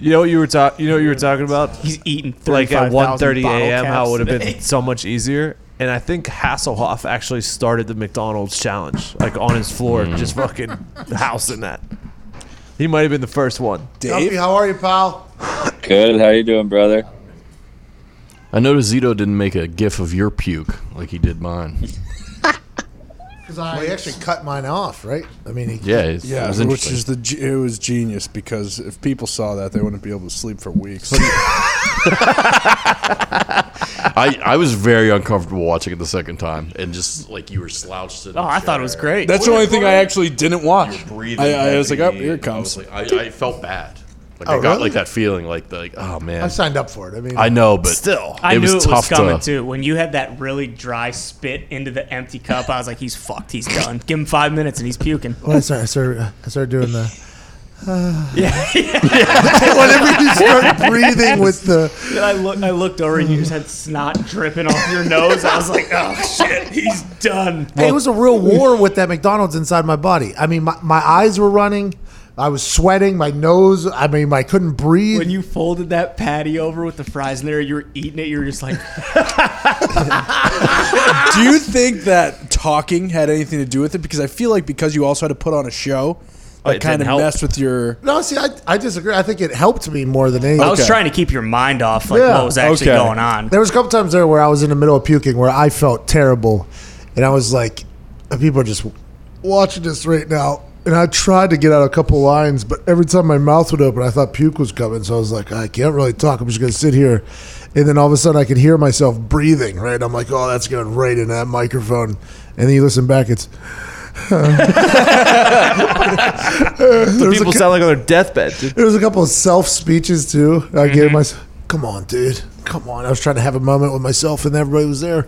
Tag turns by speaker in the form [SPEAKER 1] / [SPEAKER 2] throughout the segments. [SPEAKER 1] You know what you were talking. You know what you were talking about.
[SPEAKER 2] He's eating
[SPEAKER 1] Like at
[SPEAKER 2] 1.30
[SPEAKER 1] 1:30 a.m. How it would have been so much easier. And I think Hasselhoff actually started the McDonald's challenge, like on his floor,
[SPEAKER 3] Mm.
[SPEAKER 1] just fucking housing that. He might have been the first one.
[SPEAKER 4] Dumpy, how are you, pal?
[SPEAKER 5] Good. How you doing, brother?
[SPEAKER 3] I noticed Zito didn't make a gif of your puke like he did mine.
[SPEAKER 4] Because I well, he actually cut mine off, right? I mean, he,
[SPEAKER 3] Yeah, it's, it
[SPEAKER 6] Yeah,
[SPEAKER 3] was
[SPEAKER 6] which
[SPEAKER 3] interesting.
[SPEAKER 6] is the ge- it was genius because if people saw that, they wouldn't be able to sleep for weeks.
[SPEAKER 3] I, I was very uncomfortable watching it the second time, and just like you were slouched. In
[SPEAKER 2] Oh, I thought it was great.
[SPEAKER 6] That's the only thing I actually didn't watch.
[SPEAKER 3] Breathing.
[SPEAKER 6] I, I was like,
[SPEAKER 3] heavy,
[SPEAKER 6] oh,
[SPEAKER 3] and
[SPEAKER 6] here it
[SPEAKER 3] I was
[SPEAKER 6] comes.
[SPEAKER 3] like- I, I felt bad. Like I
[SPEAKER 4] Oh,
[SPEAKER 3] got
[SPEAKER 4] really?
[SPEAKER 3] like that feeling, like the, like oh man.
[SPEAKER 4] I signed up for it. I mean,
[SPEAKER 3] I know, but
[SPEAKER 1] Still.
[SPEAKER 2] I
[SPEAKER 3] it
[SPEAKER 2] knew
[SPEAKER 3] was
[SPEAKER 2] it was
[SPEAKER 3] tough
[SPEAKER 2] coming
[SPEAKER 3] to.
[SPEAKER 2] too. When you had that really dry spit into the empty cup, I was like, "He's fucked. He's done. Give him five minutes, and he's puking."
[SPEAKER 4] Well, I started, I started, I started doing the.
[SPEAKER 2] yeah.
[SPEAKER 4] Whenever you start breathing with the,
[SPEAKER 2] I look. I looked over, and you just had snot dripping off your nose. I was like, "Oh shit, he's done."
[SPEAKER 4] it was a real war with that McDonald's inside my body. I mean, my, my eyes were running, I was sweating, my nose. I mean, I couldn't breathe.
[SPEAKER 2] When you folded that patty over with the fries in there, you were eating it. You were just like,
[SPEAKER 6] Do you think that talking had anything to do with it? Because I feel like because you also had to put on a show,
[SPEAKER 3] Oh,
[SPEAKER 6] that
[SPEAKER 1] it
[SPEAKER 6] kind
[SPEAKER 1] didn't
[SPEAKER 6] of
[SPEAKER 1] help.
[SPEAKER 6] messed with your.
[SPEAKER 4] no, see, I, I disagree. I think it helped me more than anything.
[SPEAKER 2] I was
[SPEAKER 6] Okay.
[SPEAKER 2] trying to keep your mind off like
[SPEAKER 4] Yeah,
[SPEAKER 2] what was actually
[SPEAKER 6] okay.
[SPEAKER 2] going on.
[SPEAKER 4] There was a couple times there where I was in the middle of puking, where I felt terrible, and I was like, "People are just watching this right now." And I tried to get out a couple lines, but every time my mouth would open, I thought puke was coming. So I was like, "I can't really talk. I'm just gonna sit here." And then all of a sudden, I could hear myself breathing. Right, I'm like, "Oh, that's going right in that microphone." And then you listen back, it's
[SPEAKER 3] Oh,
[SPEAKER 1] people sound like on their deathbed. dude.
[SPEAKER 4] There was a couple of self speeches too. I gave
[SPEAKER 2] Mm-hmm.
[SPEAKER 4] myself, come on, dude, come on. I was trying to have a moment with myself, and everybody was there.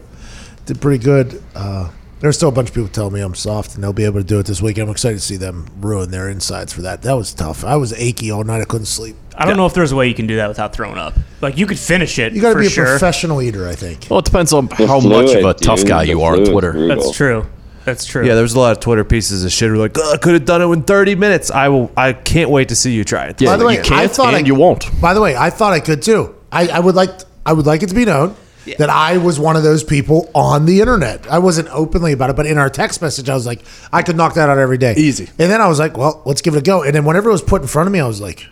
[SPEAKER 4] Did pretty good. Uh, there's still a bunch of people telling me I'm soft, and they'll be able to do it this weekend. I'm excited to see them ruin their insides for that. That was tough. I was achy all night. I couldn't sleep.
[SPEAKER 2] I don't know if there's a way you can do that without throwing up. Like you could finish it.
[SPEAKER 4] You got to
[SPEAKER 2] for
[SPEAKER 4] be a
[SPEAKER 2] sure.
[SPEAKER 4] professional eater, I think.
[SPEAKER 3] Well, it depends on
[SPEAKER 5] The
[SPEAKER 3] how
[SPEAKER 5] fluid,
[SPEAKER 3] much of a tough
[SPEAKER 5] dude.
[SPEAKER 3] guy
[SPEAKER 5] The
[SPEAKER 3] you are on
[SPEAKER 5] fluid's
[SPEAKER 3] Twitter.
[SPEAKER 5] brutal.
[SPEAKER 2] That's true. That's true.
[SPEAKER 1] Yeah, there was a lot of Twitter pieces of shit. Who were like, I could have done it in 30 minutes. I will. I can't wait to see you try it.
[SPEAKER 3] Yeah,
[SPEAKER 4] By the way,
[SPEAKER 3] you can't
[SPEAKER 4] I thought
[SPEAKER 3] and
[SPEAKER 4] I-
[SPEAKER 3] you won't.
[SPEAKER 4] By the way, I thought I could too. I, I would like I would like it to be known that I was one of those people on the internet. I wasn't openly about it, but in our text message, I was like, I could knock that out every day,
[SPEAKER 6] Easy.
[SPEAKER 4] And then I was like, well, let's give it a go. And then whenever it was put in front of me, I was like,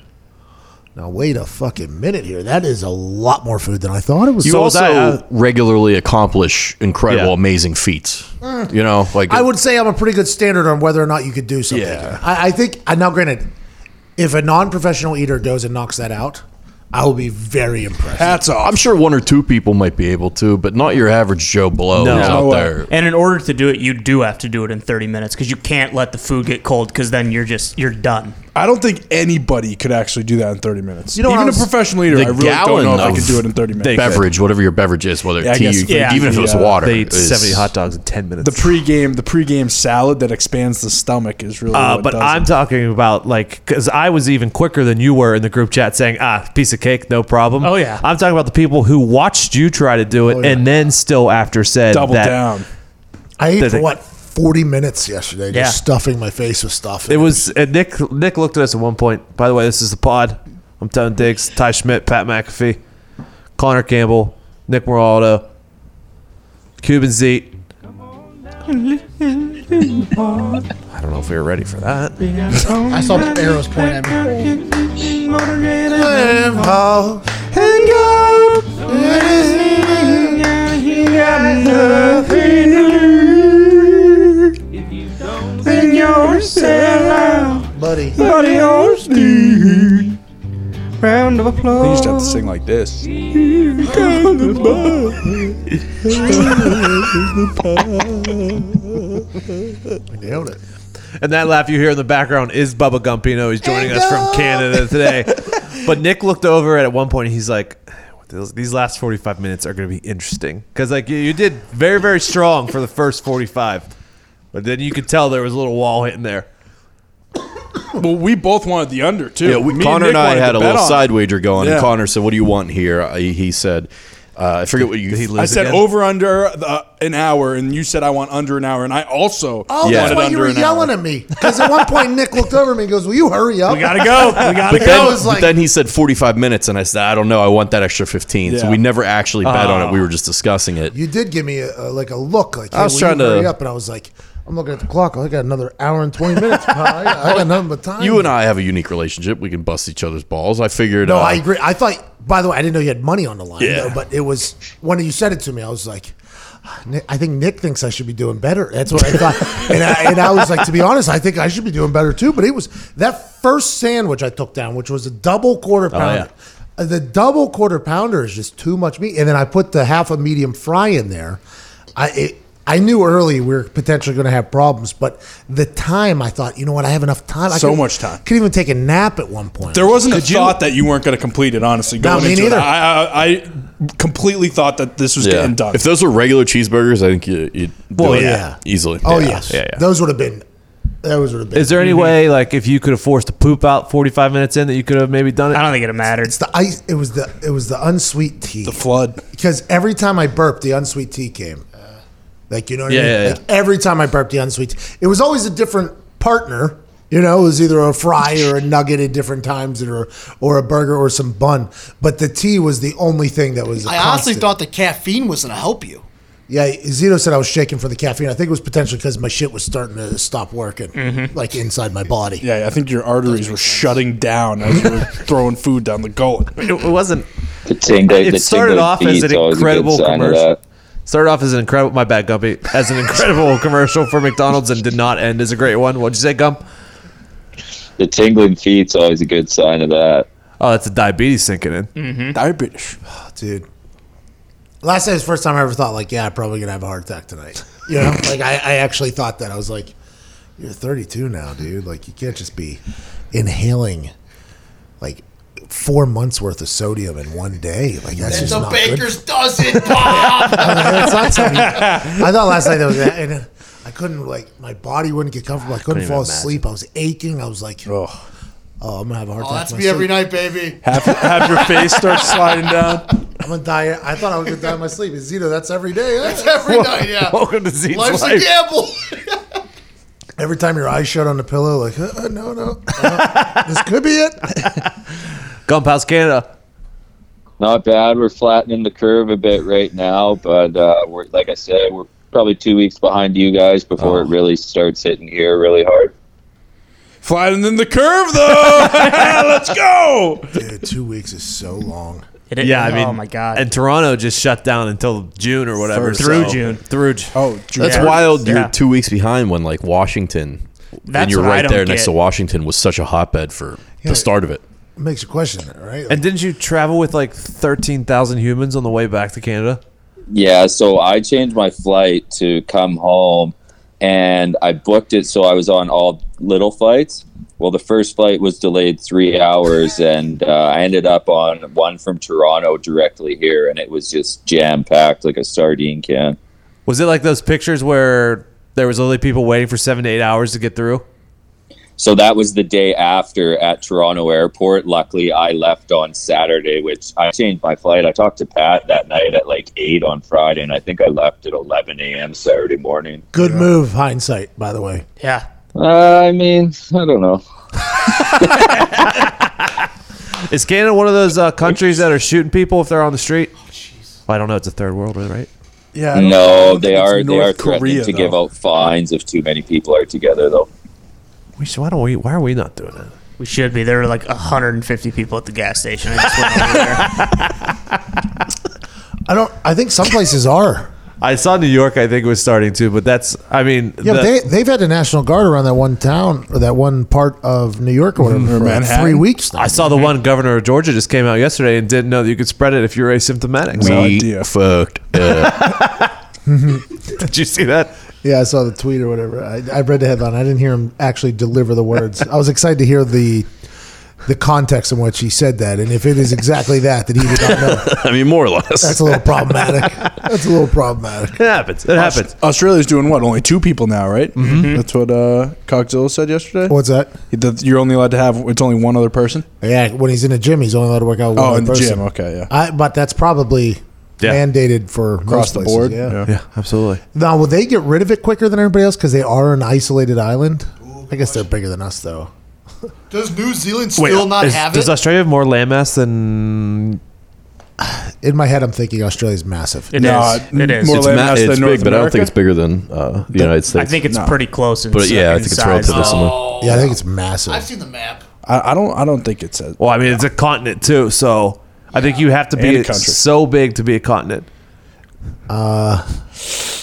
[SPEAKER 4] now wait a fucking minute here. That is a lot more food than I thought it was.
[SPEAKER 3] You
[SPEAKER 1] So was
[SPEAKER 3] also
[SPEAKER 1] I, uh,
[SPEAKER 3] regularly accomplish incredible,
[SPEAKER 1] Yeah.
[SPEAKER 3] amazing feats. You know, like
[SPEAKER 4] I would say I'm a pretty good standard on whether or not you could do something.
[SPEAKER 3] Yeah.
[SPEAKER 4] I, I think. I now, granted, if a non-professional eater goes and knocks that out, I will be very impressed.
[SPEAKER 6] Hats off.
[SPEAKER 3] I'm sure one or two people might be able to, but not your average Joe Blow
[SPEAKER 1] No.
[SPEAKER 3] who's
[SPEAKER 1] No
[SPEAKER 3] out
[SPEAKER 6] way.
[SPEAKER 3] there.
[SPEAKER 2] And in order to do it, you do have to do it in 30 minutes because you can't let the food get cold because then you're just you're done.
[SPEAKER 6] I don't think anybody could actually do that in 30 minutes. You
[SPEAKER 4] know what
[SPEAKER 6] even
[SPEAKER 4] I was-
[SPEAKER 6] a professional leader,
[SPEAKER 3] The
[SPEAKER 6] I really don't
[SPEAKER 3] gallon
[SPEAKER 6] know if I
[SPEAKER 3] of
[SPEAKER 6] could do it in 30 minutes.
[SPEAKER 3] Beverage, whatever your beverage is, whether
[SPEAKER 6] Yeah, I
[SPEAKER 3] tea,
[SPEAKER 6] guess- yeah.
[SPEAKER 3] even if it was
[SPEAKER 6] Yeah.
[SPEAKER 3] water.
[SPEAKER 1] They ate
[SPEAKER 3] is-
[SPEAKER 1] 70 hot dogs in 10 minutes.
[SPEAKER 6] the pregame, the pregame salad that expands the stomach is really.
[SPEAKER 1] Uh,
[SPEAKER 6] what
[SPEAKER 1] but
[SPEAKER 6] does
[SPEAKER 1] I'm
[SPEAKER 6] it.
[SPEAKER 1] talking about like because I was even quicker than you were in the group chat saying ah piece of cake no problem.
[SPEAKER 2] Oh, yeah.
[SPEAKER 1] I'm talking about the people who watched you try to do it and then still after said
[SPEAKER 6] double
[SPEAKER 1] that
[SPEAKER 6] Oh, down.
[SPEAKER 4] I ate
[SPEAKER 1] Did
[SPEAKER 4] for
[SPEAKER 1] it-
[SPEAKER 4] what forty minutes yesterday, just
[SPEAKER 2] Yeah.
[SPEAKER 4] stuffing my face with stuff.
[SPEAKER 1] it was uh, Nick. Nick looked at us at one point. By the way, this is the pod. I'm Tone Diggs, Ty Schmidt, Pat McAfee, Connor Campbell, Nick Moraldo, Cuban Zete. I don't know if we were ready for that.
[SPEAKER 4] I saw arrows pointing at me. buddy.
[SPEAKER 6] They used to have to sing like this.
[SPEAKER 4] I nailed it.
[SPEAKER 1] And that laugh you hear in the background is Bubba Gumpino. He's joining us from Canada today. but Nick looked over at, at one point. And he's like, "These- "These last forty-five minutes are going to be interesting because like you, you did very very strong for the first forty-five, but then you could tell there was a little wall hitting there."
[SPEAKER 6] Well, we both wanted the under too.
[SPEAKER 3] Yeah, we,
[SPEAKER 6] Me
[SPEAKER 3] Connor
[SPEAKER 6] Nick
[SPEAKER 3] and I
[SPEAKER 6] wanted
[SPEAKER 3] had
[SPEAKER 6] to
[SPEAKER 3] a
[SPEAKER 6] bet
[SPEAKER 3] little
[SPEAKER 6] on it.
[SPEAKER 3] side wager going,
[SPEAKER 6] Yeah.
[SPEAKER 3] and Connor said, "What do you want here?" I, Uh, he said, Uh, I forget what you.
[SPEAKER 1] he
[SPEAKER 6] I
[SPEAKER 1] lose
[SPEAKER 6] said
[SPEAKER 1] again?
[SPEAKER 6] over under the, an hour, and you said I want under an hour, and I also
[SPEAKER 4] Oh,
[SPEAKER 3] Yeah.
[SPEAKER 4] that's
[SPEAKER 6] wanted
[SPEAKER 4] why you
[SPEAKER 6] under
[SPEAKER 4] were
[SPEAKER 6] an
[SPEAKER 4] yelling
[SPEAKER 6] hour.
[SPEAKER 4] at me. Because at one point Nick looked over at me and goes, "Will you hurry up?"
[SPEAKER 2] We gotta go. We gotta
[SPEAKER 3] But
[SPEAKER 2] go.
[SPEAKER 3] then,
[SPEAKER 4] I was
[SPEAKER 3] but
[SPEAKER 4] like-
[SPEAKER 3] then he said 45 minutes, and I said, I don't know. I want that extra 15. So
[SPEAKER 6] Yeah.
[SPEAKER 3] we never actually bet on it.
[SPEAKER 1] Ah.
[SPEAKER 3] We were just discussing it.
[SPEAKER 4] you did give me a, a, like a look, like hey,
[SPEAKER 3] was
[SPEAKER 4] will
[SPEAKER 3] trying
[SPEAKER 4] you
[SPEAKER 3] to-
[SPEAKER 4] hurry up, and I was like, I'm looking at the clock. I got another hour and twenty minutes. pal. I, got- I got nothing but time.
[SPEAKER 3] You and I have a unique relationship. We can bust each other's balls. I figured.
[SPEAKER 4] No,
[SPEAKER 3] uh,
[SPEAKER 4] I agree. I thought. By the way, I didn't know you had money on the line.
[SPEAKER 3] Yeah.
[SPEAKER 4] Though, but it was when you said it to me, I was like. "Nick- I think Nick thinks I should be doing better. That's what I thought, and, I, and I was like, to be honest, I think I should be doing better too. But it was that first sandwich I took down, which was a double quarter
[SPEAKER 6] Oh,
[SPEAKER 4] pounder. Uh, The double quarter pounder is just too much meat, and then I put the half a medium fry in there. I it, I knew early we were potentially going to have problems, but the time I thought, you know what, I have enough time. I
[SPEAKER 6] So much time.
[SPEAKER 4] Could even take a nap at one point.
[SPEAKER 6] There wasn't a thought that you weren't going to complete it. Honestly,
[SPEAKER 4] No,
[SPEAKER 6] going
[SPEAKER 4] me
[SPEAKER 6] into
[SPEAKER 4] neither.
[SPEAKER 6] It. I, I, I completely thought that this was
[SPEAKER 3] yeah.
[SPEAKER 6] getting done.
[SPEAKER 3] If those were regular cheeseburgers, I think you, you'd do
[SPEAKER 4] Well,
[SPEAKER 3] it
[SPEAKER 4] yeah.
[SPEAKER 3] easily.
[SPEAKER 4] Oh
[SPEAKER 3] Yeah.
[SPEAKER 4] yes,
[SPEAKER 3] Yeah, yeah.
[SPEAKER 4] those would have been. Those would have been. Mm-hmm.
[SPEAKER 1] Is there any
[SPEAKER 2] Mm-hmm.
[SPEAKER 1] way, like, if you could have forced to poop out 45 minutes in, that you could have maybe done it?
[SPEAKER 2] I don't think it mattered.
[SPEAKER 4] it's the ice? It was the it was the unsweet tea.
[SPEAKER 6] the flood.
[SPEAKER 4] because every time I burped, the unsweet tea came. Like you know what
[SPEAKER 3] Yeah,
[SPEAKER 4] I mean?
[SPEAKER 3] yeah,
[SPEAKER 4] like every time I burped the unsweet, tea. it was always a different partner. You know, it was either a fry or a nugget at different times, or or a burger or some bun. But the tea was the only thing that was. I
[SPEAKER 7] I honestly thought the caffeine was going to help you.
[SPEAKER 4] Yeah, Zito said I was shaking for the caffeine. I think it was potentially because my shit was starting to stop working,
[SPEAKER 1] Mm-hmm.
[SPEAKER 4] like inside my body.
[SPEAKER 6] Yeah, yeah, I think your arteries were shutting down as you were throwing food down the gullet.
[SPEAKER 1] It it wasn't.
[SPEAKER 5] The tingle,
[SPEAKER 1] It
[SPEAKER 5] the
[SPEAKER 1] started
[SPEAKER 5] tingle
[SPEAKER 1] off as
[SPEAKER 5] feet's
[SPEAKER 1] an
[SPEAKER 5] always a good
[SPEAKER 1] incredible
[SPEAKER 5] sign of
[SPEAKER 1] commercial.
[SPEAKER 5] that.
[SPEAKER 1] Started off as an incredible, my bad, Gumpy, as an incredible commercial for McDonald's and did not end as a great one. What'd you say, Gump?
[SPEAKER 5] The tingling feet's always a good sign of that.
[SPEAKER 1] Oh, that's a diabetes sinking in.
[SPEAKER 6] Diabetes.
[SPEAKER 4] Ah, dude. Last night was the first time I ever thought, like, yeah, I'm probably gonna have a heart attack tonight. You know, like I, I actually thought that. I was like, you're 32 now, dude. Like, you can't just be inhaling like four months worth of sodium in one day. Like, that's,
[SPEAKER 7] That's
[SPEAKER 4] just
[SPEAKER 7] a
[SPEAKER 4] not good.
[SPEAKER 7] baker's dozen, Bob.
[SPEAKER 4] That's not something- I thought last night that was that. And I couldn't like my body wouldn't get comfortable. I couldn't,
[SPEAKER 1] even
[SPEAKER 4] fall
[SPEAKER 1] imagine.
[SPEAKER 4] asleep. I was aching. I was like, oh, I'm gonna have a heart
[SPEAKER 7] oh,
[SPEAKER 4] attack.
[SPEAKER 7] that's me every night, baby.
[SPEAKER 6] Have, have your face start sliding down.
[SPEAKER 4] I'm gonna die. I thought I was gonna die in my sleep. Zito, that's every day. eh?
[SPEAKER 7] That's every night, yeah.
[SPEAKER 1] Welcome to Z's
[SPEAKER 7] Life's a
[SPEAKER 1] Life.
[SPEAKER 7] gamble.
[SPEAKER 4] Every time your eyes shut on the pillow, like, uh, uh, no, no, uh, this could be it.
[SPEAKER 1] Gump House Canada.
[SPEAKER 5] Not bad. We're flattening the curve a bit right now, but uh, we're like I said, we're probably two weeks behind you guys before
[SPEAKER 1] Oh.
[SPEAKER 5] it really starts hitting here really hard.
[SPEAKER 6] Flattening in the curve, though. Let's go.
[SPEAKER 4] Dude, two weeks is so long.
[SPEAKER 2] It, it-
[SPEAKER 1] Yeah, I mean,
[SPEAKER 2] oh my god.
[SPEAKER 1] And Toronto just shut down until June or whatever.
[SPEAKER 6] First.
[SPEAKER 2] Through
[SPEAKER 1] so-
[SPEAKER 2] June.
[SPEAKER 1] Through June.
[SPEAKER 6] Oh,
[SPEAKER 3] That's
[SPEAKER 2] Yeah.
[SPEAKER 3] wild.
[SPEAKER 2] Yeah.
[SPEAKER 3] You're two weeks behind when, like, Washington.
[SPEAKER 2] That's
[SPEAKER 3] and you're
[SPEAKER 2] what I
[SPEAKER 3] right
[SPEAKER 2] don't
[SPEAKER 3] there next
[SPEAKER 2] get.
[SPEAKER 3] to Washington was such a hotbed for the start of it.
[SPEAKER 4] It makes you question it, right?
[SPEAKER 1] And didn't you travel with like 13,000 humans on the way back to Canada?
[SPEAKER 5] Yeah, so I changed my flight to come home and I booked it so I was on all little flights. Well, the first flight was delayed three hours and uh, I ended up on one from Toronto directly here and it was just jam packed like a sardine can.
[SPEAKER 1] Was it like those pictures where there was only people waiting for seven to eight hours to get through?
[SPEAKER 5] So that was the day after at Toronto Airport. Luckily, I left on Saturday, which I changed my flight. I talked to Pat that night at like 8 on Friday, and I think I left at 11 a.m. Saturday morning.
[SPEAKER 4] Good move, hindsight, by the way.
[SPEAKER 2] yeah.
[SPEAKER 5] Uh, I mean, I don't know.
[SPEAKER 1] Is Canada one of those uh, countries that are shooting people if they're on the street?
[SPEAKER 4] Oh,
[SPEAKER 1] Well, I don't know. It's a third world, right?
[SPEAKER 6] Yeah.
[SPEAKER 5] No, they are they are threatening to give out fines if too many people are together, though.
[SPEAKER 1] We should, why don't we? Why are we not doing it?
[SPEAKER 2] We should be. There were like 150 people at the gas station. I just went over there.
[SPEAKER 4] I don't. I think some places are.
[SPEAKER 1] I saw New York. I think was starting to, but that's. I mean,
[SPEAKER 4] Yeah,
[SPEAKER 1] the-
[SPEAKER 4] but they they've had the National Guard around that one town or that one part of New York or whatever for like
[SPEAKER 6] Mm-hmm. Manhattan.
[SPEAKER 4] three weeks now.
[SPEAKER 1] I saw the one governor of Georgia just came out yesterday and didn't know that you could spread it if you were asymptomatic.
[SPEAKER 3] We
[SPEAKER 1] So,
[SPEAKER 6] idea.
[SPEAKER 3] fucked up.
[SPEAKER 4] Mm-hmm.
[SPEAKER 1] did you see that?
[SPEAKER 4] Yeah, I saw the tweet or whatever. I, I read the headline. I didn't hear him actually deliver the words. I was excited to hear the the context in which he said that, and if it is exactly that, that he did not know.
[SPEAKER 3] I mean, more or less.
[SPEAKER 4] That's a little problematic. That's a little problematic.
[SPEAKER 1] It happens. It happens.
[SPEAKER 6] Australia's doing what? Only two people now, right? That's what uh, Coxzilla said yesterday.
[SPEAKER 4] What's that?
[SPEAKER 6] That you're only allowed to have. It's only one other person.
[SPEAKER 4] Yeah, when he's in a gym, he's only allowed to work out with
[SPEAKER 6] Oh,
[SPEAKER 4] one
[SPEAKER 6] in the
[SPEAKER 4] person.
[SPEAKER 6] gym. Okay, yeah.
[SPEAKER 4] I, but that's probably
[SPEAKER 1] Yeah.
[SPEAKER 4] mandated for
[SPEAKER 6] Across
[SPEAKER 4] most
[SPEAKER 6] the
[SPEAKER 4] places,
[SPEAKER 6] board?
[SPEAKER 4] Yeah.
[SPEAKER 6] Yeah.
[SPEAKER 1] Yeah, absolutely.
[SPEAKER 4] Now, will they get rid of it quicker than everybody else because they are an isolated island? I guess they're bigger than us, though.
[SPEAKER 7] Does New Zealand still not
[SPEAKER 1] is-
[SPEAKER 7] have
[SPEAKER 1] does
[SPEAKER 7] it?
[SPEAKER 1] Australia have more landmass than?
[SPEAKER 4] In my head, I'm thinking Australia's massive.
[SPEAKER 2] It
[SPEAKER 6] Nah,
[SPEAKER 2] is. It is.
[SPEAKER 6] uh, more
[SPEAKER 8] it's
[SPEAKER 6] land
[SPEAKER 8] ma-
[SPEAKER 6] mass
[SPEAKER 8] it's
[SPEAKER 6] than
[SPEAKER 8] big,
[SPEAKER 6] North
[SPEAKER 8] but I don't think it's
[SPEAKER 6] America?
[SPEAKER 8] bigger than uh, the United
[SPEAKER 2] I
[SPEAKER 8] States.
[SPEAKER 2] think it's pretty close. In
[SPEAKER 8] but yeah, I
[SPEAKER 2] in
[SPEAKER 8] think it's
[SPEAKER 2] size.
[SPEAKER 8] relatively
[SPEAKER 1] Oh.
[SPEAKER 8] similar.
[SPEAKER 4] yeah, I think it's massive.
[SPEAKER 7] I've seen the map.
[SPEAKER 6] I, I don't. I don't think it says.
[SPEAKER 1] Well, I mean, it's a continent too. So I think you have to
[SPEAKER 6] And
[SPEAKER 1] be
[SPEAKER 6] a country.
[SPEAKER 1] so big to be a continent.
[SPEAKER 4] Uh,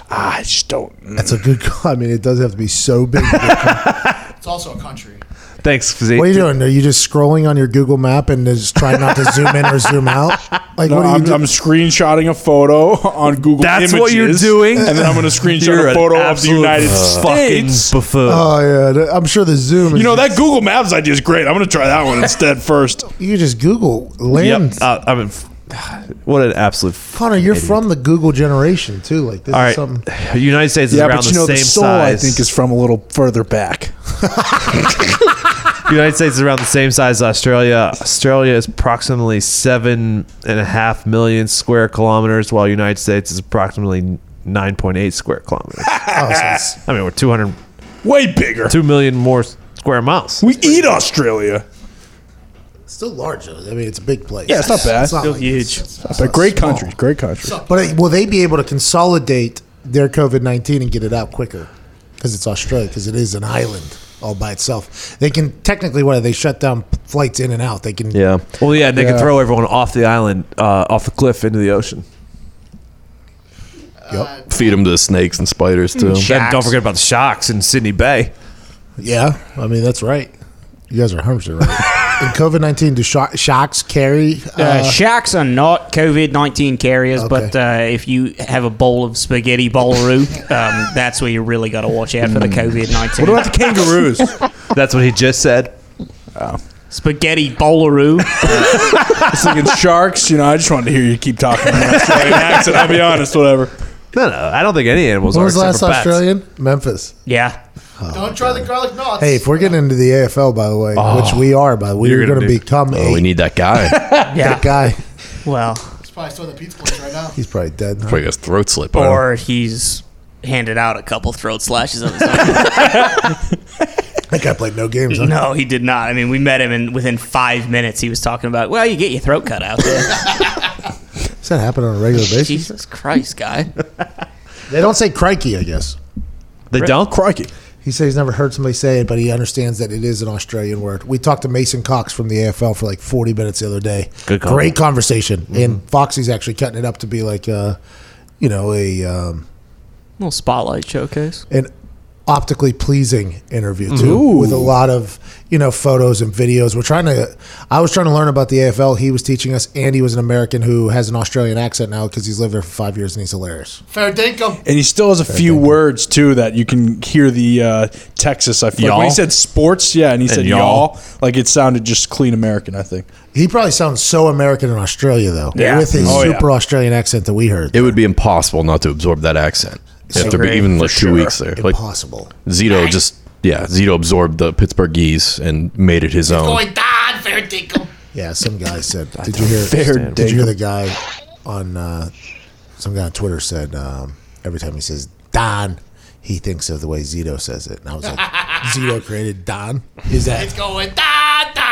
[SPEAKER 6] I just don't.
[SPEAKER 4] That's a good call. I mean, it does have to be so big.
[SPEAKER 7] It's also a country.
[SPEAKER 1] Thanks, Fizzy.
[SPEAKER 4] what are you doing? Are you just scrolling on your Google map and just trying not to zoom in or zoom out? Like,
[SPEAKER 6] No,
[SPEAKER 4] what are you
[SPEAKER 6] I'm,
[SPEAKER 4] doing?
[SPEAKER 6] I'm screenshotting a photo on Google.
[SPEAKER 1] That's
[SPEAKER 6] Images,
[SPEAKER 1] what you're doing?
[SPEAKER 6] and then I'm going to screenshot
[SPEAKER 1] You're
[SPEAKER 6] a
[SPEAKER 1] an
[SPEAKER 6] photo of the
[SPEAKER 1] absolute
[SPEAKER 6] United
[SPEAKER 1] fucking
[SPEAKER 6] States.
[SPEAKER 1] buffoon.
[SPEAKER 4] Oh yeah, I'm sure the zoom. Is
[SPEAKER 6] You know that Google Maps idea is great. I'm going to try that one instead first.
[SPEAKER 4] You just Google land.
[SPEAKER 1] yep. Uh, I mean, f- what an absolute. f-
[SPEAKER 4] Connor, you're from the Google generation too. Like this
[SPEAKER 1] All
[SPEAKER 4] is
[SPEAKER 1] right,
[SPEAKER 4] something.
[SPEAKER 1] United States is
[SPEAKER 6] Yeah,
[SPEAKER 1] around
[SPEAKER 6] but
[SPEAKER 1] the
[SPEAKER 6] you know
[SPEAKER 1] same
[SPEAKER 6] the soul
[SPEAKER 1] size.
[SPEAKER 6] I think is from a little further back.
[SPEAKER 1] United States is around the same size as Australia. Australia is approximately seven and a half million square kilometers, while United States is approximately nine point eight square kilometers.
[SPEAKER 4] Oh, so it's-
[SPEAKER 1] I mean, we're 200,
[SPEAKER 6] Way bigger.
[SPEAKER 1] 2 million more square miles.
[SPEAKER 6] We eat Australia.
[SPEAKER 4] still large though. I mean, it's a big place.
[SPEAKER 6] Yeah, it's not bad.
[SPEAKER 2] Still
[SPEAKER 4] like-
[SPEAKER 2] huge.
[SPEAKER 6] But great country. Great country.
[SPEAKER 4] But will they be able to consolidate their COVID nineteen and get it out quicker? Because it's Australia. Because it is an island all by itself. They can technically, what they shut down flights in and out. They can.
[SPEAKER 8] yeah.
[SPEAKER 1] Well, yeah, and they
[SPEAKER 6] Yeah.
[SPEAKER 1] can throw everyone off the island, uh, off the cliff into the ocean.
[SPEAKER 8] Uh, Feed them to snakes and spiders too.
[SPEAKER 1] Then don't forget about the sharks in Sydney Bay.
[SPEAKER 4] Yeah, I mean that's right. You guys are hundred percent right. In COVID nineteen, do shark, sharks carry?
[SPEAKER 2] Uh,
[SPEAKER 4] Uh,
[SPEAKER 2] sharks are not COVID 19 carriers, but uh, if you have a bowl of spaghetti bowleroo, um, that's where you really got to watch out for
[SPEAKER 4] Hmm.
[SPEAKER 2] the COVID 19.
[SPEAKER 6] What about the kangaroos?
[SPEAKER 1] That's what he just said.
[SPEAKER 6] Oh.
[SPEAKER 2] spaghetti bowleroo?
[SPEAKER 6] Thinking sharks. You know, I just wanted to hear you keep talking in an Australian accent. I'll be honest. Whatever.
[SPEAKER 1] No, no, I don't think any animals
[SPEAKER 4] when
[SPEAKER 1] are
[SPEAKER 4] was the
[SPEAKER 1] except
[SPEAKER 4] last
[SPEAKER 1] for bats.
[SPEAKER 4] Australian? Memphis.
[SPEAKER 2] yeah.
[SPEAKER 7] Don't try the garlic knots.
[SPEAKER 4] Hey, if we're getting into the AFL, by the way, which we are, by the way, we're
[SPEAKER 1] Oh, You're
[SPEAKER 4] going
[SPEAKER 1] gonna
[SPEAKER 4] to
[SPEAKER 1] do-
[SPEAKER 4] become
[SPEAKER 8] Oh,
[SPEAKER 4] a
[SPEAKER 8] we need that guy.
[SPEAKER 2] Yeah.
[SPEAKER 4] guy.
[SPEAKER 2] Well,
[SPEAKER 7] it's probably still in the pizza place right now.
[SPEAKER 4] He's probably dead. Now.
[SPEAKER 8] Probably got his throat slip.
[SPEAKER 3] oh.
[SPEAKER 8] I don't know.
[SPEAKER 2] or he's handed out a couple throat slashes on his own.
[SPEAKER 4] That guy played no games. Huh?
[SPEAKER 2] no, he did not. I mean, we met him, and within five minutes, he was talking about, well, you get your throat cut out there.
[SPEAKER 4] Does that happen on a regular basis?
[SPEAKER 2] Jesus Christ, guy.
[SPEAKER 4] They don't say crikey, I guess.
[SPEAKER 1] They don't?
[SPEAKER 6] Crikey.
[SPEAKER 4] He said he's never heard somebody say it, but he understands that it is an Australian word. We talked to Mason Cox from the AFL for like 40 minutes the other day.
[SPEAKER 1] Good call. Mm-hmm.
[SPEAKER 4] Great conversation. And Foxy's actually cutting it up to be like, uh, you know, a um,
[SPEAKER 2] Little spotlight showcase.
[SPEAKER 4] an optically pleasing interview too, with a lot of you know photos and videos. We're trying to. I was trying to learn about the AFL. He was teaching us, and he was an American who has an Australian accent now because he's lived there for five years and he's hilarious.
[SPEAKER 7] Fair dinkum.
[SPEAKER 6] And he still has a few words too that you can hear the uh, Texas. I feel like when he
[SPEAKER 1] Y'all?
[SPEAKER 6] said sports, yeah, and he said y'all.
[SPEAKER 1] y'all.
[SPEAKER 6] like it sounded just clean American. I think
[SPEAKER 4] He probably sounds so American in Australia though,
[SPEAKER 6] Yeah.
[SPEAKER 4] with his
[SPEAKER 6] Oh, yeah.
[SPEAKER 4] super Australian accent that we heard.
[SPEAKER 8] It would be impossible not to absorb that accent after be,
[SPEAKER 2] agree,
[SPEAKER 8] even
[SPEAKER 2] for
[SPEAKER 8] like two
[SPEAKER 2] sure.
[SPEAKER 8] weeks there. Like
[SPEAKER 4] Impossible.
[SPEAKER 8] Zito just yeah, Zito absorbed the Pittsburgh geese and made it his own.
[SPEAKER 7] Going down, fair dinkum.
[SPEAKER 4] Yeah, some guy said. Did you hear?
[SPEAKER 6] fair
[SPEAKER 4] did you hear
[SPEAKER 6] dinkum.
[SPEAKER 4] the guy on uh, some guy on Twitter said um, every time he says Don, he thinks of the way Zito says it, and I was like, Zito created Don. Is
[SPEAKER 7] It's
[SPEAKER 4] that?
[SPEAKER 7] going down, down.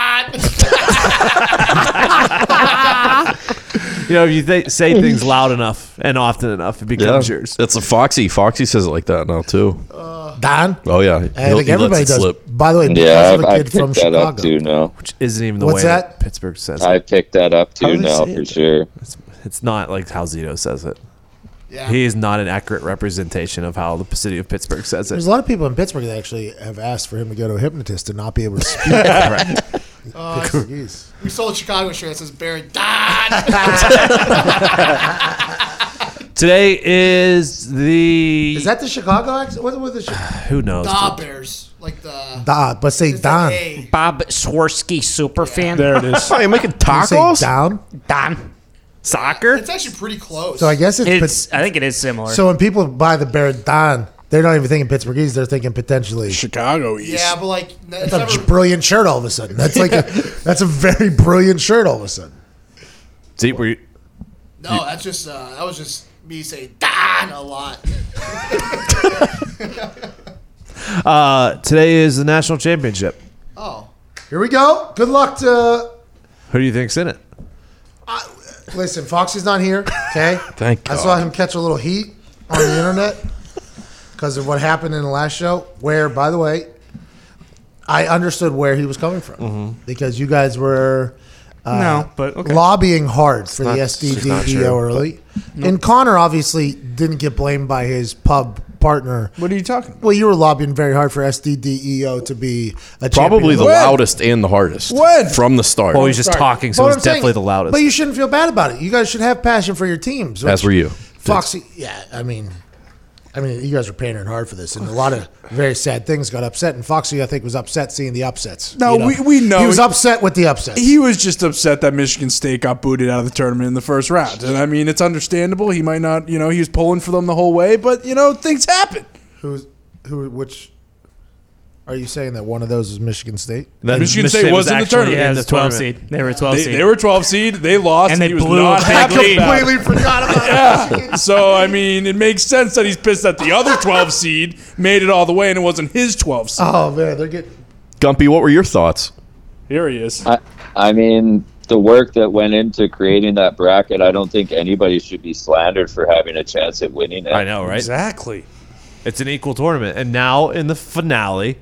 [SPEAKER 1] You know, if you th- say things loud enough and often enough, it
[SPEAKER 8] Yeah,
[SPEAKER 1] becomes yours.
[SPEAKER 8] that's a Foxy. Foxy says it like that now too.
[SPEAKER 4] Don?
[SPEAKER 8] Oh yeah,
[SPEAKER 4] I
[SPEAKER 8] He'll-
[SPEAKER 4] think
[SPEAKER 8] he lets
[SPEAKER 4] everybody
[SPEAKER 8] it
[SPEAKER 4] does.
[SPEAKER 8] slip.
[SPEAKER 4] By the way,
[SPEAKER 5] Yeah,
[SPEAKER 4] because of
[SPEAKER 5] I,
[SPEAKER 4] a
[SPEAKER 5] I
[SPEAKER 4] kid
[SPEAKER 5] picked
[SPEAKER 4] from
[SPEAKER 5] that up
[SPEAKER 4] Chicago.
[SPEAKER 5] too now.
[SPEAKER 1] Which isn't even the
[SPEAKER 4] What's
[SPEAKER 1] way
[SPEAKER 4] that?
[SPEAKER 1] Pittsburgh says
[SPEAKER 5] I
[SPEAKER 1] it.
[SPEAKER 5] picked that up
[SPEAKER 1] How do
[SPEAKER 5] too
[SPEAKER 1] they
[SPEAKER 5] now
[SPEAKER 1] say
[SPEAKER 5] for
[SPEAKER 1] it?
[SPEAKER 5] sure.
[SPEAKER 1] It's, it's not like how Zito says it.
[SPEAKER 7] Yeah.
[SPEAKER 1] He is not an accurate representation of how the city of Pittsburgh says
[SPEAKER 4] There's
[SPEAKER 1] it.
[SPEAKER 4] a lot of people in Pittsburgh that actually have asked for him to go to a hypnotist and not be able to speak. Portuguese.
[SPEAKER 7] Uh, We sold Chicago shirt that says Barry Don.
[SPEAKER 1] Today is the
[SPEAKER 4] Is that the Chicago accent? What was the Chi-
[SPEAKER 1] who knows?
[SPEAKER 7] Da Bears. Like the.
[SPEAKER 4] Da, but say
[SPEAKER 7] it's
[SPEAKER 4] Don.
[SPEAKER 7] The A.
[SPEAKER 2] Bob Swirsky superfan.
[SPEAKER 6] there it is.
[SPEAKER 8] Are you making
[SPEAKER 4] Say
[SPEAKER 8] tacos?
[SPEAKER 4] down.
[SPEAKER 2] Don.
[SPEAKER 1] Soccer?
[SPEAKER 7] It's actually pretty close.
[SPEAKER 4] So I guess it's,
[SPEAKER 2] It's, I think it is similar.
[SPEAKER 4] Pit- so when people buy the Baron Don, they're not even thinking Pittsburghese. They're thinking potentially Oh,
[SPEAKER 6] Chicago East.
[SPEAKER 7] Yeah, but like. It's
[SPEAKER 4] that's a
[SPEAKER 7] never,
[SPEAKER 4] brilliant shirt. All of a sudden, that's like a, that's a very brilliant shirt. All of a sudden,
[SPEAKER 1] See, were you,
[SPEAKER 7] No, that's just uh, that was just me saying "Don" a lot.
[SPEAKER 1] Uh, today is the national championship.
[SPEAKER 7] Oh,
[SPEAKER 4] Here we go. Good luck to.
[SPEAKER 1] Who do you think's in it?
[SPEAKER 4] Listen, Foxy's not here. Okay.
[SPEAKER 8] Thank
[SPEAKER 4] I saw him catch a little heat on the internet because of what happened in the last show. Where, by the way, I understood where he was coming from
[SPEAKER 8] Mm-hmm.
[SPEAKER 4] because you guys were uh,
[SPEAKER 2] no, but okay.
[SPEAKER 4] lobbying hard for the
[SPEAKER 8] not
[SPEAKER 4] SDDEO
[SPEAKER 8] true,
[SPEAKER 4] E early. And Connor obviously didn't get blamed by his pub partner.
[SPEAKER 6] What are you talking about?
[SPEAKER 4] Well, you were lobbying very hard for SDDEO E to be a
[SPEAKER 8] Probably
[SPEAKER 4] champion.
[SPEAKER 8] the
[SPEAKER 6] When?
[SPEAKER 8] loudest and the hardest.
[SPEAKER 6] When?
[SPEAKER 8] From the start.
[SPEAKER 1] Oh, he's just talking, so
[SPEAKER 4] But
[SPEAKER 1] he's
[SPEAKER 4] I'm saying-
[SPEAKER 1] definitely the loudest.
[SPEAKER 4] But you shouldn't feel bad about it. You guys should have passion for your teams.
[SPEAKER 8] As were
[SPEAKER 4] which-
[SPEAKER 8] you.
[SPEAKER 4] Foxy. Yeah, I mean, I mean, you guys were pandering hard for this, and a lot of very sad things got upset. And Foxy, I think, was upset seeing the upsets.
[SPEAKER 6] No, we- we know.
[SPEAKER 4] he was upset with the upsets.
[SPEAKER 6] He was just upset that Michigan State got booted out of the tournament in the first round. And I mean, it's understandable. He might not, you know, he was pulling for them the whole way, but, you know, things happen.
[SPEAKER 4] Who's who? Which are you saying that one of those is Michigan State?
[SPEAKER 1] That
[SPEAKER 6] Michigan State was in the
[SPEAKER 1] actually
[SPEAKER 6] tournament.
[SPEAKER 2] yeah, it
[SPEAKER 1] in
[SPEAKER 2] was
[SPEAKER 1] the
[SPEAKER 2] a 12
[SPEAKER 1] tournament.
[SPEAKER 2] seed. They were a 12
[SPEAKER 6] They,
[SPEAKER 2] seed.
[SPEAKER 6] they were 12 seed. They lost.
[SPEAKER 2] and they
[SPEAKER 6] he was
[SPEAKER 2] blew a
[SPEAKER 6] not
[SPEAKER 2] big
[SPEAKER 6] happy
[SPEAKER 2] lead.
[SPEAKER 6] about it.
[SPEAKER 4] forgot about it.
[SPEAKER 6] So I mean, it makes sense that he's pissed that the other 12 seed made it all the way and it wasn't his 12 seed.
[SPEAKER 4] Oh man, they're getting.
[SPEAKER 8] Gumpy, what were your thoughts?
[SPEAKER 6] Here he is.
[SPEAKER 5] I, I mean, the work that went into creating that bracket, I don't think anybody should be slandered for having a chance at winning it.
[SPEAKER 1] I know, right?
[SPEAKER 6] Exactly.
[SPEAKER 1] It's an equal tournament, and now in the finale,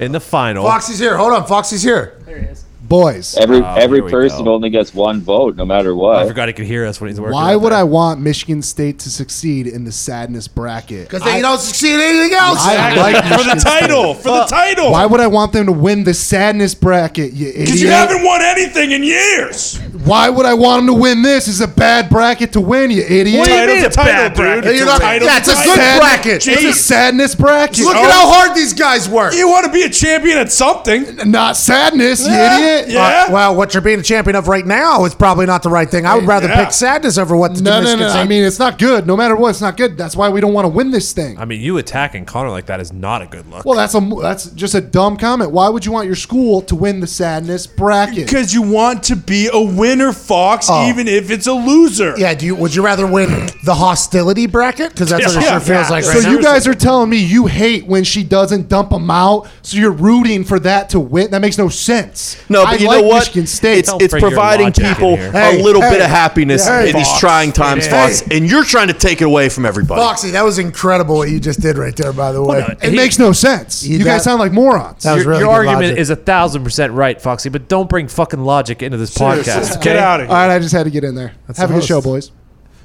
[SPEAKER 1] in the final,
[SPEAKER 4] Foxy's here. Hold on, Foxy's here. There he is. Boys,
[SPEAKER 5] Every
[SPEAKER 1] Oh,
[SPEAKER 5] every
[SPEAKER 1] here we
[SPEAKER 5] person
[SPEAKER 1] go.
[SPEAKER 5] only gets one vote, no matter
[SPEAKER 1] I
[SPEAKER 5] what.
[SPEAKER 1] forgot he could hear us when he's working.
[SPEAKER 9] Why
[SPEAKER 1] out
[SPEAKER 9] would
[SPEAKER 1] there.
[SPEAKER 9] I want Michigan State to succeed in the sadness bracket?
[SPEAKER 4] because they don't succeed in anything else.
[SPEAKER 9] I like
[SPEAKER 6] For the
[SPEAKER 9] Michigan State.
[SPEAKER 6] title. For the title.
[SPEAKER 9] Why would I want them to win the sadness bracket, you idiot?
[SPEAKER 6] Because you haven't won anything in years.
[SPEAKER 9] Why would I want them to win this? It's a bad bracket to win, you idiot.
[SPEAKER 6] What do you
[SPEAKER 1] Title's
[SPEAKER 6] mean
[SPEAKER 1] a
[SPEAKER 6] it's title,
[SPEAKER 1] bad
[SPEAKER 6] dude?
[SPEAKER 1] bracket
[SPEAKER 6] It's
[SPEAKER 4] to
[SPEAKER 6] a
[SPEAKER 4] win.
[SPEAKER 6] title.
[SPEAKER 4] Yeah, it's a
[SPEAKER 6] It's
[SPEAKER 4] good
[SPEAKER 6] title.
[SPEAKER 4] bracket.
[SPEAKER 9] It's a
[SPEAKER 6] Jeez.
[SPEAKER 9] sadness bracket.
[SPEAKER 4] Look at how hard these guys work.
[SPEAKER 6] You want to be a champion at something.
[SPEAKER 9] Not sadness,
[SPEAKER 6] Yeah,
[SPEAKER 9] you idiot.
[SPEAKER 6] yeah.
[SPEAKER 4] Uh, well, what you're being a champion of right now is probably not the right thing. I would rather
[SPEAKER 6] Yeah.
[SPEAKER 4] pick sadness over what the
[SPEAKER 9] No, no,
[SPEAKER 4] Michigan
[SPEAKER 9] no.
[SPEAKER 4] State.
[SPEAKER 9] I mean, it's not good. No matter what, it's not good. That's why we don't want to win this thing.
[SPEAKER 1] I mean, you attacking Connor like that is not a good look.
[SPEAKER 9] Well, that's a that's just a dumb comment. Why would you want your school to win the sadness bracket?
[SPEAKER 6] Because you want to be a winner, Fox, even if it's a loser.
[SPEAKER 4] Oh. yeah, do you? Would you rather win the hostility bracket? Because that's what it
[SPEAKER 6] Yeah.
[SPEAKER 4] sure feels like right
[SPEAKER 9] So
[SPEAKER 4] now.
[SPEAKER 9] you guys are telling me you hate when she doesn't dump them out. So you're rooting for that to win. That makes no sense.
[SPEAKER 8] No, but
[SPEAKER 9] I
[SPEAKER 8] you
[SPEAKER 9] like
[SPEAKER 8] know what?
[SPEAKER 9] Michigan State.
[SPEAKER 8] It's,
[SPEAKER 1] Don't
[SPEAKER 8] it's
[SPEAKER 1] bring your
[SPEAKER 8] providing
[SPEAKER 1] logic in
[SPEAKER 8] people
[SPEAKER 1] here.
[SPEAKER 9] Hey,
[SPEAKER 8] a little
[SPEAKER 9] hey,
[SPEAKER 8] bit of happiness
[SPEAKER 9] yeah.
[SPEAKER 8] in these
[SPEAKER 9] Fox.
[SPEAKER 8] trying times,
[SPEAKER 1] Hey.
[SPEAKER 8] Fox, and you're trying to take it away from everybody.
[SPEAKER 4] Foxy, that was incredible what you just did right there. By the way,
[SPEAKER 9] it makes no sense. You,
[SPEAKER 4] that-
[SPEAKER 9] guys sound like morons.
[SPEAKER 4] That was
[SPEAKER 1] your
[SPEAKER 4] really
[SPEAKER 1] your
[SPEAKER 4] good
[SPEAKER 1] argument
[SPEAKER 4] logic.
[SPEAKER 1] is a thousand percent right, Foxy, but don't bring fucking logic into this podcast.
[SPEAKER 6] Get
[SPEAKER 1] okay?
[SPEAKER 6] out of
[SPEAKER 9] All
[SPEAKER 6] here.
[SPEAKER 9] right, I just had to get in there. Have a
[SPEAKER 4] the
[SPEAKER 9] good show,
[SPEAKER 4] host.
[SPEAKER 9] boys.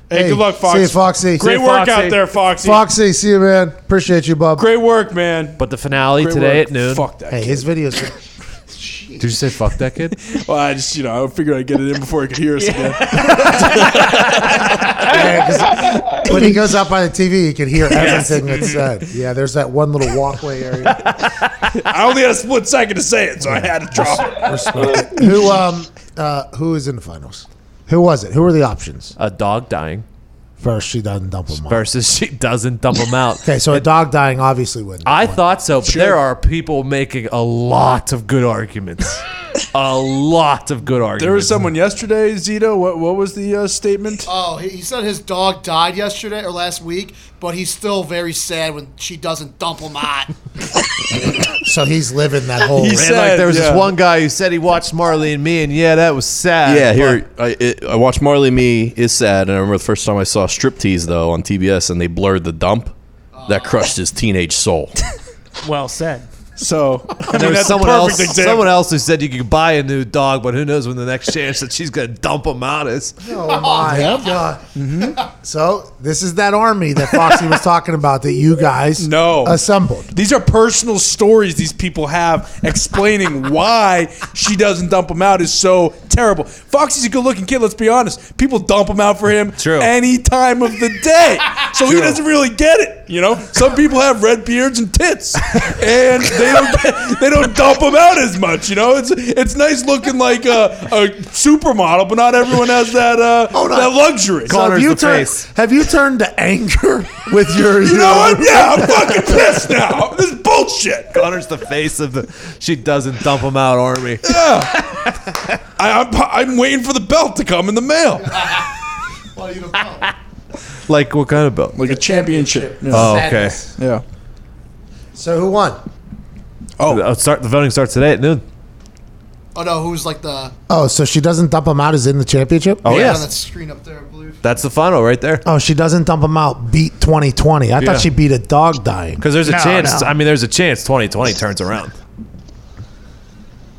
[SPEAKER 6] hey, good luck, Fox.
[SPEAKER 4] See you, Foxy.
[SPEAKER 6] Great
[SPEAKER 1] See you,
[SPEAKER 6] work
[SPEAKER 1] Foxy.
[SPEAKER 6] out there, Foxy.
[SPEAKER 4] Foxy, see you, man. Appreciate you, bub.
[SPEAKER 6] Great work, man.
[SPEAKER 1] But the finale
[SPEAKER 6] Great
[SPEAKER 1] today
[SPEAKER 6] work.
[SPEAKER 1] at noon.
[SPEAKER 6] Fuck that.
[SPEAKER 4] Hey, his videos.
[SPEAKER 1] Did you say fuck that kid?
[SPEAKER 6] Well, I just, you know, I figured I'd get it in before he could hear us again.
[SPEAKER 4] Yeah, 'cause when he goes out by the TV, he can hear everything that's said. Yeah, there's that one little walkway area.
[SPEAKER 6] I only had a split second to say it, so I had to drop it.
[SPEAKER 4] who um uh who is in the finals? Who was it? Who were the options?
[SPEAKER 1] a dog dying
[SPEAKER 4] First, she doesn't dump him. off.
[SPEAKER 1] versus she doesn't dump him out.
[SPEAKER 4] Okay, so a dog dying obviously wouldn't.
[SPEAKER 1] I thought so, but there are people making a lot of good arguments. a lot of good arguments.
[SPEAKER 6] There was someone yesterday, Zito. What, what was the uh, statement?
[SPEAKER 7] oh, he, he said his dog died yesterday or last week, but he's still very sad when she doesn't dump him out.
[SPEAKER 4] So he's living that whole.
[SPEAKER 6] He's-
[SPEAKER 1] And like
[SPEAKER 6] said,
[SPEAKER 1] there was
[SPEAKER 6] yeah.
[SPEAKER 1] this one guy who said he watched Marley and Me, and yeah, that was sad.
[SPEAKER 8] Yeah,
[SPEAKER 1] but-
[SPEAKER 8] here I, it, I watched Marley and Me is sad, and I remember the first time I saw Striptease though on TBS, and they blurred the dump. That crushed his teenage soul.
[SPEAKER 2] well said.
[SPEAKER 6] So, I mean,
[SPEAKER 1] there was
[SPEAKER 6] that's
[SPEAKER 1] someone
[SPEAKER 6] a
[SPEAKER 1] else.
[SPEAKER 6] perfect example.
[SPEAKER 1] Someone else who said you could buy a new dog, but who knows when the next chance that she's gonna dump him out is.
[SPEAKER 4] oh my god!
[SPEAKER 6] Mm-hmm.
[SPEAKER 4] So this is that army that Foxy was talking about that you guys
[SPEAKER 6] No.
[SPEAKER 4] assembled.
[SPEAKER 6] These are personal stories these people have explaining why she doesn't dump him out is so terrible. Foxy's a good looking kid, let's be honest. People dump him out for him
[SPEAKER 1] True.
[SPEAKER 6] any time of the day. So he doesn't really get it. You know, some people have red beards and tits, and they don't get, they don't dump them out as much. You know, it's it's nice looking like a, a supermodel, but not everyone has that uh,
[SPEAKER 4] Hold on.
[SPEAKER 6] that luxury.
[SPEAKER 4] So have
[SPEAKER 1] Connor's
[SPEAKER 4] you
[SPEAKER 1] the
[SPEAKER 4] turned?
[SPEAKER 1] face.
[SPEAKER 4] Have you turned to anger with your?
[SPEAKER 6] you know what? Yeah, I'm fucking pissed now. This is bullshit.
[SPEAKER 1] Connor's the face of the. She doesn't dump him out army.
[SPEAKER 6] I, I'm, I'm waiting for the belt to come in the mail.
[SPEAKER 1] Like what kind of belt?
[SPEAKER 6] like a championship. Yeah.
[SPEAKER 1] Oh, okay.
[SPEAKER 6] yeah.
[SPEAKER 4] So who won?
[SPEAKER 6] Oh.
[SPEAKER 1] Uh, Start the voting starts today at noon.
[SPEAKER 7] Oh no, who's like the?
[SPEAKER 4] Oh, so she doesn't dump him out is in the championship?
[SPEAKER 1] Oh
[SPEAKER 7] yeah,
[SPEAKER 1] yeah,
[SPEAKER 7] on that screen up there, I believe.
[SPEAKER 1] that's the final right there.
[SPEAKER 4] Oh, she doesn't dump him out. Beat 2020. I
[SPEAKER 1] Yeah.
[SPEAKER 4] thought she beat a dog dying.
[SPEAKER 1] Because there's a
[SPEAKER 2] No,
[SPEAKER 1] chance.
[SPEAKER 2] no.
[SPEAKER 1] I mean, there's a chance 2020 turns around.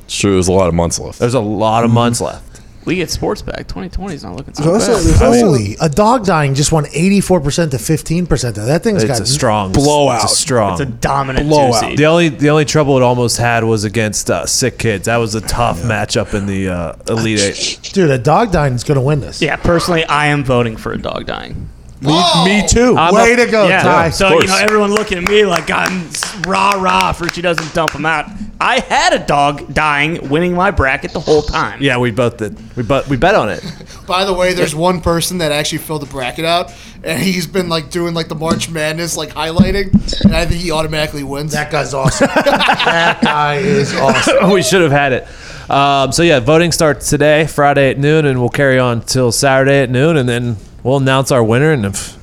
[SPEAKER 8] Sure, there's a lot of months left.
[SPEAKER 1] There's a lot of months left.
[SPEAKER 2] Mm-hmm. We get sports back. 2020 is not looking so
[SPEAKER 6] So that's
[SPEAKER 2] bad.
[SPEAKER 6] a, that's a-
[SPEAKER 4] Holy, a dog dying just won 84% to 15%. That thing's
[SPEAKER 1] It's
[SPEAKER 4] got
[SPEAKER 1] a strong
[SPEAKER 6] blowout.
[SPEAKER 1] It's a strong.
[SPEAKER 2] It's a dominant
[SPEAKER 6] Blowout.
[SPEAKER 2] two seed.
[SPEAKER 1] the only the only trouble it almost had was against uh, sick kids. That was a tough matchup in the uh, elite eight.
[SPEAKER 4] Dude, a dog dying is going to win this.
[SPEAKER 2] Yeah, personally, I am voting for a dog dying.
[SPEAKER 6] me, me too.
[SPEAKER 1] I'm
[SPEAKER 4] Way to
[SPEAKER 1] a-
[SPEAKER 4] go,
[SPEAKER 2] yeah.
[SPEAKER 4] Ty.
[SPEAKER 2] so you know, everyone looking at me like I'm s- rah rah for she doesn't dump him out. I had a dog dying, winning my bracket the whole time.
[SPEAKER 1] Yeah, we both did. We but we bet on it.
[SPEAKER 7] By the way, there's one person that actually filled the bracket out, and he's been like doing like the March Madness like highlighting, and I think he automatically wins.
[SPEAKER 4] That guy's awesome. that guy is awesome.
[SPEAKER 1] we should have had it. Um, so yeah, voting starts today, Friday at noon, and we'll carry on till Saturday at noon, and then we'll announce our winner. And if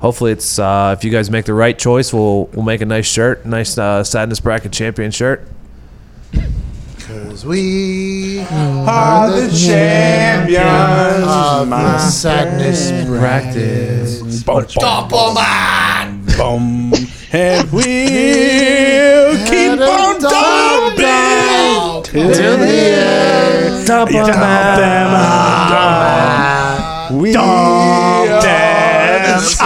[SPEAKER 1] hopefully it's uh, if you guys make the right choice, we'll we'll make a nice shirt, nice uh, sadness bracket champion shirt.
[SPEAKER 4] We
[SPEAKER 6] Are the champions.
[SPEAKER 4] of the sadness practice.
[SPEAKER 6] Bum, bum,
[SPEAKER 7] Dump 'em out!
[SPEAKER 6] bum. And we'll keep on dumping.
[SPEAKER 7] Oh,
[SPEAKER 1] Dump 'em out.
[SPEAKER 6] We dump dance.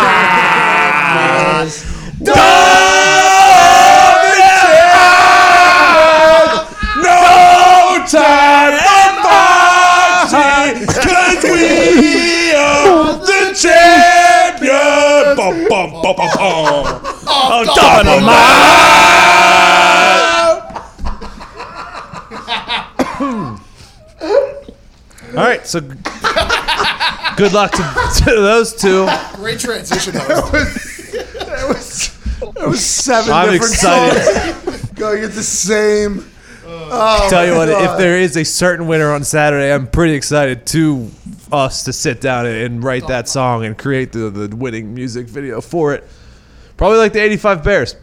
[SPEAKER 6] No time for because we are the champion. Bum, bum, bum, bum, bum.
[SPEAKER 7] oh, dump 'em out.
[SPEAKER 1] All right, so g- good luck to, to those two.
[SPEAKER 7] Great transition. Though.
[SPEAKER 9] Seven
[SPEAKER 1] I'm excited.
[SPEAKER 9] going at the same.
[SPEAKER 6] Oh
[SPEAKER 1] Tell you what, if there is a certain winner on Saturday, I'm pretty excited to us to sit down and, and write that song and create the, the winning music video for it. Probably like the '85 Bears.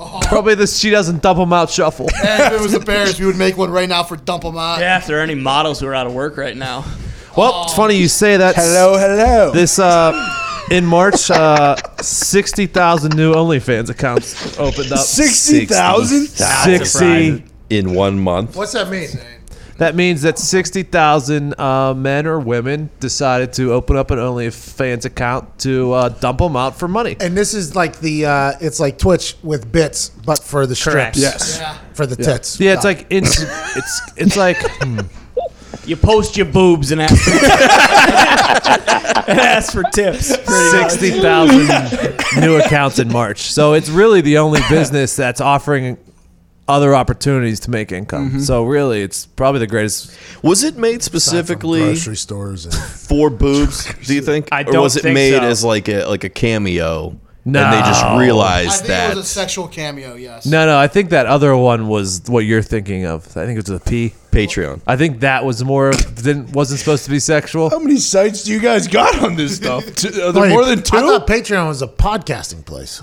[SPEAKER 6] Oh.
[SPEAKER 1] Probably this she doesn't dump them out shuffle.
[SPEAKER 7] And if it was the Bears, we would make one right now for dump 'em out.
[SPEAKER 2] Yeah, if there are any models who are out of work right now.
[SPEAKER 1] Well, it's funny you say that.
[SPEAKER 6] Hello, hello.
[SPEAKER 1] This uh, in March, uh, sixty thousand new OnlyFans accounts opened up.
[SPEAKER 6] 60,000?
[SPEAKER 1] Sixty.
[SPEAKER 8] in one month.
[SPEAKER 4] What's that mean?
[SPEAKER 1] That means that 60,000 uh, men or women decided to open up an OnlyFans account to uh, dump them out for money.
[SPEAKER 4] And this is like the uh, it's like Twitch with bits, but for the
[SPEAKER 2] Correct.
[SPEAKER 4] strips.
[SPEAKER 6] Yes.
[SPEAKER 7] Yeah.
[SPEAKER 4] For the tits.
[SPEAKER 1] Yeah, it's like it's it's it's like hmm,
[SPEAKER 2] You post your boobs and ask for, and ask for tips.
[SPEAKER 1] sixty thousand new accounts in March. So it's really the only business that's offering other opportunities to make income.
[SPEAKER 7] Mm-hmm.
[SPEAKER 1] So really, it's probably the greatest.
[SPEAKER 8] Was it made specifically
[SPEAKER 4] grocery stores and
[SPEAKER 8] for boobs? Do you think?
[SPEAKER 2] I
[SPEAKER 8] or
[SPEAKER 2] don't
[SPEAKER 8] was it
[SPEAKER 2] think
[SPEAKER 8] made
[SPEAKER 2] so.
[SPEAKER 8] as like a like a cameo?
[SPEAKER 1] No.
[SPEAKER 8] And they just
[SPEAKER 7] I
[SPEAKER 8] realized
[SPEAKER 7] think
[SPEAKER 8] that
[SPEAKER 7] it was a sexual cameo. Yes.
[SPEAKER 1] No, no, I think that other one was what you're thinking of. I think it was the P.
[SPEAKER 8] Patreon.
[SPEAKER 1] I think that was more of- didn't wasn't supposed to be sexual.
[SPEAKER 4] Oh,
[SPEAKER 6] How many sites do you guys got on this stuff? Two- Are there
[SPEAKER 4] Wait,
[SPEAKER 6] more than two?
[SPEAKER 4] I thought Patreon was a podcasting place.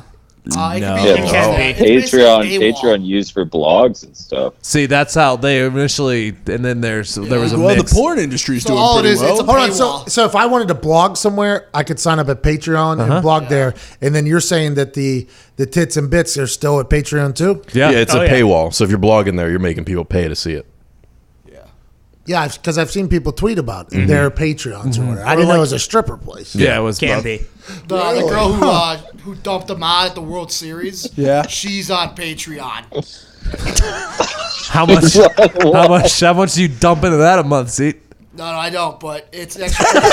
[SPEAKER 7] Uh, it
[SPEAKER 1] No.
[SPEAKER 7] could be,
[SPEAKER 5] It
[SPEAKER 2] can be.
[SPEAKER 7] It's basically
[SPEAKER 5] Patreon,
[SPEAKER 7] AWOL.
[SPEAKER 5] Patreon used for blogs and stuff.
[SPEAKER 1] See, that's how they initially, and then there's there was a
[SPEAKER 6] well,
[SPEAKER 1] mix.
[SPEAKER 6] the porn industry's
[SPEAKER 7] So
[SPEAKER 6] doing
[SPEAKER 7] all it
[SPEAKER 6] pretty
[SPEAKER 7] is,
[SPEAKER 6] well.
[SPEAKER 7] it's a-
[SPEAKER 4] Hold on, so
[SPEAKER 7] Paywall.
[SPEAKER 4] so if I wanted to blog somewhere, I could sign up at Patreon
[SPEAKER 6] Uh-huh.
[SPEAKER 4] and blog there. And then you're saying that the the tits and bits are still at Patreon too?
[SPEAKER 1] Yeah.
[SPEAKER 8] Yeah, it's
[SPEAKER 2] Oh,
[SPEAKER 8] a
[SPEAKER 2] yeah.
[SPEAKER 8] paywall. So if you're blogging there, you're making people pay to see it.
[SPEAKER 4] Yeah, because I've seen people tweet about
[SPEAKER 6] Mm-hmm.
[SPEAKER 4] it. their Patreons
[SPEAKER 7] Mm-hmm.
[SPEAKER 4] or whatever. I didn't know it was a stripper place.
[SPEAKER 1] yeah, it was.
[SPEAKER 2] Can
[SPEAKER 1] both.
[SPEAKER 2] be.
[SPEAKER 7] The, the girl who uh, who dumped him out at the World Series.
[SPEAKER 6] Yeah.
[SPEAKER 7] She's on Patreon.
[SPEAKER 1] How much? how much? How much do you dump into that a month? See,
[SPEAKER 7] No, no, I don't. But it's extra. expensive.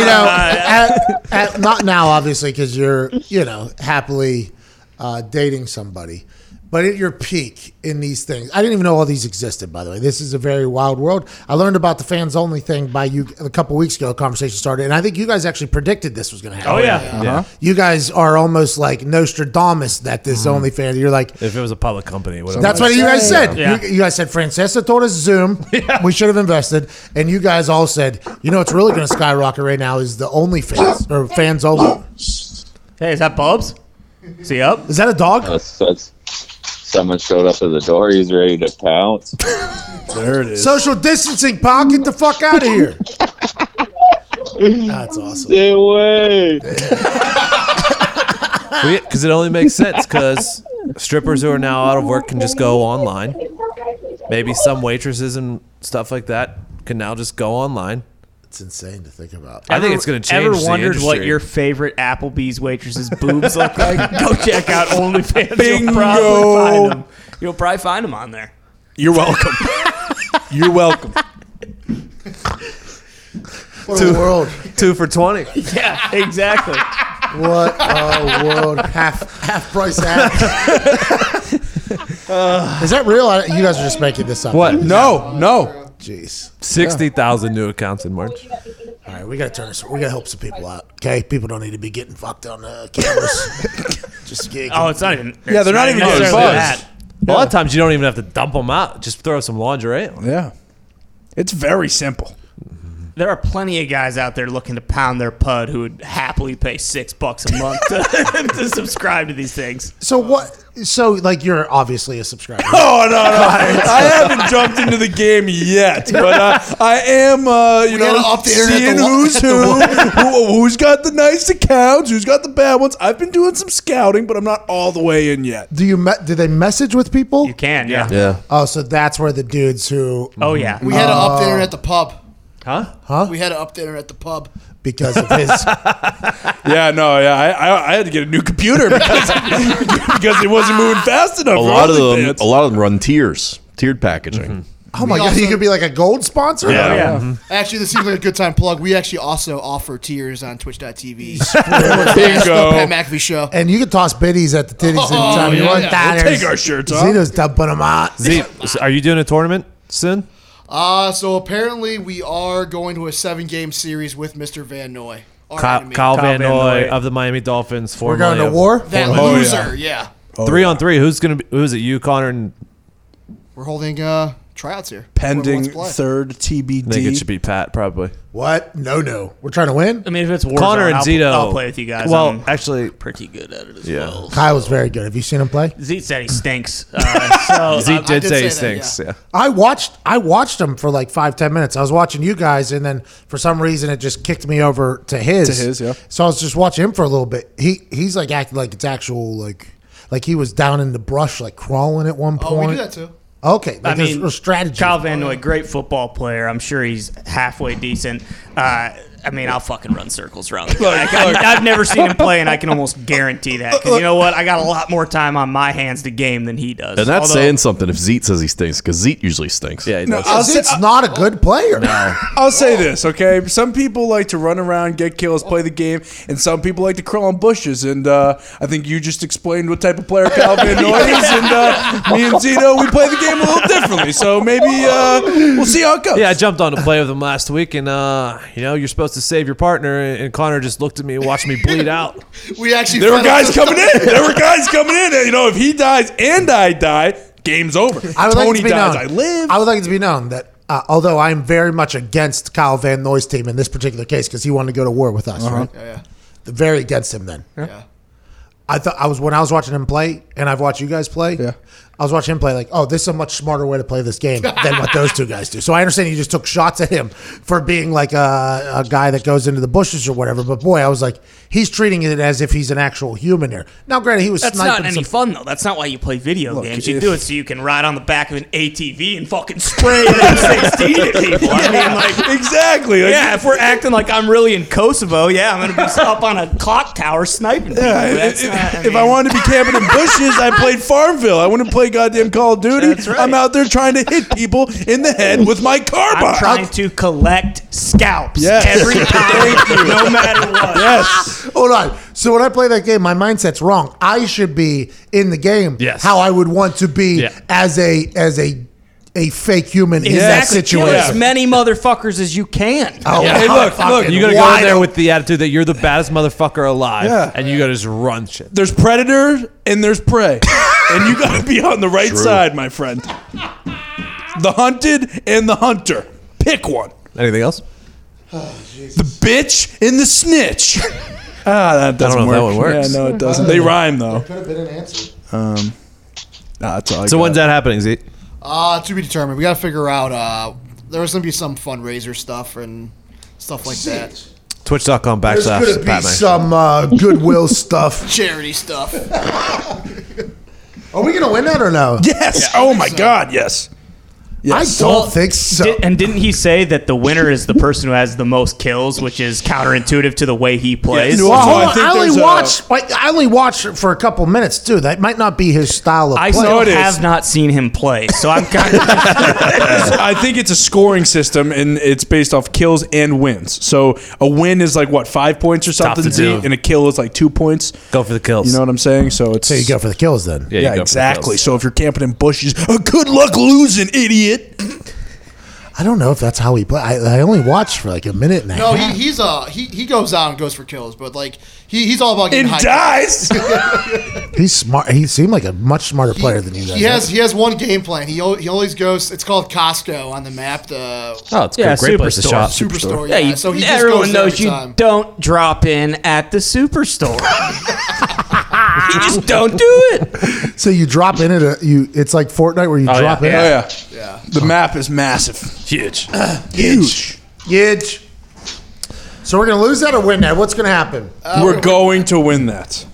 [SPEAKER 4] you know, at, at, not now, obviously, because you're, you know, happily uh, dating somebody. But at your peak in these things, I didn't even know all these existed. By the way, this is a very wild world. I learned about the fans only thing by you a couple weeks ago. A conversation started, and I think you guys actually predicted this was going to happen.
[SPEAKER 2] Oh, yeah. Yeah. Uh-huh.
[SPEAKER 4] You guys are almost like Nostradamus that this only fan. You're like,
[SPEAKER 1] Mm-hmm. If it was a public company, whatever.
[SPEAKER 4] that's what you guys said.
[SPEAKER 2] Yeah.
[SPEAKER 4] You, you guys said Francesca told us Zoom. We should have invested, and you guys all said, you know, what's really going to skyrocket right now is the OnlyFans or fans only.
[SPEAKER 2] Hey, is that Bob's? Is he up?
[SPEAKER 4] Is that a dog?
[SPEAKER 5] That's, that's, someone showed up at the door. He's ready to pounce.
[SPEAKER 1] There it is.
[SPEAKER 4] Social distancing, pal. Get the fuck out of here. That's awesome.
[SPEAKER 5] Stay away.
[SPEAKER 1] Because it only makes sense because strippers who are now out of work can just go online. Maybe some waitresses and stuff like that can now just go online.
[SPEAKER 4] It's insane to think about.
[SPEAKER 1] I think it's going to change.
[SPEAKER 2] Ever
[SPEAKER 1] the
[SPEAKER 2] wondered what
[SPEAKER 1] industry.
[SPEAKER 2] your favorite Applebee's waitress's boobs look like? Go check out OnlyFans.
[SPEAKER 6] Bingo.
[SPEAKER 2] You'll probably find them. You'll probably find them on there.
[SPEAKER 6] You're welcome. You're welcome.
[SPEAKER 4] What a world.
[SPEAKER 1] two for twenty?
[SPEAKER 2] Yeah, exactly.
[SPEAKER 4] What a world. Half half price ad. Is that real? I- You guys are just making this up.
[SPEAKER 1] What?
[SPEAKER 6] No, no.
[SPEAKER 4] Jeez.
[SPEAKER 1] Sixty thousand new accounts in March.
[SPEAKER 4] All right, we gotta turn this. We gotta help some people out. Okay, people don't need to be getting fucked on uh, cameras. just get,
[SPEAKER 2] Oh, it's not even.
[SPEAKER 6] Yeah, they're not even getting
[SPEAKER 2] necessarily
[SPEAKER 6] buzzed.
[SPEAKER 1] A lot of times you don't even have to dump them out. Just throw some lingerie. on.
[SPEAKER 6] Yeah. It's very simple.
[SPEAKER 2] There are plenty of guys out there looking to pound their pud who would happily pay six bucks a month to, to subscribe to these things.
[SPEAKER 4] so what? So like, you're obviously a subscriber.
[SPEAKER 6] Oh no, no! I haven't jumped into the game yet, but uh, I am, uh, you know,
[SPEAKER 7] gotta up the internet
[SPEAKER 6] seeing
[SPEAKER 7] the wa- at
[SPEAKER 6] who's
[SPEAKER 7] the
[SPEAKER 6] who, who, who's got the nice accounts, who's got the bad ones. I've been doing some scouting, but I'm not all the way in yet.
[SPEAKER 4] Do you? Me- do they message with people?
[SPEAKER 2] You can, yeah.
[SPEAKER 8] Yeah.
[SPEAKER 4] Oh, so that's where the dudes who
[SPEAKER 2] Oh yeah.
[SPEAKER 7] We had to up dinner at the pub.
[SPEAKER 1] Huh?
[SPEAKER 7] We had to up dinner at the pub.
[SPEAKER 4] because of his.
[SPEAKER 6] Yeah, no, yeah, I, I, I had to get a new computer because because it wasn't moving fast enough.
[SPEAKER 8] A
[SPEAKER 6] for
[SPEAKER 8] lot of them.
[SPEAKER 6] OnlyFans.
[SPEAKER 8] A lot of them run tiers, tiered packaging.
[SPEAKER 2] Mm-hmm.
[SPEAKER 4] Oh my
[SPEAKER 7] We
[SPEAKER 4] god, you
[SPEAKER 7] also-
[SPEAKER 4] could be like a gold sponsor.
[SPEAKER 2] Oh, yeah.
[SPEAKER 7] Actually, this seems like a good time plug. We actually also offer tiers on Twitch.tv. That's
[SPEAKER 6] Bingo. Oh,
[SPEAKER 7] the Pat McAfee show.
[SPEAKER 4] And you can toss biddies at the titties anytime you
[SPEAKER 7] yeah,
[SPEAKER 4] want.
[SPEAKER 7] yeah.
[SPEAKER 4] That
[SPEAKER 6] We'll
[SPEAKER 4] is-
[SPEAKER 6] take our shirts off.
[SPEAKER 4] Zito's dumping them out.
[SPEAKER 1] Z, are you doing a tournament soon?
[SPEAKER 7] Uh, so apparently we are going to a seven-game series with Mr. Van Noy. Our
[SPEAKER 1] Kyle,
[SPEAKER 7] enemy.
[SPEAKER 1] Kyle Van
[SPEAKER 2] Van
[SPEAKER 1] Noy
[SPEAKER 2] Noy.
[SPEAKER 1] of the Miami Dolphins.
[SPEAKER 4] We're going to
[SPEAKER 1] formerly of-
[SPEAKER 4] war.
[SPEAKER 7] That
[SPEAKER 6] Oh, yeah.
[SPEAKER 7] loser, yeah.
[SPEAKER 6] Oh.
[SPEAKER 1] Three on three. Who's gonna be? Who's it? You, Connor, and
[SPEAKER 7] We're holding uh, tryouts here.
[SPEAKER 6] pending
[SPEAKER 7] Whoever wants to play.
[SPEAKER 6] third TBD.
[SPEAKER 1] I think it should be Pat probably.
[SPEAKER 4] What? No, no. We're trying to win.
[SPEAKER 2] I mean, if it's Warzone,
[SPEAKER 1] Connor and
[SPEAKER 2] I'll,
[SPEAKER 1] Zito.
[SPEAKER 2] I'll play with you guys.
[SPEAKER 1] Well,
[SPEAKER 2] I'm
[SPEAKER 1] actually,
[SPEAKER 2] pretty good at it as
[SPEAKER 1] Yeah.
[SPEAKER 2] well.
[SPEAKER 4] Kyle was very good. Have you seen him play?
[SPEAKER 2] Zeke said he stinks. Uh, so
[SPEAKER 1] Z
[SPEAKER 2] uh,
[SPEAKER 1] did,
[SPEAKER 7] did
[SPEAKER 1] say he
[SPEAKER 7] say that,
[SPEAKER 1] stinks.
[SPEAKER 7] yeah.
[SPEAKER 1] Yeah.
[SPEAKER 4] I watched. I watched him for like five, ten minutes. I was watching you guys, and then for some reason, it just kicked me over to his.
[SPEAKER 6] To his, yeah.
[SPEAKER 4] So I was just watching him for a little bit. He he's like acting like it's actual like like he was down in the brush, like crawling at one point.
[SPEAKER 7] Oh, we do that too.
[SPEAKER 4] Okay,
[SPEAKER 2] I
[SPEAKER 4] like there's
[SPEAKER 2] mean,
[SPEAKER 4] a strategy.
[SPEAKER 2] Kyle Van Noy, great football player. I'm sure he's halfway decent. Uh, I mean, I'll fucking run circles around him. Like, I, I've never seen him play, and I can almost guarantee that. 'Cause you know what? I got a lot more time on my hands to game than he does.
[SPEAKER 8] And that's
[SPEAKER 2] Although-
[SPEAKER 8] saying something if Zeet says he stinks, because Zeet usually stinks.
[SPEAKER 1] Yeah. He does.
[SPEAKER 6] I'll
[SPEAKER 4] Because
[SPEAKER 6] say,
[SPEAKER 4] it's not a good player.
[SPEAKER 6] I'll say this, okay? Some people like to run around, get kills, play the game, and some people like to crawl on bushes. And uh, I think you just explained what type of player Calvin Noy is, and uh, me and Zito, we play the game a little differently. So maybe uh, we'll see how it goes.
[SPEAKER 1] Yeah, I jumped on to play with him last week, and uh, you know you're supposed to save your partner, and Connor just looked at me, and watched me bleed out.
[SPEAKER 7] We actually
[SPEAKER 6] there were
[SPEAKER 7] fed up
[SPEAKER 6] guys
[SPEAKER 7] this-
[SPEAKER 6] coming in. There were guys coming in. And, you know, if he dies and I die, game's over.
[SPEAKER 4] I would
[SPEAKER 6] Tony
[SPEAKER 4] like it to be
[SPEAKER 6] dies,
[SPEAKER 4] known.
[SPEAKER 6] I live.
[SPEAKER 4] I would like it to be known that uh, although I am very much against Kyle Van Noy's team in this particular case because he wanted to go to war with us,
[SPEAKER 6] Uh-huh.
[SPEAKER 4] right?
[SPEAKER 7] Yeah,
[SPEAKER 4] Very against him then.
[SPEAKER 7] yeah, yeah.
[SPEAKER 4] I thought I was when I was watching him play, and I've watched you guys play.
[SPEAKER 6] Yeah.
[SPEAKER 4] I was watching him play. Like, oh, this is a much smarter way to play this game than what those two guys do. So I understand you just took shots at him for being like a, a guy that goes into the bushes or whatever. But boy, I was like, he's treating it as if he's an actual human here. Now, granted, he was
[SPEAKER 2] That's
[SPEAKER 4] sniping
[SPEAKER 2] not any
[SPEAKER 4] some-
[SPEAKER 2] fun though. That's not why you play video games. You
[SPEAKER 6] if-
[SPEAKER 2] do it so you can ride on the back of an ATV and fucking spray an M16 at people. I mean, like,
[SPEAKER 6] exactly. Like,
[SPEAKER 2] yeah, if we're acting like I'm really in Kosovo, yeah, I'm gonna be up on a clock tower sniping. people.
[SPEAKER 6] Yeah,
[SPEAKER 2] That's
[SPEAKER 6] if,
[SPEAKER 2] not-
[SPEAKER 6] if I
[SPEAKER 2] mean-
[SPEAKER 6] wanted to be camping in bushes, I played Farmville. I wouldn't play play goddamn Call of Duty.
[SPEAKER 2] That's right.
[SPEAKER 6] I'm out there trying to hit people in the head with my car
[SPEAKER 2] I'm
[SPEAKER 6] bomb.
[SPEAKER 2] trying to collect scalps
[SPEAKER 6] Yes.
[SPEAKER 2] every time, no matter what.
[SPEAKER 6] yes.
[SPEAKER 4] Hold on. So when I play that game, my mindset's wrong. I should be in the game.
[SPEAKER 1] Yes.
[SPEAKER 4] How I would want to be
[SPEAKER 1] Yeah.
[SPEAKER 4] as a as a a fake human in that
[SPEAKER 2] Exactly. Kill
[SPEAKER 4] situation.
[SPEAKER 2] as many motherfuckers as you can.
[SPEAKER 4] Oh,
[SPEAKER 6] Hey,
[SPEAKER 4] I'm
[SPEAKER 6] look, look,
[SPEAKER 4] fucking
[SPEAKER 1] You gotta go
[SPEAKER 4] wide
[SPEAKER 1] in there with the attitude that you're the baddest motherfucker alive,
[SPEAKER 6] Yeah.
[SPEAKER 1] and you gotta just run shit.
[SPEAKER 6] There's predator and there's prey. and you got to be on the right side, my friend. The hunted and the hunter. Pick one.
[SPEAKER 1] Anything else?
[SPEAKER 6] The bitch and the snitch. Ah, that doesn't
[SPEAKER 1] know if that
[SPEAKER 6] work.
[SPEAKER 1] one works.
[SPEAKER 6] Yeah, no, it doesn't. They rhyme though. Um,
[SPEAKER 9] Could have been an answer.
[SPEAKER 6] Nah, that's all I
[SPEAKER 1] So
[SPEAKER 6] got.
[SPEAKER 1] when's that happening, Z?
[SPEAKER 7] Uh, to be determined. We got to figure out. Uh, there was gonna be some fundraiser stuff and stuff like that.
[SPEAKER 1] Twitch.com
[SPEAKER 4] There's
[SPEAKER 1] backslash
[SPEAKER 4] gonna be
[SPEAKER 1] Batman.
[SPEAKER 4] some uh, goodwill stuff.
[SPEAKER 7] Charity stuff.
[SPEAKER 4] Are we gonna win that or no?
[SPEAKER 6] Yes. oh my God. Yes.
[SPEAKER 4] I
[SPEAKER 6] Yes.
[SPEAKER 4] don't think so.
[SPEAKER 2] Di- and didn't he say that the winner is the person who has the most kills, which is counterintuitive to the way he plays?
[SPEAKER 6] Yes.
[SPEAKER 4] Well,
[SPEAKER 6] So
[SPEAKER 4] hold
[SPEAKER 6] I
[SPEAKER 4] on. I,
[SPEAKER 6] think there's
[SPEAKER 4] only
[SPEAKER 6] a-
[SPEAKER 4] watched. I only watched it for a couple minutes too. That might not be his style of
[SPEAKER 2] I
[SPEAKER 4] play.
[SPEAKER 6] No,
[SPEAKER 2] still
[SPEAKER 6] it is.
[SPEAKER 2] have not seen him play, so I'm kind of.
[SPEAKER 6] I think it's a scoring system, and it's based off kills and wins. So a win is like what five points or something,
[SPEAKER 1] to
[SPEAKER 6] Z?
[SPEAKER 1] do.
[SPEAKER 6] and a kill is like two points.
[SPEAKER 1] Go for the kills.
[SPEAKER 6] You know what I'm saying? So it's
[SPEAKER 4] So you go for the kills then.
[SPEAKER 1] you
[SPEAKER 6] yeah,
[SPEAKER 1] go for the
[SPEAKER 6] exactly.
[SPEAKER 1] kills.
[SPEAKER 6] So if you're camping in bushes, uh, good luck losing, idiot.
[SPEAKER 4] I don't know if that's how he play. I, I only watched for like a minute and a
[SPEAKER 7] No,
[SPEAKER 4] half.
[SPEAKER 7] he, he's uh he, he goes out and goes for kills, but like he, he's all about
[SPEAKER 6] And
[SPEAKER 7] getting high.
[SPEAKER 6] dies.
[SPEAKER 4] He's smart. He seemed like a much smarter player than you guys.
[SPEAKER 7] He has he has one game plan. He al- he always goes. It's called Costco on the map. The
[SPEAKER 1] Oh, it's a
[SPEAKER 2] Yeah,
[SPEAKER 1] great place to
[SPEAKER 2] Superstore.
[SPEAKER 1] shop.
[SPEAKER 7] superstore.
[SPEAKER 2] yeah,
[SPEAKER 7] Yeah,
[SPEAKER 2] you,
[SPEAKER 7] so he just
[SPEAKER 2] everyone
[SPEAKER 7] goes there
[SPEAKER 2] knows
[SPEAKER 7] every
[SPEAKER 2] you
[SPEAKER 7] time.
[SPEAKER 2] don't drop in at the superstore. you just don't do it.
[SPEAKER 4] So you drop in at a you. It's like Fortnite where you drop
[SPEAKER 1] yeah,
[SPEAKER 4] in.
[SPEAKER 6] Oh yeah.
[SPEAKER 7] Yeah.
[SPEAKER 6] The map is massive, huge, huge.
[SPEAKER 4] Yidge. So we're gonna lose that or win that? What's gonna happen?
[SPEAKER 6] We're going to win that.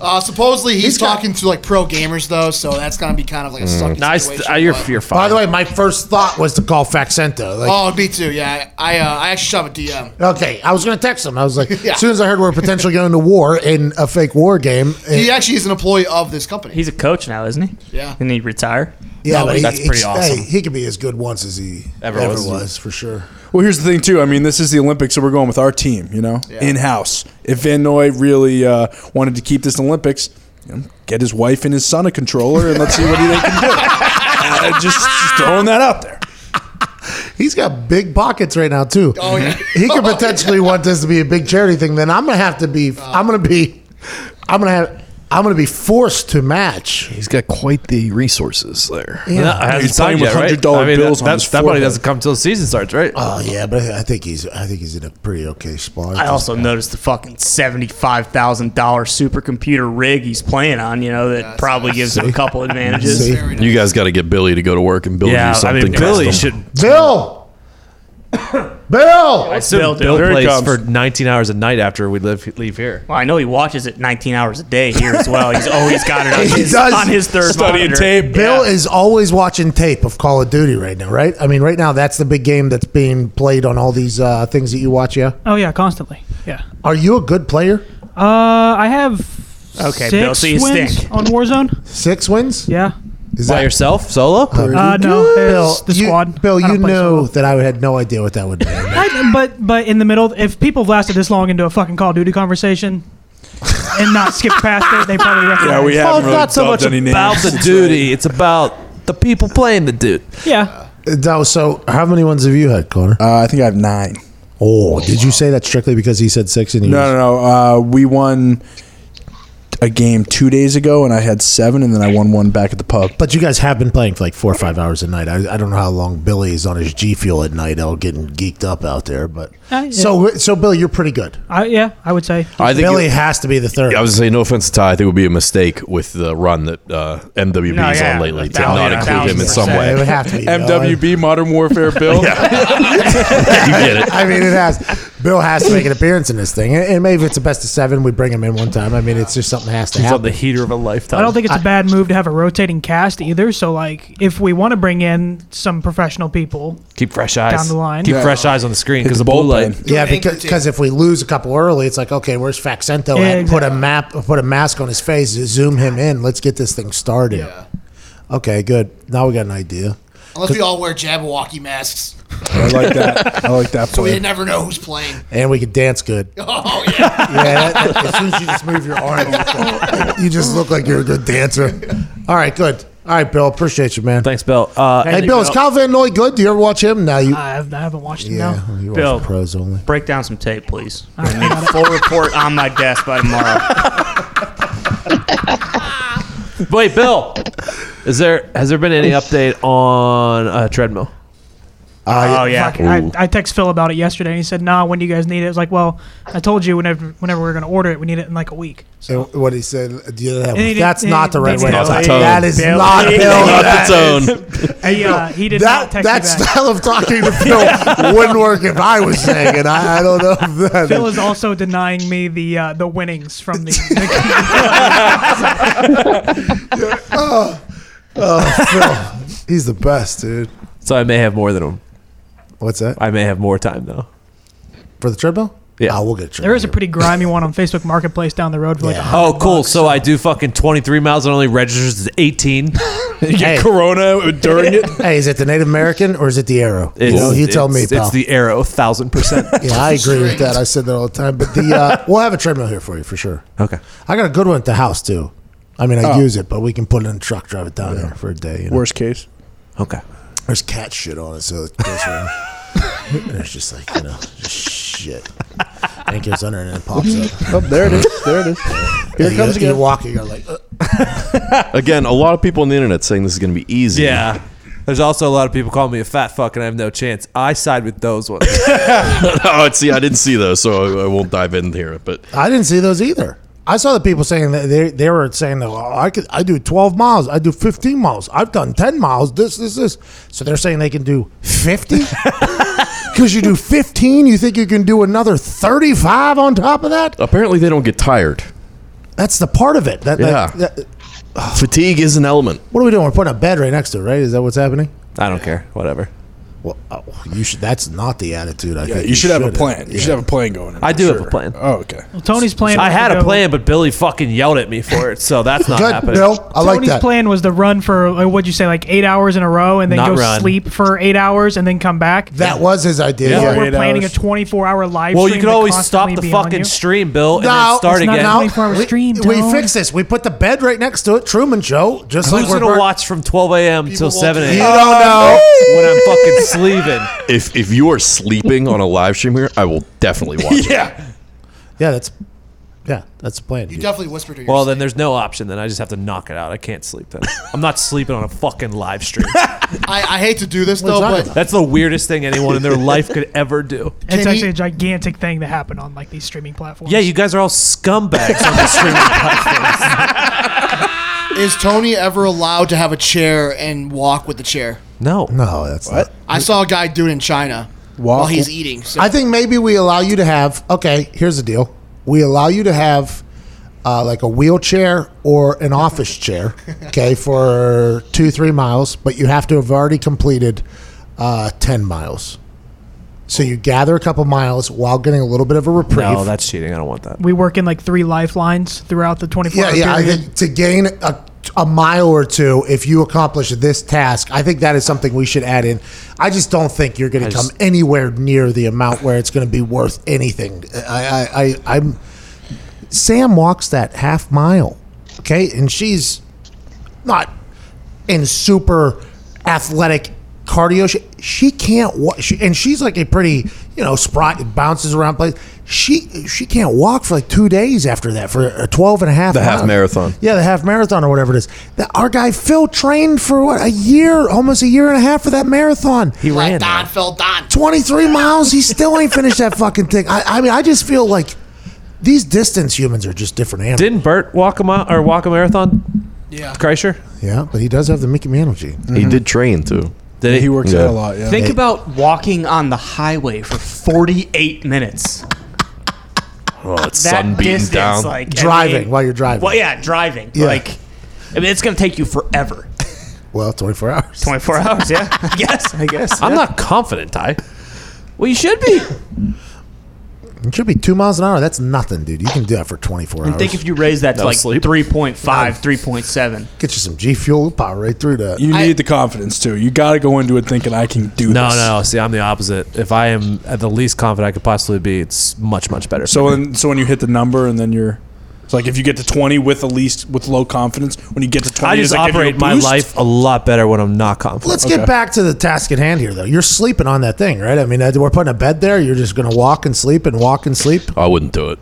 [SPEAKER 7] Uh, supposedly he's,
[SPEAKER 4] He's got-
[SPEAKER 7] talking to like pro gamers though, so that's gonna be kind of like a sucky
[SPEAKER 1] Nice.
[SPEAKER 7] situation.
[SPEAKER 1] Uh, you're,
[SPEAKER 7] but-
[SPEAKER 1] you're
[SPEAKER 4] By
[SPEAKER 1] fine.
[SPEAKER 4] the way, my first thought was to call Faxenta. Like,
[SPEAKER 7] Oh, me too. Yeah, I uh, I actually shot a DM.
[SPEAKER 4] okay, I was gonna text him. I was like,
[SPEAKER 7] Yeah.
[SPEAKER 4] as soon as I heard we're potentially going to war in a fake war game,
[SPEAKER 7] He
[SPEAKER 4] it-
[SPEAKER 7] actually is an employee of this company.
[SPEAKER 2] He's a coach now, isn't he?
[SPEAKER 7] Yeah.
[SPEAKER 2] Didn't he retire?
[SPEAKER 4] yeah, but he-
[SPEAKER 1] that's
[SPEAKER 4] he-
[SPEAKER 1] pretty
[SPEAKER 4] hey,
[SPEAKER 1] awesome.
[SPEAKER 4] he could be as good once as he ever, was. for sure.
[SPEAKER 6] Well, here's the thing too. I mean, this is the Olympics, so we're going with our team. You know, in house. If Van Noy really uh, wanted to keep this Olympics, you know, get his wife and his son a controller, and let's see what they can do. Uh, just, just throwing that out there.
[SPEAKER 4] He's got big pockets right now too.
[SPEAKER 7] Oh, yeah.
[SPEAKER 4] he could potentially want this to be a big charity thing. Then I'm gonna have to be. I'm gonna be. I'm gonna have. I'm gonna be forced to match.
[SPEAKER 8] He's got quite the resources there.
[SPEAKER 1] Yeah, I haven't
[SPEAKER 6] He's playing
[SPEAKER 1] signed
[SPEAKER 6] with
[SPEAKER 1] yet, right?
[SPEAKER 6] $100
[SPEAKER 1] I mean,
[SPEAKER 6] bills
[SPEAKER 1] that,
[SPEAKER 6] on
[SPEAKER 1] that-
[SPEAKER 6] his
[SPEAKER 1] that money
[SPEAKER 6] forehead.
[SPEAKER 1] doesn't come till the season starts, right?
[SPEAKER 4] Oh yeah, but I think he's I think he's in a pretty okay spot.
[SPEAKER 2] I also noticed the fucking seventy-five thousand dollar supercomputer rig he's playing on. You know that probably gives him a couple advantages.
[SPEAKER 4] See?
[SPEAKER 8] You guys got to get Billy to go to work and build you
[SPEAKER 2] Yeah, I mean,
[SPEAKER 8] something.
[SPEAKER 1] Billy
[SPEAKER 8] custom.
[SPEAKER 1] should.
[SPEAKER 4] Bill, Bill,
[SPEAKER 1] I assume
[SPEAKER 2] Bill do
[SPEAKER 1] Bill
[SPEAKER 2] it. Here it
[SPEAKER 1] plays
[SPEAKER 6] comes.
[SPEAKER 1] for 19 hours a night after we live, leave here.
[SPEAKER 2] Well, I know he watches it 19 hours a day here as well. He's always got it on,
[SPEAKER 4] He
[SPEAKER 2] his,
[SPEAKER 4] does.
[SPEAKER 2] on his third
[SPEAKER 6] Studying
[SPEAKER 2] monitor.
[SPEAKER 6] tape.
[SPEAKER 4] Bill is always watching tape of Call of Duty right now, right? I mean, right now that's the big game that's being played on all these uh, things that you watch. Yeah,
[SPEAKER 10] Oh yeah, constantly. Yeah.
[SPEAKER 4] are you a good player?
[SPEAKER 10] Uh, I have six
[SPEAKER 2] Okay, Bill, so you
[SPEAKER 10] wins
[SPEAKER 2] stink.
[SPEAKER 10] on Warzone.
[SPEAKER 4] Six wins?
[SPEAKER 10] Yeah.
[SPEAKER 4] Is
[SPEAKER 1] By yourself, solo?
[SPEAKER 10] Uh, no,
[SPEAKER 4] Bill,
[SPEAKER 10] it's the
[SPEAKER 4] you,
[SPEAKER 10] squad.
[SPEAKER 4] Bill,
[SPEAKER 10] I don't
[SPEAKER 4] you
[SPEAKER 10] play
[SPEAKER 4] know
[SPEAKER 10] solo.
[SPEAKER 4] that I had no idea what that would be.
[SPEAKER 10] I, but but in the middle, if people have lasted this long into a fucking Call of Duty conversation and not skipped past it, they probably recognize.
[SPEAKER 6] Yeah, we
[SPEAKER 1] Well,
[SPEAKER 6] haven't
[SPEAKER 1] it's
[SPEAKER 6] really
[SPEAKER 1] Oh, not so
[SPEAKER 6] dubbed
[SPEAKER 1] much
[SPEAKER 6] any names.
[SPEAKER 1] about the duty. It's about the people playing the dude.
[SPEAKER 10] Yeah.
[SPEAKER 4] Uh, no, so how many ones have you had, Connor?
[SPEAKER 6] Uh, I think I have nine.
[SPEAKER 4] oh, did you say that strictly because he said six and you?
[SPEAKER 6] No, no, no. Uh, we won a game two days ago, and I had seven, and then I won one back at the pub.
[SPEAKER 4] But you guys have been playing for like four or five hours a night. I, I don't know how long Billy is on his G Fuel at night, all getting geeked up out there. But
[SPEAKER 10] Uh, yeah.
[SPEAKER 4] so so, Bill, you're pretty good.
[SPEAKER 10] I, yeah, I would say.
[SPEAKER 8] I think
[SPEAKER 4] Billy
[SPEAKER 8] it-
[SPEAKER 4] has to be the third.
[SPEAKER 8] I was gonna say no offense to Ty, I think it would be a mistake with the run that uh, MWB's
[SPEAKER 2] No, yeah.
[SPEAKER 8] on lately to
[SPEAKER 2] Thousand-
[SPEAKER 8] not include him in some
[SPEAKER 2] thousand
[SPEAKER 4] it
[SPEAKER 8] way.
[SPEAKER 4] would have to be Bill.
[SPEAKER 6] MWB Modern Warfare Bill.
[SPEAKER 8] you get it.
[SPEAKER 4] I mean, it has. Bill has to make an appearance in this thing, and, and maybe if it's a best of seven, we bring him in one time. I mean, it's just something that has to
[SPEAKER 1] He's on
[SPEAKER 4] happen.
[SPEAKER 1] the heater of a lifetime.
[SPEAKER 10] I don't think it's a bad move to have a rotating cast either. So like, if we want to bring in some professional people,
[SPEAKER 1] Keep fresh eyes.
[SPEAKER 10] Down the line.
[SPEAKER 1] Keep
[SPEAKER 10] Yeah.
[SPEAKER 1] frery eyes on the screen because
[SPEAKER 6] the
[SPEAKER 1] the blue
[SPEAKER 6] bullpen.
[SPEAKER 1] light.
[SPEAKER 4] yeah,
[SPEAKER 7] Anchor
[SPEAKER 4] because
[SPEAKER 7] team.
[SPEAKER 4] because if we lose a couple early, it's like okay, where's Faxento
[SPEAKER 10] Yeah,
[SPEAKER 4] at? Put a
[SPEAKER 10] exactly.
[SPEAKER 4] map, put a mask on his face, zoom him in. Let's get this thing started. Okay, good. Now we got an idea.
[SPEAKER 7] Unless we all wear Jabberwocky masks.
[SPEAKER 4] I like that. I like that.
[SPEAKER 7] So we never know who's playing.
[SPEAKER 4] And we could dance good.
[SPEAKER 7] Oh yeah.
[SPEAKER 4] Yeah, that- that- as soon as you just move your arm, you just look like you're a good dancer. All right, good. All right, Bill. Appreciate you, man.
[SPEAKER 1] Thanks, Bill. Uh,
[SPEAKER 4] hey, Bill, is Kyle Van Noy good? Do you ever watch him? Now you.
[SPEAKER 10] I, have, I haven't watched him.
[SPEAKER 4] Yeah,
[SPEAKER 10] No.
[SPEAKER 4] you watch
[SPEAKER 2] Bill.
[SPEAKER 4] the pros only.
[SPEAKER 2] Break down some tape, please. I need a full report on my desk by tomorrow.
[SPEAKER 1] Wait, Bill. Is there has there been any update on uh, treadmill?
[SPEAKER 10] Oh yeah. I, I text Phil about it yesterday, and he said, "Nah, when do you guys need it?" I was like, "Well, I told you whenever whenever we are gonna order it, we need it in like a week."
[SPEAKER 4] So what he said, yeah, that
[SPEAKER 10] He
[SPEAKER 4] was,
[SPEAKER 10] did-
[SPEAKER 4] that's
[SPEAKER 10] he-
[SPEAKER 4] not the right
[SPEAKER 10] he
[SPEAKER 4] way.
[SPEAKER 10] did
[SPEAKER 4] to
[SPEAKER 10] not
[SPEAKER 4] talk.
[SPEAKER 10] tone.
[SPEAKER 4] That is
[SPEAKER 10] Bill-
[SPEAKER 4] not
[SPEAKER 10] he
[SPEAKER 4] Bill.
[SPEAKER 10] did not
[SPEAKER 4] That
[SPEAKER 8] tone.
[SPEAKER 4] is-
[SPEAKER 10] He, uh, he did not
[SPEAKER 4] that,
[SPEAKER 10] text
[SPEAKER 4] that
[SPEAKER 10] me back.
[SPEAKER 4] style of talking to Phil wouldn't work if I was saying it. I, I don't know if that.
[SPEAKER 10] Phil is also denying me the uh, the winnings from the.
[SPEAKER 4] oh, oh, Phil, he's the best, dude.
[SPEAKER 1] So I may have more than him.
[SPEAKER 4] What's that?
[SPEAKER 1] I may have more time though.
[SPEAKER 4] For the treadmill?
[SPEAKER 1] Yeah.
[SPEAKER 4] Oh, we'll get a treadmill.
[SPEAKER 10] there is a pretty grimy one on Facebook Marketplace down the road for like a
[SPEAKER 1] Oh, cool. so I do fucking 23 miles and only registers as 18. you get Corona during it.
[SPEAKER 4] Hey, is it the Native American or is it the arrow?
[SPEAKER 1] It's,
[SPEAKER 4] you know, you tell me,
[SPEAKER 1] it's-
[SPEAKER 4] pal.
[SPEAKER 1] It's the arrow, thousand percent.
[SPEAKER 4] yeah, I agree with that. I said that all the time. But the uh, we'll have a treadmill here for you for sure.
[SPEAKER 1] Okay.
[SPEAKER 4] I got a good one at the house too. I mean, I
[SPEAKER 1] Oh.
[SPEAKER 4] use it, but we can put it in the truck, drive it down here for a day. You know?
[SPEAKER 6] Worst case.
[SPEAKER 1] Okay.
[SPEAKER 4] There's cat shit on it, so it goes around. and it's just like you know, just shit. And it goes under and it pops up.
[SPEAKER 6] Oh, there it is. There it is. Here it
[SPEAKER 4] you,
[SPEAKER 6] comes
[SPEAKER 4] You're
[SPEAKER 6] again.
[SPEAKER 4] walking. You're like, uh,
[SPEAKER 8] Again, a lot of people on the internet saying this is going to be easy.
[SPEAKER 1] Yeah. Uh, There's also a lot of people calling me a fat fuck and I have no chance. I side with those ones.
[SPEAKER 8] oh, see, I didn't see those, so I, I won't dive in here. But
[SPEAKER 4] I didn't see those either. I saw the people saying that they they were saying that "Oh, I could I do 12 miles, I do 15 miles, I've done 10 miles, this this this. So they're saying they can do 50 because you do 15, you think you can do another 35 on top of that?
[SPEAKER 8] apparently, they don't get tired.
[SPEAKER 4] That's the part of it. That,
[SPEAKER 8] Yeah.
[SPEAKER 4] that, that-
[SPEAKER 8] Fatigue is an element.
[SPEAKER 4] what are we doing? We're putting a bed right next to it, right? Is that what's happening?
[SPEAKER 1] I don't care. Whatever.
[SPEAKER 4] Well, oh, you should. That's not the attitude. I
[SPEAKER 6] Yeah,
[SPEAKER 4] think
[SPEAKER 6] you should have a plan. You should have a plan going. in,
[SPEAKER 1] I
[SPEAKER 6] for
[SPEAKER 1] do have a
[SPEAKER 6] sure.
[SPEAKER 1] plan.
[SPEAKER 6] Oh, okay.
[SPEAKER 10] Well, Tony's plan.
[SPEAKER 1] I
[SPEAKER 10] was
[SPEAKER 1] had
[SPEAKER 10] to
[SPEAKER 1] a
[SPEAKER 10] go-
[SPEAKER 1] plan, but Billy fucking yelled at me for it, so that's not
[SPEAKER 4] Good,
[SPEAKER 1] happening.
[SPEAKER 4] Bill. I like
[SPEAKER 10] Tony's
[SPEAKER 4] that.
[SPEAKER 10] plan was to run for uh, what'd you say, like eight hours in a row, and then
[SPEAKER 1] Not
[SPEAKER 10] go
[SPEAKER 1] run.
[SPEAKER 10] sleep for eight hours, and then come back.
[SPEAKER 4] That was his idea.
[SPEAKER 10] Or
[SPEAKER 4] Yeah.
[SPEAKER 10] we're
[SPEAKER 6] eight
[SPEAKER 10] planning
[SPEAKER 6] hours.
[SPEAKER 10] a 24-hour live.
[SPEAKER 1] Well, you
[SPEAKER 10] stream
[SPEAKER 1] could
[SPEAKER 10] to
[SPEAKER 1] always
[SPEAKER 10] constantly
[SPEAKER 1] stop the
[SPEAKER 10] be on
[SPEAKER 1] fucking
[SPEAKER 10] you.
[SPEAKER 1] stream, Bill, and
[SPEAKER 4] No,
[SPEAKER 1] then start
[SPEAKER 4] it's not
[SPEAKER 1] again.
[SPEAKER 10] now. 24 hour
[SPEAKER 4] we,
[SPEAKER 10] stream,
[SPEAKER 4] we
[SPEAKER 10] Tone.
[SPEAKER 4] fix this. We put the bed right next to it. Truman Show. Just
[SPEAKER 1] Who's
[SPEAKER 4] like we're
[SPEAKER 1] gonna
[SPEAKER 4] burnt-
[SPEAKER 1] watch from 12 a.m. till 7
[SPEAKER 4] You
[SPEAKER 1] a.m.
[SPEAKER 4] don't know.
[SPEAKER 1] when I'm fucking sleeping?
[SPEAKER 8] If if you are sleeping on a live stream here, I will definitely watch it.
[SPEAKER 6] Yeah.
[SPEAKER 4] Yeah, that's yeah, that's the plan.
[SPEAKER 7] You
[SPEAKER 4] dude.
[SPEAKER 7] definitely whispered to yourself.
[SPEAKER 1] Well, then there's no option. Then I just have to knock it out. I can't sleep. Then I'm not sleeping on a fucking live stream.
[SPEAKER 7] I, I hate to do this
[SPEAKER 4] are you
[SPEAKER 7] though,
[SPEAKER 4] talking
[SPEAKER 7] but
[SPEAKER 4] about?
[SPEAKER 1] That's the weirdest thing anyone in their life could ever do.
[SPEAKER 10] It's
[SPEAKER 7] Can
[SPEAKER 10] actually
[SPEAKER 7] he-
[SPEAKER 10] a gigantic thing that happened on like these streaming platforms.
[SPEAKER 1] Yeah, you guys are all scumbags on the streaming platforms.
[SPEAKER 7] is Tony ever allowed to have a chair and walk with the chair?
[SPEAKER 1] No.
[SPEAKER 4] No, that's
[SPEAKER 6] What?
[SPEAKER 4] not.
[SPEAKER 7] I saw a guy do it in China while
[SPEAKER 6] Walk-
[SPEAKER 7] he's eating. So
[SPEAKER 4] I think maybe we allow you to have. Okay, here's the deal. We allow you to have uh, like a wheelchair or an office chair. Okay, for two three miles, but you have to have already completed uh, ten miles. So you gather a couple miles while getting a little bit of a reprieve.
[SPEAKER 1] No, that's cheating. I don't want that.
[SPEAKER 10] We work in like three lifelines throughout the 24
[SPEAKER 4] yeah,
[SPEAKER 10] hour
[SPEAKER 4] yeah. I
[SPEAKER 10] period.
[SPEAKER 4] think to gain a, a mile or two if you accomplish this task, I think that is something we should add in. I just don't think you're going to come
[SPEAKER 1] just-
[SPEAKER 4] anywhere near the amount where it's going to be worth anything. I, I, I, I'm. Sam walks that half mile, okay, and she's not in super athletic cardio. She, she can't walk, she, and she's like a pretty, you know, spry, bounces around place. She she can't walk for like two days after that for a 12 and a half.
[SPEAKER 8] The half
[SPEAKER 4] miles.
[SPEAKER 8] marathon.
[SPEAKER 4] Yeah, the half marathon or whatever it is. That our guy Phil trained for what a year, almost a year and a half for that marathon.
[SPEAKER 1] He
[SPEAKER 7] Like
[SPEAKER 1] ran.
[SPEAKER 7] Don fell Don.
[SPEAKER 4] 23 miles. He still ain't finished that fucking thing. I, I mean, I just feel like these distance humans are just different animals.
[SPEAKER 1] Didn't Bert walk a mile or walk a marathon?
[SPEAKER 7] Yeah.
[SPEAKER 1] Kreischer.
[SPEAKER 4] yeah, but he does have the Mickey Mantle gene. Mm-hmm.
[SPEAKER 8] He did train too.
[SPEAKER 1] Did
[SPEAKER 6] He works
[SPEAKER 8] Yeah.
[SPEAKER 6] out a lot. Yeah.
[SPEAKER 2] Think about walking on the highway for 48 minutes.
[SPEAKER 8] Oh, it's
[SPEAKER 2] That
[SPEAKER 8] sun beating
[SPEAKER 2] distance,
[SPEAKER 8] down.
[SPEAKER 2] like I
[SPEAKER 4] Driving
[SPEAKER 2] mean-
[SPEAKER 4] while you're driving.
[SPEAKER 2] Well, yeah, driving.
[SPEAKER 4] Yeah.
[SPEAKER 2] Like, I mean, it's gonna take you forever.
[SPEAKER 4] Well, 24 hours.
[SPEAKER 2] 24 hours. Yeah. I guess. I guess.
[SPEAKER 1] I'm not confident, Ty. Well, you should be.
[SPEAKER 4] It should be two miles an hour. That's nothing, dude. You can do that for 24
[SPEAKER 2] And
[SPEAKER 4] hours.
[SPEAKER 2] think if you raise that to
[SPEAKER 4] No
[SPEAKER 2] like
[SPEAKER 4] sleep.
[SPEAKER 2] 3.5, 3.7.
[SPEAKER 4] Get you some G Fuel, power right through that.
[SPEAKER 6] You need the confidence too. You got to go into it thinking I can do
[SPEAKER 1] No,
[SPEAKER 6] this.
[SPEAKER 1] no, no. See, I'm the opposite. If I am at the least confident I could possibly be, it's much, much better.
[SPEAKER 6] So when so when you hit the number and then you're, it's like if you get to twenty with the least with low confidence, when you get to twenty,
[SPEAKER 1] I
[SPEAKER 6] does
[SPEAKER 1] just
[SPEAKER 6] that give you a
[SPEAKER 1] operate my
[SPEAKER 6] boost?
[SPEAKER 1] life a lot better when I'm not confident.
[SPEAKER 4] Let's get back to the task at hand here, though. You're sleeping on that thing, right? I mean, uh, we're putting a bed there. You're just going to walk and sleep and walk and sleep.
[SPEAKER 8] I wouldn't do it.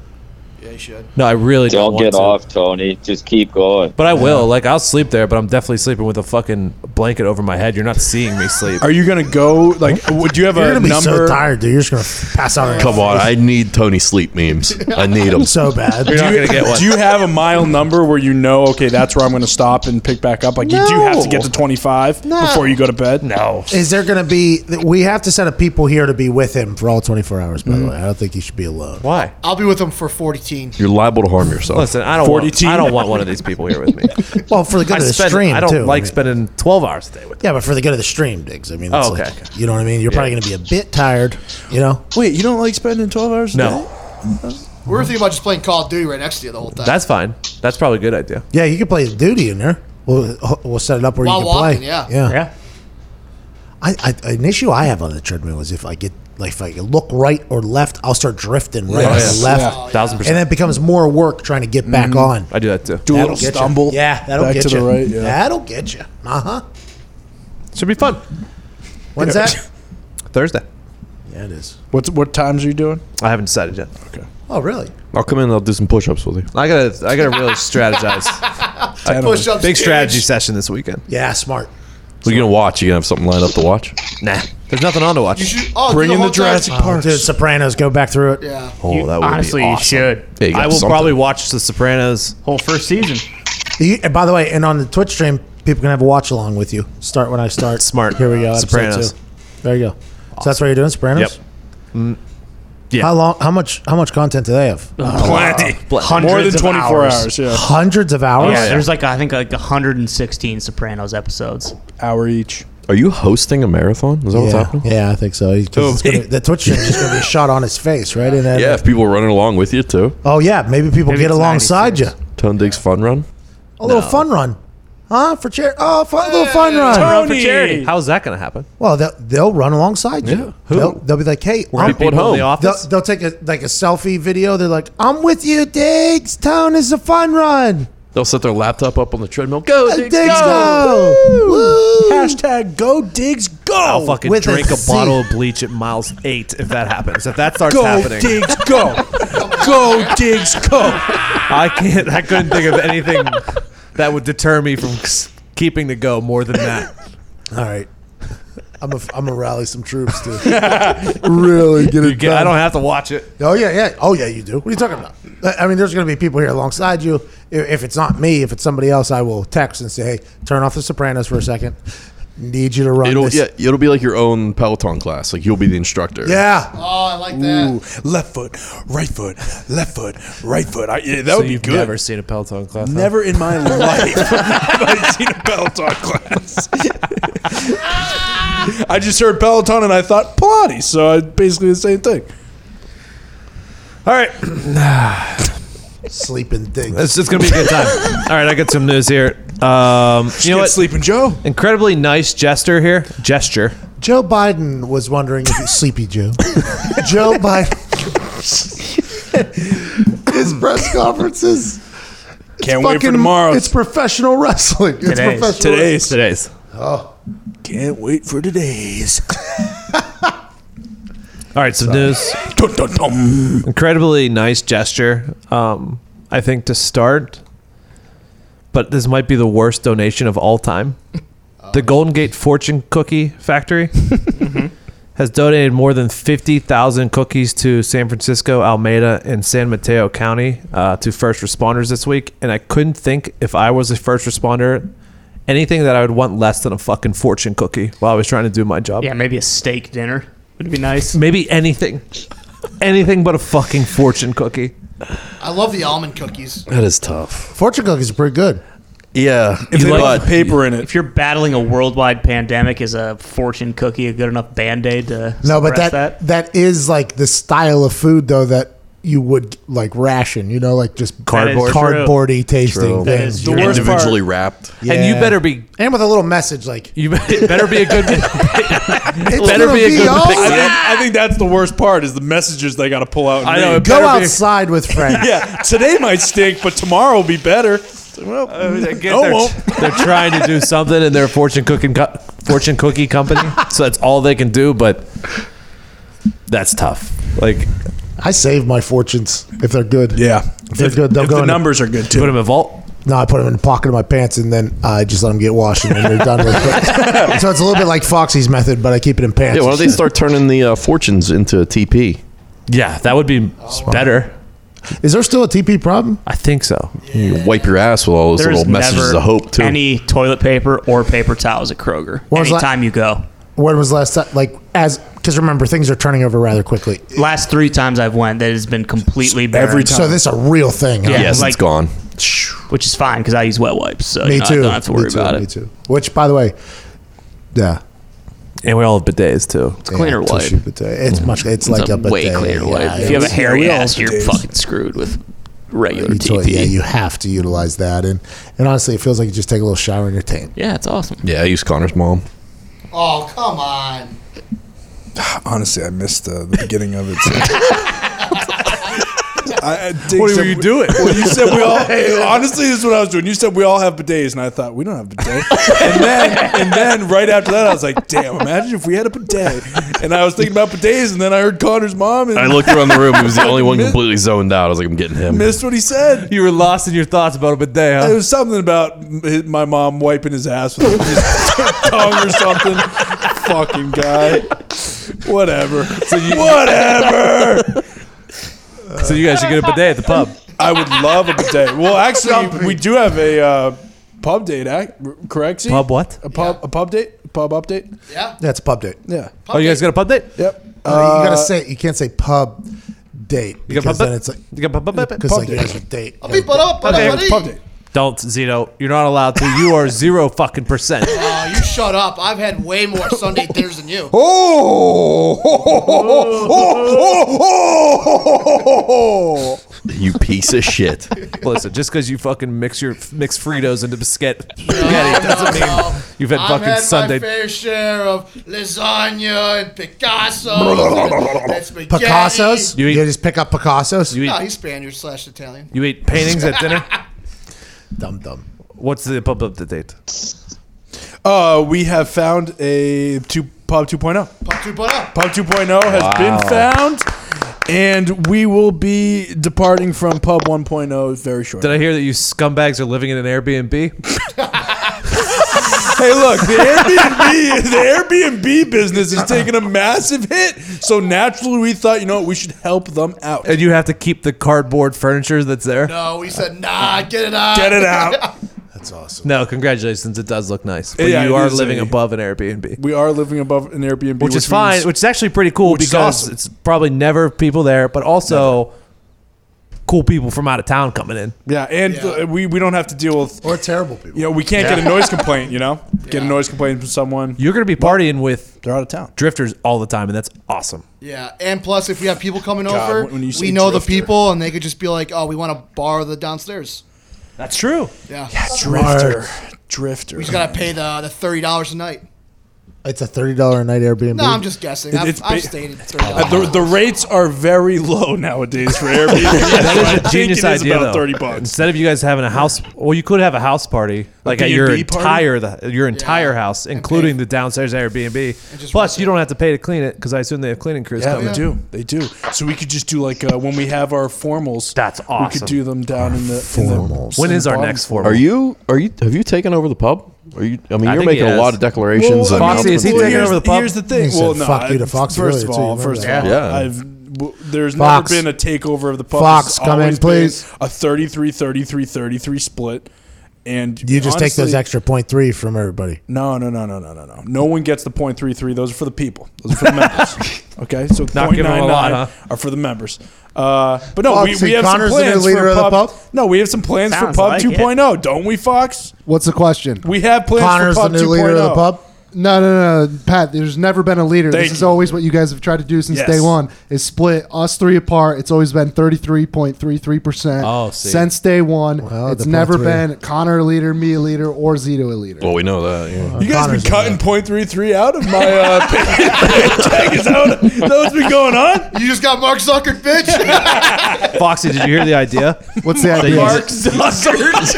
[SPEAKER 7] Yeah, you should.
[SPEAKER 1] No, I really don't,
[SPEAKER 5] Don't
[SPEAKER 1] want
[SPEAKER 5] get
[SPEAKER 1] to.
[SPEAKER 5] off, Tony. Just keep going.
[SPEAKER 1] But I will. Like I'll sleep there, but I'm definitely sleeping with a fucking blanket over my head. You're not seeing me sleep.
[SPEAKER 6] Are you gonna go? Like, would you have
[SPEAKER 4] You're
[SPEAKER 6] a
[SPEAKER 4] gonna be so
[SPEAKER 6] number?
[SPEAKER 4] tired, dude. You're just gonna pass out.
[SPEAKER 8] Come on, I need Tony sleep memes. I need them
[SPEAKER 4] so bad.
[SPEAKER 6] do, you, do you have a mile number where you know, okay, that's where I'm going to stop and pick back up? Like, you do have to get to 25
[SPEAKER 4] No.
[SPEAKER 6] before you go to bed?
[SPEAKER 1] No.
[SPEAKER 4] Is there going to be? We have to set up people here to be with him for all 24 hours. By the way, I don't think he should be alone.
[SPEAKER 1] Mm-hmm. Why?
[SPEAKER 7] I'll be with him for 14.
[SPEAKER 8] You're liable to harm yourself.
[SPEAKER 1] Listen, I don't. Want,
[SPEAKER 4] 42.
[SPEAKER 1] I don't want one of these people here with me.
[SPEAKER 4] Well, for the good
[SPEAKER 1] I
[SPEAKER 4] of the
[SPEAKER 1] spend-
[SPEAKER 4] stream,
[SPEAKER 1] I don't
[SPEAKER 4] too, I
[SPEAKER 1] like
[SPEAKER 4] mean.
[SPEAKER 1] spending 12 hours a day with.
[SPEAKER 4] Yeah, but for the good of the stream, digs. I mean,
[SPEAKER 1] Oh,
[SPEAKER 4] it's
[SPEAKER 1] okay.
[SPEAKER 4] like, you know what I mean. You're probably going to be a bit tired. You know.
[SPEAKER 11] Wait, you don't like spending 12 hours?
[SPEAKER 1] No,
[SPEAKER 7] We were thinking about just playing Call of Duty right next to you the whole time.
[SPEAKER 1] that's fine. That's probably a good idea.
[SPEAKER 4] Yeah, you can play duty in there. We'll we'll set it up where
[SPEAKER 7] While
[SPEAKER 4] you can
[SPEAKER 7] walking,
[SPEAKER 4] play.
[SPEAKER 7] yeah.
[SPEAKER 4] yeah, I, I, an issue I have on the treadmill is if I get like if I look right or left, I'll start drifting right
[SPEAKER 1] Yes.
[SPEAKER 4] or left,
[SPEAKER 1] Yeah. Thousand percent. Mm-hmm.
[SPEAKER 4] and then it becomes more work trying to get back on.
[SPEAKER 1] I do that too.
[SPEAKER 4] That'll get ya. Yeah, that'll
[SPEAKER 6] back
[SPEAKER 4] get
[SPEAKER 6] to the
[SPEAKER 4] you.
[SPEAKER 6] right, yeah.
[SPEAKER 4] That'll get you. Uh huh.
[SPEAKER 1] Should be fun.
[SPEAKER 4] When's that?
[SPEAKER 1] Thursday.
[SPEAKER 4] Yeah, it is.
[SPEAKER 6] What's, what times are you doing?
[SPEAKER 1] I haven't decided yet.
[SPEAKER 4] Oh, really?
[SPEAKER 8] I'll come in and I'll do some push ups with you.
[SPEAKER 1] I gotta. I gotta really strategize.
[SPEAKER 6] Ten
[SPEAKER 7] Push ups.
[SPEAKER 1] Big strategy session this weekend.
[SPEAKER 4] Yeah, smart.
[SPEAKER 8] What are you going to watch? You going to have something lined up to watch?
[SPEAKER 1] Nah, there's nothing on to watch.
[SPEAKER 7] You should, oh,
[SPEAKER 6] Bring
[SPEAKER 7] do
[SPEAKER 6] in the
[SPEAKER 7] whole time.
[SPEAKER 6] Jurassic Park.
[SPEAKER 4] Dude, Sopranos, go back through it.
[SPEAKER 7] Yeah.
[SPEAKER 1] Oh, that would
[SPEAKER 2] Honestly,
[SPEAKER 1] be
[SPEAKER 2] you
[SPEAKER 1] awesome.
[SPEAKER 2] should.
[SPEAKER 8] Yeah, you got
[SPEAKER 1] I will
[SPEAKER 8] something.
[SPEAKER 1] probably watch The Sopranos.
[SPEAKER 2] Whole first season.
[SPEAKER 4] You, and by the way, and on the Twitch stream, people can have a watch along with you. Start when I start.
[SPEAKER 1] Smart.
[SPEAKER 4] Here we go. episode
[SPEAKER 1] Sopranos.
[SPEAKER 4] two. There you go. So that's what you're doing, Sopranos.
[SPEAKER 1] Yep. yeah.
[SPEAKER 4] How long? How much? How much content do they have?
[SPEAKER 6] Plenty. More than
[SPEAKER 2] Hundreds of
[SPEAKER 6] 24 hours.
[SPEAKER 2] hours.
[SPEAKER 6] yeah.
[SPEAKER 4] Hundreds of hours.
[SPEAKER 2] yeah, there's like I think like 116 Sopranos episodes.
[SPEAKER 6] Hour each.
[SPEAKER 8] Are you hosting a marathon? Is that what's
[SPEAKER 4] Yeah,
[SPEAKER 8] happening?
[SPEAKER 4] yeah, I think so. He's- 'cause it's
[SPEAKER 1] Who, me?
[SPEAKER 4] gonna- the Twitch stream is just going to be shot on his face, right? And then,
[SPEAKER 8] Yeah, if people are running along with you too.
[SPEAKER 4] Oh yeah, maybe people
[SPEAKER 2] Maybe
[SPEAKER 4] get
[SPEAKER 2] it's
[SPEAKER 4] alongside you.
[SPEAKER 2] 96.
[SPEAKER 8] Tone Diggs Fun Run.
[SPEAKER 4] A little fun run, huh? For chair. Oh, fun, little fun run.
[SPEAKER 6] Tony!
[SPEAKER 1] How's that gonna happen?
[SPEAKER 4] Well, they'll, they'll run alongside you.
[SPEAKER 8] Yeah.
[SPEAKER 1] Who?
[SPEAKER 4] They'll, they'll be like, "Hey, I'm,
[SPEAKER 1] People at home. In the
[SPEAKER 4] They'll,
[SPEAKER 1] office.
[SPEAKER 4] they'll take a like a selfie video. They're like, "I'm with you, Diggs. Town is a fun run. Uh,
[SPEAKER 8] They'll set their laptop up on the treadmill. Go, Diggs,
[SPEAKER 4] Diggs,
[SPEAKER 8] go!
[SPEAKER 4] go. Oh, Woo.
[SPEAKER 6] Hashtag go digs
[SPEAKER 1] I'll
[SPEAKER 6] go.
[SPEAKER 1] fucking
[SPEAKER 4] Oh, with a
[SPEAKER 1] drink a,
[SPEAKER 4] C.
[SPEAKER 1] bottle of bleach at miles eight if that happens. If that starts
[SPEAKER 6] Go
[SPEAKER 1] happening,
[SPEAKER 6] digs go. go digs go.
[SPEAKER 1] I can't. I couldn't think of anything that would deter me from s- keeping the go more than that.
[SPEAKER 4] All right, I'm a, I'm gonna rally some troops to really get it
[SPEAKER 1] Again,
[SPEAKER 4] done.
[SPEAKER 1] I don't have to watch it.
[SPEAKER 4] Oh yeah, yeah. Oh yeah, you do. What are you talking about? I I mean, there's going to be people here alongside you. I- If it's not me, if it's somebody else, I will text and say, "Hey, turn off the Sopranos for a second. Need you to run
[SPEAKER 8] It'll
[SPEAKER 4] this."
[SPEAKER 8] yeah, it'll be like your own Peloton class. Like you'll be the instructor.
[SPEAKER 4] Yeah.
[SPEAKER 7] Oh, I like that.
[SPEAKER 6] Ooh, left foot, right foot, left foot, right foot. I, yeah, that
[SPEAKER 1] So
[SPEAKER 6] would be
[SPEAKER 1] you've
[SPEAKER 6] good.
[SPEAKER 1] never seen a Peloton class? huh?
[SPEAKER 6] Never in my life have I seen a Peloton class. I just heard Peloton and I thought Pilates, so I basically the same thing.
[SPEAKER 1] All right,
[SPEAKER 4] Sleeping things.
[SPEAKER 1] it's just gonna be a good time. All right, I got some news here. Um, you
[SPEAKER 6] Get
[SPEAKER 1] know what?
[SPEAKER 6] Sleeping Joe.
[SPEAKER 1] Incredibly nice gesture here. Gesture.
[SPEAKER 4] Joe Biden was wondering if he's sleepy, Joe. Joe Biden. His press conferences.
[SPEAKER 6] Can't wait for tomorrow.
[SPEAKER 4] It's professional wrestling. It's
[SPEAKER 2] Today's.
[SPEAKER 4] professional.
[SPEAKER 6] today's.
[SPEAKER 1] Today's.
[SPEAKER 4] Oh.
[SPEAKER 6] Can't wait for today's.
[SPEAKER 1] All right, some news.
[SPEAKER 6] Dun, dun, dun.
[SPEAKER 1] incredibly nice gesture. Um, I think to start, but this might be the worst donation of all time. The Golden Gate Fortune Cookie Factory has donated more than 50,000 cookies to San Francisco, Alameda, and San Mateo County uh, to first responders this week. And I couldn't think if I was a first responder anything that I would want less than a fucking fortune cookie while I was trying to do my job.
[SPEAKER 2] Yeah, maybe a steak dinner would be nice.
[SPEAKER 1] Maybe anything. Anything but a fucking fortune cookie.
[SPEAKER 7] I love the almond cookies.
[SPEAKER 8] That is tough.
[SPEAKER 4] Fortune cookies are pretty good.
[SPEAKER 8] Yeah,
[SPEAKER 2] If
[SPEAKER 8] you
[SPEAKER 2] they
[SPEAKER 8] like-
[SPEAKER 2] put paper in it. If you're battling a worldwide pandemic, is a fortune cookie a good enough band aid to
[SPEAKER 4] No, but
[SPEAKER 2] suppress
[SPEAKER 4] that that is like the style of food though that you would like ration. You know, like just
[SPEAKER 2] Cardboard. is true.
[SPEAKER 4] cardboardy tasting
[SPEAKER 2] True. That
[SPEAKER 4] things.
[SPEAKER 2] is The true. worst
[SPEAKER 8] Individually wrapped.
[SPEAKER 1] And you better be
[SPEAKER 4] and with a little message like
[SPEAKER 1] you better be a good
[SPEAKER 4] better be a good
[SPEAKER 6] I,
[SPEAKER 4] all
[SPEAKER 6] think,
[SPEAKER 4] that.
[SPEAKER 6] I think that's the worst part is the messages they got to pull out. And
[SPEAKER 1] I know,
[SPEAKER 6] read.
[SPEAKER 1] it better
[SPEAKER 4] go outside with friends.
[SPEAKER 6] yeah, today might stink, but tomorrow will be better. Well, no, it won't.
[SPEAKER 1] They're trying to do something, and they're a fortune cooking co- fortune cookie company, so that's all they can do. But that's tough. Like
[SPEAKER 4] I save my fortunes if they're good.
[SPEAKER 6] Yeah,
[SPEAKER 4] if they're good, they'll
[SPEAKER 6] if
[SPEAKER 4] go
[SPEAKER 6] the
[SPEAKER 4] in a-
[SPEAKER 6] numbers are good too.
[SPEAKER 1] put them in a vault.
[SPEAKER 4] No, I put them in the pocket of my pants and then I just let them get washed and then they're done with it. so it's a little bit like Foxy's method, but I keep it in pants.
[SPEAKER 8] Yeah, why don't they start turning the uh, fortunes into a TP?
[SPEAKER 1] Yeah, that would be better.
[SPEAKER 4] Is there still a TP problem?
[SPEAKER 1] I think so.
[SPEAKER 8] You can wipe your ass with all those
[SPEAKER 2] There's
[SPEAKER 8] little messages
[SPEAKER 2] never
[SPEAKER 8] of hope too.
[SPEAKER 2] any toilet paper or paper towels at Kroger.
[SPEAKER 4] What was that?
[SPEAKER 2] Anytime you go.
[SPEAKER 4] When was the last time? Like, as because remember, things are turning over rather quickly.
[SPEAKER 2] Last three times I've went, that has been completely barren.
[SPEAKER 4] So this is a real thing. huh?
[SPEAKER 2] Yeah,
[SPEAKER 8] yes,
[SPEAKER 2] like-
[SPEAKER 8] it's gone.
[SPEAKER 2] which is fine because I use wet wipes, so
[SPEAKER 4] Me
[SPEAKER 2] you know,
[SPEAKER 4] too.
[SPEAKER 2] I don't have to
[SPEAKER 4] Me
[SPEAKER 2] worry
[SPEAKER 4] too,
[SPEAKER 2] about
[SPEAKER 4] Me
[SPEAKER 2] it.
[SPEAKER 4] too. Which, by the way, yeah.
[SPEAKER 1] And we all have bidets too.
[SPEAKER 2] It's a cleaner
[SPEAKER 4] yeah,
[SPEAKER 2] wipe.
[SPEAKER 4] tissue bidet. It's much. It's,
[SPEAKER 2] It's
[SPEAKER 4] like
[SPEAKER 2] a,
[SPEAKER 4] a, bidet.
[SPEAKER 2] way cleaner
[SPEAKER 4] yeah,
[SPEAKER 2] wipe.
[SPEAKER 4] yeah,
[SPEAKER 2] if you have a
[SPEAKER 4] it's-
[SPEAKER 2] hairy
[SPEAKER 6] we all
[SPEAKER 2] ass, you're
[SPEAKER 6] bidets.
[SPEAKER 2] fucking screwed with regular
[SPEAKER 4] you
[SPEAKER 2] TP.
[SPEAKER 4] totally- yeah, you have to utilize that, and and honestly, it feels like you just take a little shower and you're tan.
[SPEAKER 2] yeah, it's awesome.
[SPEAKER 8] Yeah, I use Connor's mom.
[SPEAKER 7] Oh, come on.
[SPEAKER 6] Honestly, I missed uh, the beginning of it. I, I dig-
[SPEAKER 1] What were you doing?
[SPEAKER 6] Well, you said we all. honestly, this is what I was doing. You said we all have bidets, and I thought we don't have bidet. And then, and then right after that, I was like, "Damn! Imagine if we had a bidet." And I was thinking about bidets, and then I heard Connor's mom and
[SPEAKER 8] I looked around the room. He was the only one completely zoned out. I was like, I'm getting him.
[SPEAKER 6] missed what he said.
[SPEAKER 1] You were lost in your thoughts about a bidet,
[SPEAKER 6] It
[SPEAKER 1] huh?
[SPEAKER 6] was something about m- my mom wiping his ass with his tongue or something. Fucking guy. Whatever. Whatever.
[SPEAKER 1] So you guys should get a bidet at the pub.
[SPEAKER 6] I would love a bidet. Well, actually, we do have a uh, pub date, ac- correct? Z?
[SPEAKER 1] Pub what?
[SPEAKER 6] A pub, a pub date? Pub update?
[SPEAKER 7] Yeah.
[SPEAKER 4] That's pub date.
[SPEAKER 6] Yeah.
[SPEAKER 1] Oh, you guys got a pub date?
[SPEAKER 6] Yep.
[SPEAKER 4] Uh, you
[SPEAKER 6] Uh,
[SPEAKER 4] gotta say you can't say pub date
[SPEAKER 1] You
[SPEAKER 4] because
[SPEAKER 1] got a pub
[SPEAKER 4] then
[SPEAKER 1] date?
[SPEAKER 4] it's like
[SPEAKER 1] You got a pub- pub date?
[SPEAKER 4] because
[SPEAKER 6] Pub
[SPEAKER 4] like you
[SPEAKER 6] date.
[SPEAKER 4] guys are date.
[SPEAKER 7] I'll be butt up, butt
[SPEAKER 1] Okay.
[SPEAKER 7] up, buddy.
[SPEAKER 6] pub date.
[SPEAKER 1] Don't, Zito. You're not allowed to. You are zero fucking percent.
[SPEAKER 7] Oh, you shut up. I've had way more Sunday dinners than you.
[SPEAKER 6] Oh! oh, oh, oh, oh, oh, oh, oh, oh.
[SPEAKER 8] You piece of shit.
[SPEAKER 1] Listen, just because you fucking mix your mix Fritos into biscuit spaghetti doesn't mean you've had
[SPEAKER 7] I've
[SPEAKER 1] fucking
[SPEAKER 7] had
[SPEAKER 1] Sunday.
[SPEAKER 7] my fair share of lasagna and Picasso. That's spaghetti.
[SPEAKER 4] Picassos?
[SPEAKER 1] You
[SPEAKER 4] You,
[SPEAKER 1] eat-
[SPEAKER 4] just pick up Picassos?
[SPEAKER 1] you
[SPEAKER 7] No,
[SPEAKER 1] eat
[SPEAKER 7] he's Spaniard slash Italian.
[SPEAKER 1] you eat paintings at dinner.
[SPEAKER 4] dumb dumb.
[SPEAKER 1] What's the pub up to date?
[SPEAKER 6] Uh, we have found a two, Pub 2.0.
[SPEAKER 7] Pop two oh. butt up.
[SPEAKER 6] Pub 2.0 has been found, and we will be departing from Pub 1.0 very shortly.
[SPEAKER 1] Did I hear that you scumbags are living in an Airbnb?
[SPEAKER 6] Hey, look, the Airbnb, the Airbnb business is taking a massive hit. So naturally, we thought, you know what, we should help them out.
[SPEAKER 1] And you have to keep the cardboard furniture that's there?
[SPEAKER 7] No, we said, nah, get it out.
[SPEAKER 6] Get it out.
[SPEAKER 4] That's awesome.
[SPEAKER 1] No, congratulations. It does look nice. But
[SPEAKER 6] Yeah,
[SPEAKER 1] you
[SPEAKER 6] it
[SPEAKER 1] are
[SPEAKER 6] is
[SPEAKER 1] living
[SPEAKER 6] a-
[SPEAKER 1] above an Airbnb.
[SPEAKER 6] We are living above an Airbnb,
[SPEAKER 1] which, is fine,
[SPEAKER 6] means-
[SPEAKER 1] which is actually pretty cool
[SPEAKER 6] Which is
[SPEAKER 1] because
[SPEAKER 6] awesome.
[SPEAKER 1] it's probably never people there, but also cool people from out of town coming in.
[SPEAKER 6] yeah, and
[SPEAKER 7] Yeah.
[SPEAKER 6] uh, we we don't have to deal with.
[SPEAKER 4] Or terrible people.
[SPEAKER 6] You know, we can't get a noise complaint. You know, get a noise complaint from someone.
[SPEAKER 1] You're going to be partying with
[SPEAKER 6] They're out of town.
[SPEAKER 1] drifters all the time, and that's awesome.
[SPEAKER 7] Yeah, and plus, if we have people coming over,
[SPEAKER 6] when- when you say
[SPEAKER 7] we know
[SPEAKER 6] drifter.
[SPEAKER 7] the people, and they could just be like, "Oh, we want to borrow the downstairs."
[SPEAKER 1] That's true.
[SPEAKER 7] Yeah,
[SPEAKER 6] Drifter, drifter.
[SPEAKER 7] we just gotta pay the, the thirty dollars a night.
[SPEAKER 4] It's a thirty dollar a night Airbnb.
[SPEAKER 7] No, I'm just guessing. I've,
[SPEAKER 6] it's
[SPEAKER 7] I've
[SPEAKER 6] ba-
[SPEAKER 7] stayed at
[SPEAKER 6] Uh,
[SPEAKER 7] thirty
[SPEAKER 6] the,
[SPEAKER 7] dollars.
[SPEAKER 6] the rates are very low nowadays for Airbnb.
[SPEAKER 1] That
[SPEAKER 6] I
[SPEAKER 1] is a
[SPEAKER 6] think
[SPEAKER 1] genius
[SPEAKER 6] it is
[SPEAKER 1] idea,
[SPEAKER 6] about
[SPEAKER 1] though.
[SPEAKER 6] Thirty bucks.
[SPEAKER 1] Instead of you guys having a house, well, you could have a house party, like at your
[SPEAKER 6] B&B party?
[SPEAKER 1] entire the, your entire house, including
[SPEAKER 7] pay-
[SPEAKER 1] the downstairs Airbnb.
[SPEAKER 7] just
[SPEAKER 1] Plus,
[SPEAKER 7] rent
[SPEAKER 1] you don't have to pay to clean it because I assume they have cleaning crews
[SPEAKER 6] Yeah,
[SPEAKER 1] coming.
[SPEAKER 6] they do. They do. So we could just do like uh, when we have our formals.
[SPEAKER 1] That's
[SPEAKER 6] We
[SPEAKER 1] awesome.
[SPEAKER 6] could do them down in the formals.
[SPEAKER 1] When is our next formal?
[SPEAKER 8] Are you? Are you? Have you taken over the pub? Are you? I mean,
[SPEAKER 1] I
[SPEAKER 8] you're
[SPEAKER 1] think he
[SPEAKER 8] making a
[SPEAKER 1] has.
[SPEAKER 8] lot of declarations.
[SPEAKER 1] Well,
[SPEAKER 8] and
[SPEAKER 1] Foxy, is he
[SPEAKER 8] announcements.
[SPEAKER 1] taking over the pub?
[SPEAKER 6] Here's the thing.
[SPEAKER 4] He
[SPEAKER 6] well,
[SPEAKER 4] said,
[SPEAKER 6] no,
[SPEAKER 4] "Fuck
[SPEAKER 6] I-
[SPEAKER 4] you" to Fox
[SPEAKER 6] First
[SPEAKER 4] earlier,
[SPEAKER 6] of
[SPEAKER 4] too,
[SPEAKER 6] all,
[SPEAKER 4] remember
[SPEAKER 6] first
[SPEAKER 4] that?
[SPEAKER 6] of all,
[SPEAKER 8] Yeah.
[SPEAKER 6] I've w- there's
[SPEAKER 4] Fox.
[SPEAKER 6] never been a takeover of the pub.
[SPEAKER 4] Fox,
[SPEAKER 6] It's
[SPEAKER 4] come in,
[SPEAKER 6] always been
[SPEAKER 4] please.
[SPEAKER 6] A 33-33-33 split. And
[SPEAKER 4] You just take those
[SPEAKER 6] honestly-
[SPEAKER 4] extra point three from everybody.
[SPEAKER 6] No, no, no, no, no, no, no. No one gets the point three three. Those are for the people. Those are for the members. Okay, so
[SPEAKER 1] Not giving them a
[SPEAKER 6] 0.99
[SPEAKER 1] lot, huh?
[SPEAKER 6] are for the members. Uh, but no, we,
[SPEAKER 4] Foxy
[SPEAKER 6] we have
[SPEAKER 4] Connor's the
[SPEAKER 6] some
[SPEAKER 4] new
[SPEAKER 6] plans
[SPEAKER 4] leader
[SPEAKER 6] for
[SPEAKER 4] of the
[SPEAKER 6] pub.
[SPEAKER 4] pub?
[SPEAKER 6] No, we have some plans
[SPEAKER 2] Sounds
[SPEAKER 6] for pub
[SPEAKER 2] like it.
[SPEAKER 6] 2.0, don't we, Fox?
[SPEAKER 9] What's the question?
[SPEAKER 6] We have plans
[SPEAKER 4] Connor's
[SPEAKER 6] for
[SPEAKER 4] the
[SPEAKER 6] pub oh.
[SPEAKER 4] new leader of the
[SPEAKER 6] 2.0.
[SPEAKER 4] pub.
[SPEAKER 9] No, no, no, Pat. There's never been a leader.
[SPEAKER 6] Thank
[SPEAKER 9] this is
[SPEAKER 6] you.
[SPEAKER 9] always what you guys have tried to do since
[SPEAKER 6] Yes.
[SPEAKER 9] day one: is split us three apart. It's always been 33.33 percent
[SPEAKER 1] Oh, see.
[SPEAKER 9] since day one.
[SPEAKER 4] Well,
[SPEAKER 9] it's
[SPEAKER 4] the
[SPEAKER 9] never
[SPEAKER 4] point three.
[SPEAKER 9] been Connor a leader, me a leader, or Zito a leader.
[SPEAKER 8] Well, we know that. Yeah.
[SPEAKER 6] You guys
[SPEAKER 4] Connor's
[SPEAKER 6] been cutting point three three out of my uh, paycheck? Is that what- is that what's been going on?
[SPEAKER 7] You just got Mark Zuckerberg, bitch.
[SPEAKER 1] Foxy, did you hear the idea?
[SPEAKER 9] What's the idea?
[SPEAKER 1] Mark
[SPEAKER 6] Zuckerberg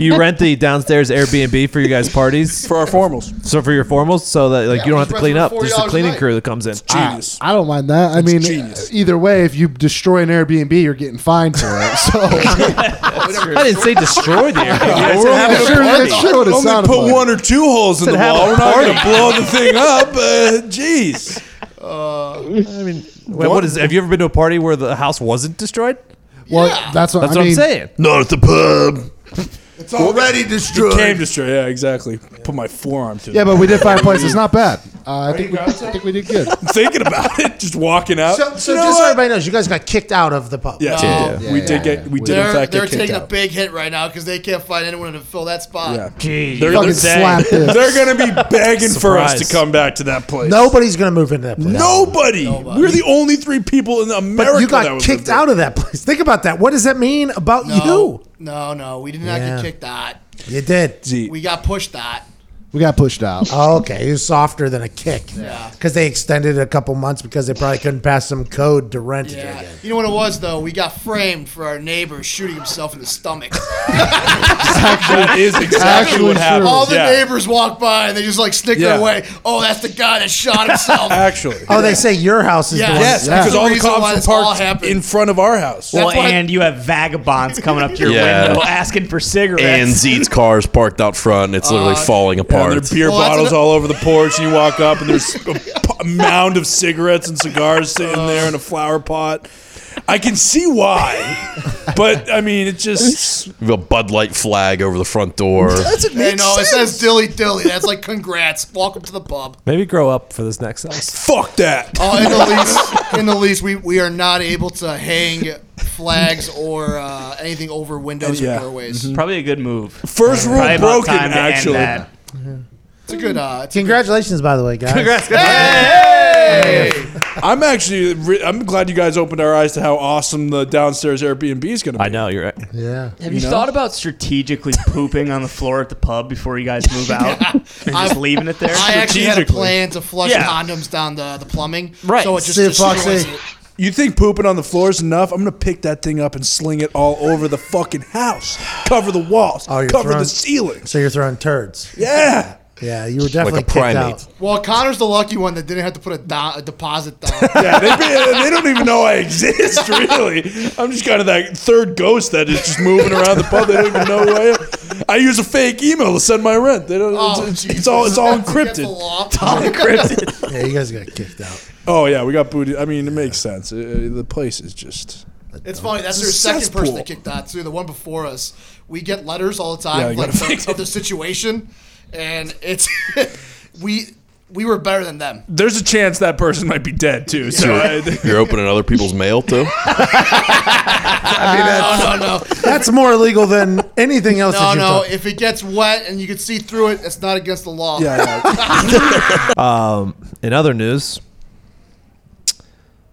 [SPEAKER 1] You rent the downstairs Airbnb for your guys' parties,
[SPEAKER 6] for our formals.
[SPEAKER 1] so for your formals, so that like
[SPEAKER 7] Yeah,
[SPEAKER 1] you don't
[SPEAKER 7] we'll
[SPEAKER 1] have to
[SPEAKER 7] just
[SPEAKER 1] clean
[SPEAKER 7] rent
[SPEAKER 1] up.
[SPEAKER 7] them for
[SPEAKER 1] There's
[SPEAKER 7] $40
[SPEAKER 1] a
[SPEAKER 7] a
[SPEAKER 1] cleaning
[SPEAKER 7] night.
[SPEAKER 1] crew that comes in.
[SPEAKER 6] Genius.
[SPEAKER 9] I don't mind that. I mean,
[SPEAKER 6] genius.
[SPEAKER 9] either way, if you destroy an Airbnb, you're getting fined for it. So
[SPEAKER 1] I didn't say destroy the Airbnb.
[SPEAKER 6] We're only-
[SPEAKER 9] I'm sure that's sure what it
[SPEAKER 6] only
[SPEAKER 9] sounded
[SPEAKER 6] put
[SPEAKER 9] like.
[SPEAKER 6] one or two holes in the
[SPEAKER 1] have
[SPEAKER 6] wall.
[SPEAKER 1] a
[SPEAKER 6] We're not going to blow the thing up. Uh, Jeez. Uh,
[SPEAKER 1] Wait, what is? Have you ever been to a party where the house wasn't destroyed?
[SPEAKER 9] well, that's what
[SPEAKER 1] That's
[SPEAKER 9] I
[SPEAKER 1] what
[SPEAKER 9] mean.
[SPEAKER 1] I'm saying.
[SPEAKER 12] Not at the pub.
[SPEAKER 13] It's already destroyed.
[SPEAKER 6] Came destroy. Yeah, exactly. Put my forearm to
[SPEAKER 9] Yeah,
[SPEAKER 6] it.
[SPEAKER 9] but we did find a place. It's not bad. Uh, I think we, I think we did good.
[SPEAKER 6] Thinking about it, just walking out.
[SPEAKER 4] So, so
[SPEAKER 6] Uh, You know
[SPEAKER 4] just so
[SPEAKER 6] what?
[SPEAKER 4] everybody knows, you guys got kicked out of the pub.
[SPEAKER 6] Yeah,
[SPEAKER 7] Yeah.
[SPEAKER 6] we
[SPEAKER 9] Yeah,
[SPEAKER 6] did
[SPEAKER 9] yeah,
[SPEAKER 6] get. We did in
[SPEAKER 7] they're
[SPEAKER 6] fact
[SPEAKER 7] they're
[SPEAKER 6] get kicked
[SPEAKER 7] taking a
[SPEAKER 6] out.
[SPEAKER 7] big hit right now because they can't find anyone to fill that spot.
[SPEAKER 6] Yeah.
[SPEAKER 2] Jeez.
[SPEAKER 6] They're,
[SPEAKER 9] Fucking
[SPEAKER 6] they're,
[SPEAKER 9] slap this.
[SPEAKER 6] they're gonna be begging for us
[SPEAKER 1] Surprise.
[SPEAKER 6] to come back to that place.
[SPEAKER 4] Nobody's going to move into that place.
[SPEAKER 6] Nobody. We're the only three people in America.
[SPEAKER 4] But you
[SPEAKER 6] that
[SPEAKER 4] got
[SPEAKER 6] would
[SPEAKER 4] kicked
[SPEAKER 6] live
[SPEAKER 4] out of that place. Think about that. What does that mean about
[SPEAKER 7] No, no, no, we did not
[SPEAKER 4] Yeah.
[SPEAKER 7] get kicked out.
[SPEAKER 4] you? You did.
[SPEAKER 6] there.
[SPEAKER 7] We got pushed out.
[SPEAKER 9] We got pushed out.
[SPEAKER 4] Oh, okay, he was softer than a kick.
[SPEAKER 7] Yeah.
[SPEAKER 4] Because they extended it a couple months because they probably couldn't pass some code to rent it
[SPEAKER 7] Yeah.
[SPEAKER 4] again.
[SPEAKER 7] You know what it was though? We got framed for our neighbor shooting himself in the stomach.
[SPEAKER 6] That is exactly
[SPEAKER 9] Actually
[SPEAKER 6] what
[SPEAKER 9] true.
[SPEAKER 6] happened.
[SPEAKER 7] All the
[SPEAKER 6] yeah.
[SPEAKER 7] neighbors walk by and they just like snicker
[SPEAKER 6] Yeah.
[SPEAKER 7] away. Oh, that's the guy that shot himself.
[SPEAKER 6] Actually.
[SPEAKER 4] Oh, they say your house is
[SPEAKER 7] Yeah.
[SPEAKER 4] the one.
[SPEAKER 6] Yes,
[SPEAKER 7] Yeah.
[SPEAKER 6] because all the
[SPEAKER 7] Reason why
[SPEAKER 6] cops
[SPEAKER 7] this
[SPEAKER 6] were
[SPEAKER 7] all
[SPEAKER 6] parked
[SPEAKER 7] happened.
[SPEAKER 6] in front of our house.
[SPEAKER 2] Well,
[SPEAKER 7] That's what I-
[SPEAKER 2] and you have vagabonds coming up to your
[SPEAKER 8] Yeah.
[SPEAKER 2] window asking for
[SPEAKER 8] And
[SPEAKER 2] cigarettes.
[SPEAKER 8] Zeet's car's parked out front. And
[SPEAKER 1] Uh,
[SPEAKER 8] it's literally falling
[SPEAKER 6] And
[SPEAKER 8] apart.
[SPEAKER 6] there are beer
[SPEAKER 7] Well, that's
[SPEAKER 6] bottles
[SPEAKER 7] an-
[SPEAKER 6] all over the porch, and you walk up, and there's a p- mound of cigarettes and cigars sitting there in a flower pot. I can see why, but I mean, it just
[SPEAKER 8] We have a Bud Light flag over the front door.
[SPEAKER 6] doesn't
[SPEAKER 7] Hey,
[SPEAKER 6] make
[SPEAKER 7] no, uh, it
[SPEAKER 6] sense.
[SPEAKER 7] says dilly dilly. That's like congrats. Welcome to the pub.
[SPEAKER 1] Maybe grow up for this next house.
[SPEAKER 6] Fuck that.
[SPEAKER 7] Oh, in the least, in the least, we, we are not able to hang flags or uh, anything over windows
[SPEAKER 6] Yeah. Mm-hmm.
[SPEAKER 7] or doorways.
[SPEAKER 2] Probably a good move.
[SPEAKER 6] First rule
[SPEAKER 2] Probably about
[SPEAKER 6] broken.
[SPEAKER 2] time to end
[SPEAKER 6] Actually,
[SPEAKER 2] that.
[SPEAKER 7] It's a good. Uh, it's a good-
[SPEAKER 4] Congratulations, by the way, guys. Congrats.
[SPEAKER 6] I'm actually re- I'm glad you guys opened our eyes to how awesome the downstairs Airbnb is going to be.
[SPEAKER 1] I know you're right.
[SPEAKER 4] Yeah.
[SPEAKER 2] Have you,
[SPEAKER 6] know?
[SPEAKER 2] thought about strategically pooping on the floor at the pub before you guys move out and just
[SPEAKER 7] I've-
[SPEAKER 2] leaving it there?
[SPEAKER 7] I actually had a
[SPEAKER 6] Strategically.
[SPEAKER 7] plan to flush
[SPEAKER 2] Yeah.
[SPEAKER 7] condoms down the, the plumbing.
[SPEAKER 2] Right.
[SPEAKER 7] So it just
[SPEAKER 4] See,
[SPEAKER 7] destroys
[SPEAKER 4] Foxy.
[SPEAKER 7] it.
[SPEAKER 6] You think pooping on the floor is enough? I'm gonna pick that thing up and sling it all over the fucking house. Cover the walls.
[SPEAKER 4] Oh, you're
[SPEAKER 6] cover
[SPEAKER 4] throwing-
[SPEAKER 6] the ceilings.
[SPEAKER 4] So you're throwing turds.
[SPEAKER 6] Yeah.
[SPEAKER 4] Yeah, you were definitely kicked
[SPEAKER 8] primate.
[SPEAKER 4] out.
[SPEAKER 7] Well, Connor's the lucky one that didn't have to put a, do- a deposit down.
[SPEAKER 6] Yeah, they, they don't even know I exist, really. I'm just kind of that third ghost that is just moving around the pub. They don't even know who I am. I use a fake email to send my rent. They don't.
[SPEAKER 7] Oh,
[SPEAKER 6] it's, it's
[SPEAKER 7] Jesus.
[SPEAKER 6] all it's all
[SPEAKER 7] That's against the
[SPEAKER 6] encrypted.
[SPEAKER 7] law.
[SPEAKER 4] Yeah, you guys got kicked out.
[SPEAKER 6] Oh yeah, we got booted. I mean, it makes sense. Uh, uh, the place is just.
[SPEAKER 7] It's funny. That's
[SPEAKER 6] It's a
[SPEAKER 7] their second person
[SPEAKER 6] cesspool.
[SPEAKER 7] that kicked out too. The one before us, we get letters all the
[SPEAKER 6] Yeah,
[SPEAKER 7] time
[SPEAKER 6] you
[SPEAKER 7] like,
[SPEAKER 6] gotta fix
[SPEAKER 7] of, of the situation, and it's we we were better than them.
[SPEAKER 6] There's a chance that person might be dead too. So I,
[SPEAKER 8] You're opening other people's mail too.
[SPEAKER 7] No, no, no,
[SPEAKER 4] That's more illegal than anything else.
[SPEAKER 7] no,
[SPEAKER 4] that you've
[SPEAKER 7] no.
[SPEAKER 4] done.
[SPEAKER 7] If it gets wet and you can see through it, it's not against the law.
[SPEAKER 6] yeah, yeah.
[SPEAKER 1] Um, In other news,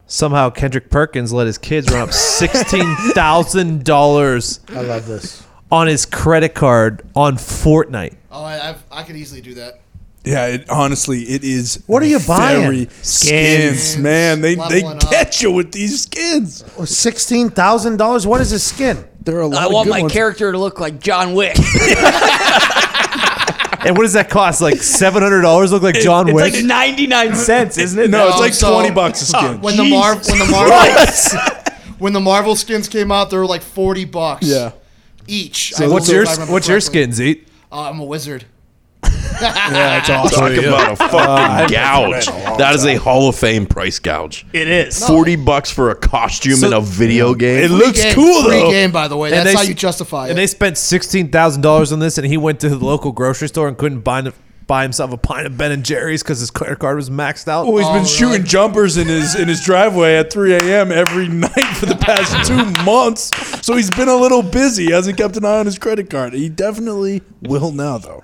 [SPEAKER 1] somehow Kendrick Perkins let his kids run up sixteen thousand dollars
[SPEAKER 4] I love this.
[SPEAKER 1] on his credit card on Fortnite.
[SPEAKER 7] Oh, I, I've, I could easily do that.
[SPEAKER 6] Yeah, it, honestly, it is.
[SPEAKER 4] What are you
[SPEAKER 6] very
[SPEAKER 4] buying?
[SPEAKER 6] Skins,
[SPEAKER 7] Skins.
[SPEAKER 6] man. They they
[SPEAKER 7] Leveling up.
[SPEAKER 6] get you with these skins.
[SPEAKER 4] Well, Sixteen thousand dollars. What is his skin?
[SPEAKER 6] There are a lot
[SPEAKER 2] I
[SPEAKER 6] of
[SPEAKER 2] want
[SPEAKER 6] good
[SPEAKER 2] my
[SPEAKER 6] ones.
[SPEAKER 2] character to look like John Wick.
[SPEAKER 1] And what does that cost? Like seven hundred dollars? Look like John
[SPEAKER 2] it's
[SPEAKER 1] Wick?
[SPEAKER 2] like 99 cents, isn't it?
[SPEAKER 6] No, it's like
[SPEAKER 7] so-
[SPEAKER 6] twenty bucks a skin.
[SPEAKER 7] When the Mar- when the Marvel when the Marvel skins came out, they were like forty bucks.
[SPEAKER 6] yeah,
[SPEAKER 7] Each. I
[SPEAKER 1] what's
[SPEAKER 7] believe,
[SPEAKER 1] your
[SPEAKER 7] if I remember
[SPEAKER 1] What's your
[SPEAKER 7] correctly.
[SPEAKER 1] skins eat?
[SPEAKER 7] Uh, I'm a wizard.
[SPEAKER 2] Yeah, it's awesome.
[SPEAKER 8] Talk
[SPEAKER 2] Yeah.
[SPEAKER 8] about a fucking
[SPEAKER 2] Uh,
[SPEAKER 8] gouge. That is a Hall of Fame price gouge.
[SPEAKER 2] It is.
[SPEAKER 8] forty bucks for a costume in a video game.
[SPEAKER 1] It looks cool though.
[SPEAKER 7] Free game, by the way.
[SPEAKER 1] And
[SPEAKER 7] That's
[SPEAKER 1] they
[SPEAKER 7] how
[SPEAKER 1] s-
[SPEAKER 7] you justify
[SPEAKER 1] And
[SPEAKER 7] it.
[SPEAKER 1] they spent sixteen thousand dollars on this, and he went to the local grocery store and couldn't buy, buy himself a pint of Ben and Jerry's because his credit card was maxed out.
[SPEAKER 6] Oh, he's been shooting jumpers in his in his driveway at 3 a.m. every night for the past two months. So he's been a little busy. He hasn't kept an eye on his credit card. He definitely will now, though.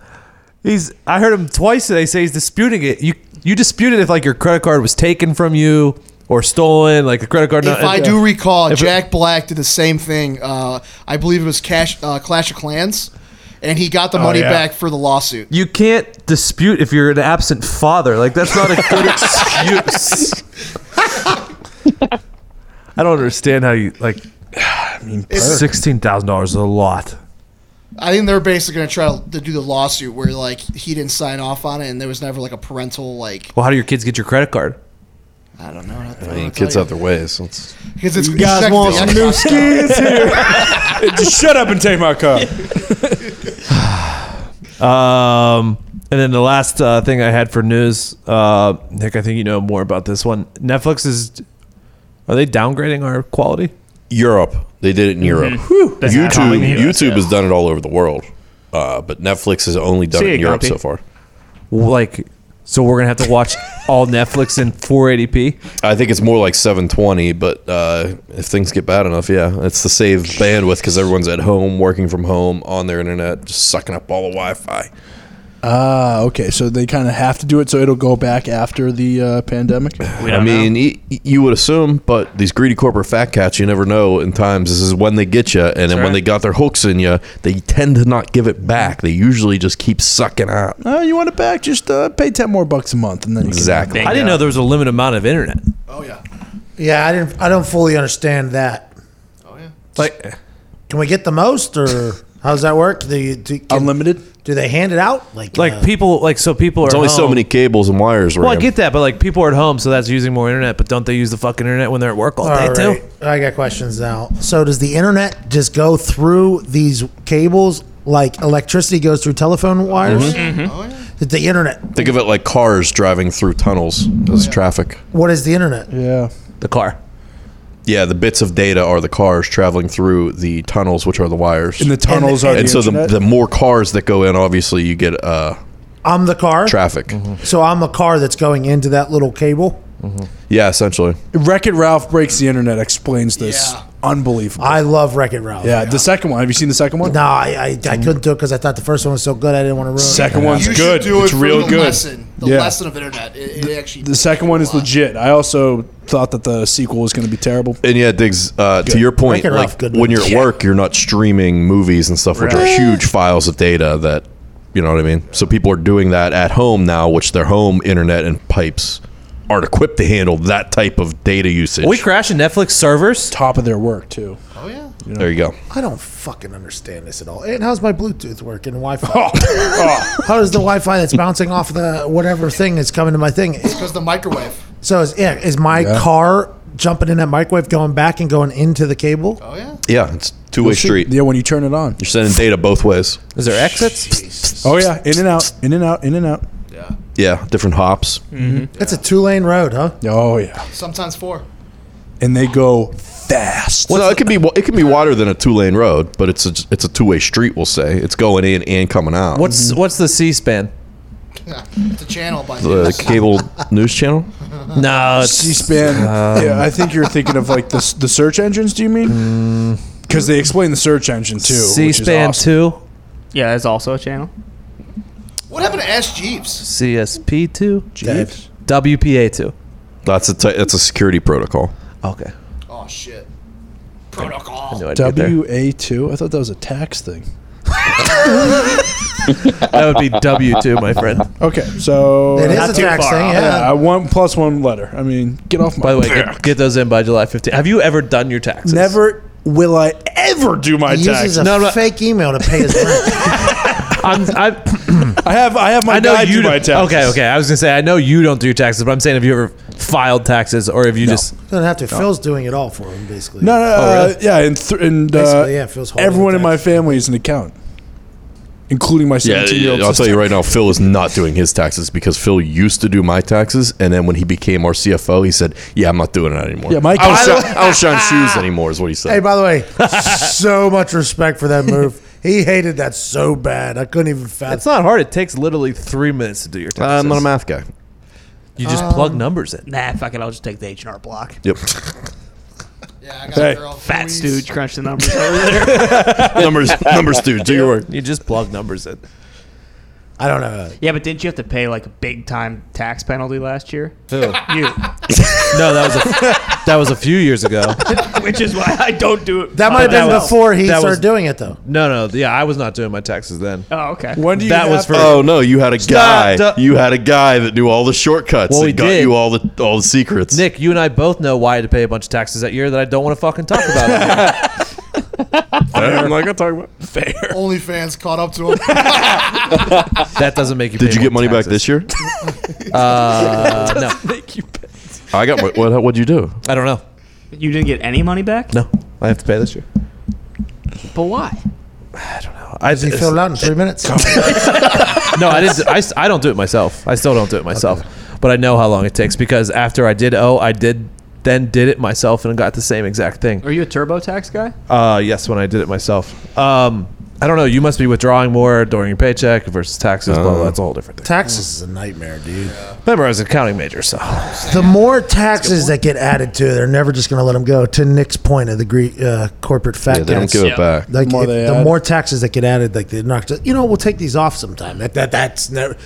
[SPEAKER 1] He's. I heard him twice today say he's disputing it. You you dispute it if like your credit card was taken from you or stolen, like a credit card.
[SPEAKER 7] If I do recall,
[SPEAKER 1] If it-
[SPEAKER 7] Jack Black did the same thing. Uh, I believe it was Cash, uh, Clash of Clans, and he got the
[SPEAKER 1] Oh,
[SPEAKER 7] money
[SPEAKER 1] yeah.
[SPEAKER 7] back for the lawsuit.
[SPEAKER 1] You can't dispute if you're an absent father. Like that's not a good excuse. I don't understand how you like. I mean,
[SPEAKER 7] It's-
[SPEAKER 1] sixteen thousand dollars is a lot.
[SPEAKER 7] I think they're basically going to try to do the lawsuit where like he didn't sign off on it, and there was never like a parental like
[SPEAKER 1] Well, how do your kids get your credit card?
[SPEAKER 7] I don't know.
[SPEAKER 8] I mean, kids have their ways. so it's-
[SPEAKER 7] because it's
[SPEAKER 6] You guys
[SPEAKER 7] check
[SPEAKER 6] want
[SPEAKER 7] the
[SPEAKER 6] some
[SPEAKER 7] Xbox
[SPEAKER 6] new
[SPEAKER 7] out.
[SPEAKER 6] skins here? Just shut up and take my car.
[SPEAKER 1] Um, and then the last uh, thing I had for news, uh, Nick, I think you know more about this one. Netflix is, are they downgrading our quality?
[SPEAKER 8] Europe. Mm-hmm. They did it in Europe.
[SPEAKER 1] Mhm. Whew. That's
[SPEAKER 8] YouTube
[SPEAKER 1] coming here,
[SPEAKER 8] YouTube
[SPEAKER 1] yeah.
[SPEAKER 8] has done it all over the world, uh, but Netflix has only done
[SPEAKER 1] See
[SPEAKER 8] it in
[SPEAKER 1] ya,
[SPEAKER 8] Europe
[SPEAKER 1] Gumpy.
[SPEAKER 8] so far.
[SPEAKER 1] Like, so we're gonna have to watch all Netflix in 480p.
[SPEAKER 8] I think it's more like 720, but uh, if things get bad enough, yeah, it's to save bandwidth because everyone's at home, working from home, on their internet, just sucking up all the Wi-Fi.
[SPEAKER 6] Ah, okay. So they kind of have to do it, so it'll go back after the uh, pandemic.
[SPEAKER 8] I mean, y- y- you would assume, but these greedy corporate fat cats, you never know. In times, this is when they get you, and then
[SPEAKER 6] right.
[SPEAKER 8] when they got their hooks in you, they tend to not give it back. They usually just keep sucking out.
[SPEAKER 6] Oh, you want it back? Just uh, pay ten more bucks a month, and then you can-
[SPEAKER 8] Exactly.
[SPEAKER 1] I didn't know there was a limited amount of internet.
[SPEAKER 9] Yeah, I didn't. I don't fully understand that.
[SPEAKER 6] Oh,
[SPEAKER 1] Like,
[SPEAKER 9] Can we get the most, or how does that work? The do, can,
[SPEAKER 6] unlimited?
[SPEAKER 9] Do they hand it out? Like,
[SPEAKER 1] like people, like so people
[SPEAKER 8] There's
[SPEAKER 1] are
[SPEAKER 8] only
[SPEAKER 1] home.
[SPEAKER 8] so many cables and wires.
[SPEAKER 1] Well, I
[SPEAKER 8] ran.
[SPEAKER 1] get that, but like people are at home, so that's using more internet. But don't they use the fucking internet when they're at work
[SPEAKER 6] Oh,
[SPEAKER 1] all, day
[SPEAKER 9] All
[SPEAKER 1] too?
[SPEAKER 9] right, I got questions now. So does the internet just go through these cables like electricity goes through telephone
[SPEAKER 6] Mm-hmm.
[SPEAKER 9] wires?
[SPEAKER 1] Mm-hmm.
[SPEAKER 8] Mhm.
[SPEAKER 1] Oh,
[SPEAKER 9] The internet.
[SPEAKER 8] Think of it like cars driving through tunnels as traffic.
[SPEAKER 9] What is the internet?
[SPEAKER 6] Yeah.
[SPEAKER 1] The car.
[SPEAKER 8] Yeah, the bits of data are the cars traveling through the tunnels, which are the wires.
[SPEAKER 6] And the tunnels are
[SPEAKER 8] and
[SPEAKER 6] the
[SPEAKER 8] so the,
[SPEAKER 6] internet?
[SPEAKER 8] the more cars that go in, obviously, you get uh,
[SPEAKER 9] I'm the car.
[SPEAKER 8] traffic.
[SPEAKER 1] Mm-hmm.
[SPEAKER 9] So I'm the car that's going into that little cable.
[SPEAKER 8] Yeah, essentially.
[SPEAKER 6] Wreck It Ralph breaks the internet explains this. Unbelievable.
[SPEAKER 9] I love Wreck It Ralph.
[SPEAKER 6] Yeah, the second one. Have you seen the second one?
[SPEAKER 9] No, I, I, I couldn't do it because I thought the first one was so good I didn't want to ruin
[SPEAKER 6] Second
[SPEAKER 9] it.
[SPEAKER 6] one's
[SPEAKER 7] You
[SPEAKER 6] good.
[SPEAKER 7] should do
[SPEAKER 6] it's
[SPEAKER 7] it for
[SPEAKER 6] real
[SPEAKER 7] the
[SPEAKER 6] good.
[SPEAKER 7] lesson. The
[SPEAKER 6] yeah.
[SPEAKER 7] lesson of internet. It, it actually.
[SPEAKER 6] The second one is legit. I also thought that the sequel was going to be terrible.
[SPEAKER 8] And yeah, Diggs, uh, to
[SPEAKER 6] Good.
[SPEAKER 8] your point,
[SPEAKER 6] Wreck-It Ralph,
[SPEAKER 8] like
[SPEAKER 6] good
[SPEAKER 8] when you're
[SPEAKER 6] movie.
[SPEAKER 8] at work, you're not streaming movies and stuff, which
[SPEAKER 6] Right.
[SPEAKER 8] are huge files of data that, you know what I mean? So people are doing that at home now, which their home internet and pipes aren't equipped to handle that type of data usage.
[SPEAKER 1] We crashing Netflix servers.
[SPEAKER 6] Top of their work too.
[SPEAKER 9] Oh yeah.
[SPEAKER 8] there you go.
[SPEAKER 9] I don't fucking understand this at all. And how's my Bluetooth working? Wi-Fi. How does the Wi-Fi that's bouncing off the whatever thing that's coming to my thing?
[SPEAKER 7] Because the microwave.
[SPEAKER 9] So is yeah, is my
[SPEAKER 8] Yeah.
[SPEAKER 9] car jumping in that microwave, going back and going into the cable?
[SPEAKER 7] Oh yeah.
[SPEAKER 8] Yeah, it's two way
[SPEAKER 6] You'll see-
[SPEAKER 8] street.
[SPEAKER 6] Yeah, when you turn it on.
[SPEAKER 8] You're sending data both ways.
[SPEAKER 1] Is there exits?
[SPEAKER 6] Oh yeah, in and out, in and out, in and out.
[SPEAKER 8] Yeah, different hops.
[SPEAKER 6] Mm-hmm.
[SPEAKER 9] It's a two lane road, huh?
[SPEAKER 6] Oh yeah,
[SPEAKER 7] Sometimes four.
[SPEAKER 6] and they go fast.
[SPEAKER 8] Well, no, it could be wa- it could be wider than a two lane road, but it's a it's a two way street. We'll say it's going in and coming out.
[SPEAKER 1] What's
[SPEAKER 9] Mm-hmm.
[SPEAKER 1] what's the C-SPAN?
[SPEAKER 7] it's a channel by
[SPEAKER 8] the cable news channel?
[SPEAKER 1] No, um,
[SPEAKER 6] C-SPAN. yeah, I think you're thinking of like the s- the search engines. Do you mean? Because they explain the search engine too. which is
[SPEAKER 1] Mm. C-SPAN
[SPEAKER 6] awesome.
[SPEAKER 1] two,
[SPEAKER 2] Yeah, it's also a channel.
[SPEAKER 7] What happened to Ask Jeeves?
[SPEAKER 1] CSP two, WPA two.
[SPEAKER 8] That's a t- that's a security protocol.
[SPEAKER 1] Okay.
[SPEAKER 7] Oh shit. Protocol.
[SPEAKER 6] WA two. I thought that was a tax thing.
[SPEAKER 1] That would be W two, my friend.
[SPEAKER 6] Okay, so
[SPEAKER 1] It is Not a too tax far thing, off. yeah.
[SPEAKER 6] I one plus one letter. I mean, get off my.
[SPEAKER 1] By the way, get, get those in by July 15th. Have you ever done your taxes?
[SPEAKER 6] never will I ever do my
[SPEAKER 1] He uses
[SPEAKER 6] taxes.
[SPEAKER 1] a No, no.
[SPEAKER 9] fake email to pay his rent.
[SPEAKER 1] I'm, I,
[SPEAKER 6] I have I have my
[SPEAKER 1] I know
[SPEAKER 6] guy
[SPEAKER 1] you
[SPEAKER 6] do my taxes.
[SPEAKER 1] don't- Okay, okay. I was gonna say I know you don't do your taxes, but I'm saying have you ever filed taxes or have you just
[SPEAKER 9] Doesn't have to.
[SPEAKER 1] No.
[SPEAKER 9] Phil's doing it all for him, basically.
[SPEAKER 6] No, no,
[SPEAKER 1] Oh,
[SPEAKER 6] uh,
[SPEAKER 1] really?
[SPEAKER 6] yeah, and th- and uh,
[SPEAKER 9] Basically, yeah, Phil's holding
[SPEAKER 6] everyone in my family is an accountant. including my
[SPEAKER 8] Yeah,
[SPEAKER 6] 17 year old.
[SPEAKER 8] I'll tell you right now, Phil is not doing his taxes because Phil used to do my taxes, and then when he became our CFO, he said, "Yeah, I'm not doing it anymore.
[SPEAKER 6] Yeah, my-
[SPEAKER 8] I
[SPEAKER 6] By
[SPEAKER 8] don't,
[SPEAKER 6] the
[SPEAKER 8] shine, I don't shine shoes anymore," is what he said.
[SPEAKER 4] Hey, by the way, so much respect for that move. He hated that so bad. I couldn't even fathom.
[SPEAKER 1] It's not hard. It takes literally three minutes to do your taxes.
[SPEAKER 8] I'm not a math guy.
[SPEAKER 1] You just
[SPEAKER 4] Um,
[SPEAKER 1] plug numbers in.
[SPEAKER 2] Nah, Ah, fuck it. I'll just take the H and R block.
[SPEAKER 8] Yep.
[SPEAKER 7] Yeah, I
[SPEAKER 2] got hey. Fat stooge, crunch the numbers over there.
[SPEAKER 8] numbers, numbers, dude. Do your work.
[SPEAKER 1] You just plug numbers in.
[SPEAKER 4] I don't know.
[SPEAKER 2] Yeah, but didn't you have to pay like a big time tax penalty last year?
[SPEAKER 1] Who?
[SPEAKER 2] You.
[SPEAKER 1] No, that was a, that was a few years ago.
[SPEAKER 2] Which is why I don't do it.
[SPEAKER 4] That might have been
[SPEAKER 1] was-
[SPEAKER 4] before he
[SPEAKER 1] that
[SPEAKER 4] started
[SPEAKER 1] was-
[SPEAKER 4] doing it, though.
[SPEAKER 1] No, no, yeah, I was not doing my taxes then.
[SPEAKER 2] Oh, okay.
[SPEAKER 6] When do you
[SPEAKER 1] That was
[SPEAKER 6] have-
[SPEAKER 1] for
[SPEAKER 8] Oh no, you had a guy.
[SPEAKER 1] Stop.
[SPEAKER 8] You had a guy that knew all the shortcuts
[SPEAKER 1] Well,
[SPEAKER 8] and
[SPEAKER 1] he
[SPEAKER 8] got
[SPEAKER 1] did.
[SPEAKER 8] you all the all the secrets.
[SPEAKER 1] Nick. You and I both know why I had to pay a bunch of taxes that year that I don't want to fucking talk about. on here.
[SPEAKER 8] I'm not gonna talk about.
[SPEAKER 7] Fair. OnlyFans caught up to him.
[SPEAKER 1] that doesn't make you.
[SPEAKER 8] Did
[SPEAKER 1] pay
[SPEAKER 8] you get
[SPEAKER 1] more
[SPEAKER 8] money back
[SPEAKER 1] taxes.
[SPEAKER 8] this year?
[SPEAKER 1] Uh, no,
[SPEAKER 8] I got. My, what? What'd you do?
[SPEAKER 1] I don't know.
[SPEAKER 2] You didn't get any money back?
[SPEAKER 1] No, I have to pay this year.
[SPEAKER 2] But why?
[SPEAKER 1] I
[SPEAKER 4] He filled out in three minutes.
[SPEAKER 1] no, I didn't. I, I don't do it myself. I still don't do it myself. But I know how long it takes because after I did oh, I did then did it myself and got the same exact thing.
[SPEAKER 2] Are you a TurboTax guy?
[SPEAKER 1] Uh, yes, when I did it myself. Um, I don't know. You must be withdrawing more during your paycheck versus taxes. blah, blah, that's a whole different thing.
[SPEAKER 4] Taxes is a nightmare, dude.
[SPEAKER 1] Remember, I was an accounting major, so
[SPEAKER 4] The more taxes that get added to, they're never just going to let them go. To Nick's point of the gre- uh, corporate fat
[SPEAKER 8] Yeah, they don't
[SPEAKER 4] cats.
[SPEAKER 8] give it Yeah. back.
[SPEAKER 4] Like,
[SPEAKER 8] The more
[SPEAKER 4] if-
[SPEAKER 8] they
[SPEAKER 4] the
[SPEAKER 8] add.
[SPEAKER 4] more taxes that get added, like they're not. Just, you know, we'll take these off sometime. That, that that's never.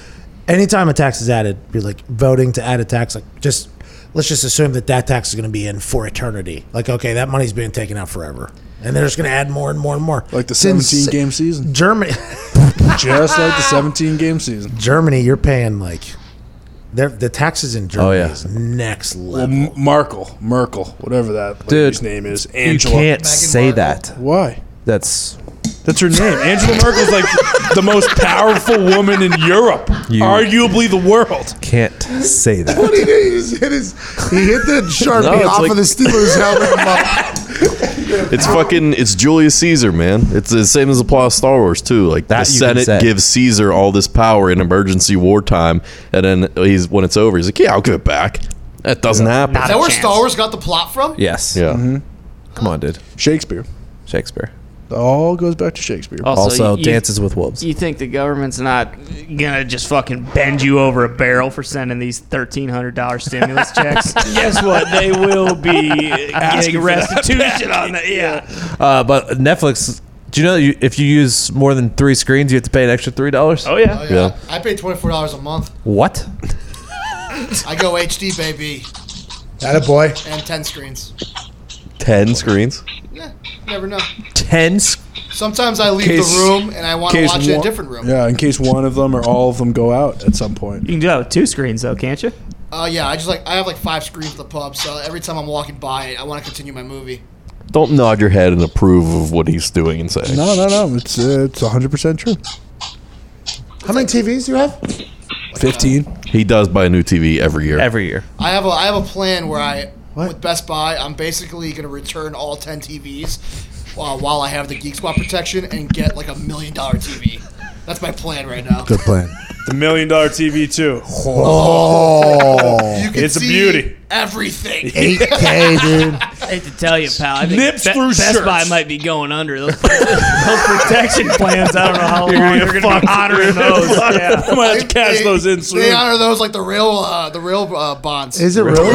[SPEAKER 4] Anytime a tax is added, be like voting to add a tax. Like just let's just assume that that tax is going to be in for eternity. Like okay, that money's being taken out forever, and they're just going to add more and more and more.
[SPEAKER 6] Like the
[SPEAKER 4] It's ins-
[SPEAKER 6] 17 game season.
[SPEAKER 4] Germany,
[SPEAKER 6] Just like the 17 game season.
[SPEAKER 4] Germany, you're paying like. their- The taxes in
[SPEAKER 8] Oh,
[SPEAKER 4] Germany
[SPEAKER 1] yeah.
[SPEAKER 4] is next level.
[SPEAKER 6] Well, M- Merkel, Merkel, whatever that
[SPEAKER 1] Dude,
[SPEAKER 6] lady's name is, Angela.
[SPEAKER 1] you can't say that.
[SPEAKER 6] Why?
[SPEAKER 1] That's
[SPEAKER 6] That's her name. Angela Merkel's like the most powerful woman in Europe,
[SPEAKER 1] You-
[SPEAKER 6] arguably the world.
[SPEAKER 1] can't say that.
[SPEAKER 9] What he did, he just hit his, he hit the
[SPEAKER 8] No,
[SPEAKER 9] sharpie
[SPEAKER 8] it's
[SPEAKER 9] off
[SPEAKER 8] like-
[SPEAKER 9] of the Steelers helmet. and ball.
[SPEAKER 8] It's fucking. It's Julius Caesar, man. It's the same as applies to Star Wars too. Like
[SPEAKER 1] That
[SPEAKER 8] the
[SPEAKER 1] you can say.
[SPEAKER 8] Senate gives Caesar all this power in emergency wartime, and then he's when it's over, he's like, "Yeah, I'll give it back." That doesn't happen.
[SPEAKER 7] Is that where Star Wars Mm-hmm. got the plot from?
[SPEAKER 1] Yes.
[SPEAKER 8] Yeah.
[SPEAKER 1] Come on, dude.
[SPEAKER 6] Shakespeare.
[SPEAKER 1] Shakespeare.
[SPEAKER 6] It all goes back to Shakespeare.
[SPEAKER 1] Also, Dances with Wolves.
[SPEAKER 2] You think the government's not gonna just fucking bend you over a barrel for sending these thirteen hundred dollar stimulus checks? Guess what? They will be
[SPEAKER 6] Asking
[SPEAKER 2] getting
[SPEAKER 6] for that
[SPEAKER 2] restitution on that. Yeah.
[SPEAKER 1] Uh, but Netflix. Do you know you, if you use more than three screens, you have to pay an extra three dollars?
[SPEAKER 2] Oh yeah.
[SPEAKER 7] Oh,
[SPEAKER 8] Yeah.
[SPEAKER 7] I pay twenty four dollars a month.
[SPEAKER 1] What?
[SPEAKER 7] I go HD baby
[SPEAKER 4] That a boy.
[SPEAKER 7] and ten screens.
[SPEAKER 8] Ten screens.
[SPEAKER 7] Yeah, never know.
[SPEAKER 1] Ten. sc-
[SPEAKER 7] Sometimes I leave
[SPEAKER 6] Case-
[SPEAKER 7] the room and I want to
[SPEAKER 6] case
[SPEAKER 7] watch it in a
[SPEAKER 6] one-
[SPEAKER 7] different room.
[SPEAKER 6] Yeah, in case one of them or all of them go out at some point.
[SPEAKER 2] You can do that with two screens though, can't you?
[SPEAKER 7] Uh, yeah, I just like I have like five screens at the pub, so every time I'm walking by it, I want to continue my movie.
[SPEAKER 8] Don't nod your head and approve of what he's doing and saying.
[SPEAKER 6] No, no, no. It's uh, it's 100% true.
[SPEAKER 4] How many TVs do you have?
[SPEAKER 6] 15.
[SPEAKER 8] He does buy a new TV every year.
[SPEAKER 1] Every year.
[SPEAKER 7] I have a I have a plan where I with Best Buy, I'm basically gonna return all ten TVs uh, while I have the Geek Squad protection and get like a million dollar TV. That's my plan right now.
[SPEAKER 4] Good plan.
[SPEAKER 6] The million dollar TV, too.
[SPEAKER 4] Oh,
[SPEAKER 7] You can
[SPEAKER 6] It's a
[SPEAKER 7] see
[SPEAKER 6] beauty.
[SPEAKER 7] Everything.
[SPEAKER 4] 8K, dude.
[SPEAKER 2] I hate to tell you, pal. I think
[SPEAKER 6] Nips through
[SPEAKER 2] Best
[SPEAKER 6] shirts.
[SPEAKER 2] Buy might be going under those, those protection plans. I don't know how
[SPEAKER 6] You're
[SPEAKER 2] long
[SPEAKER 6] gonna
[SPEAKER 2] you're
[SPEAKER 6] get
[SPEAKER 2] going to
[SPEAKER 6] fucked.
[SPEAKER 2] be honoring those. Yeah.
[SPEAKER 6] I'm going to have to cash those in
[SPEAKER 7] They
[SPEAKER 6] soon.
[SPEAKER 7] honor those like the real uh, the real uh, bonds.
[SPEAKER 4] Is it really?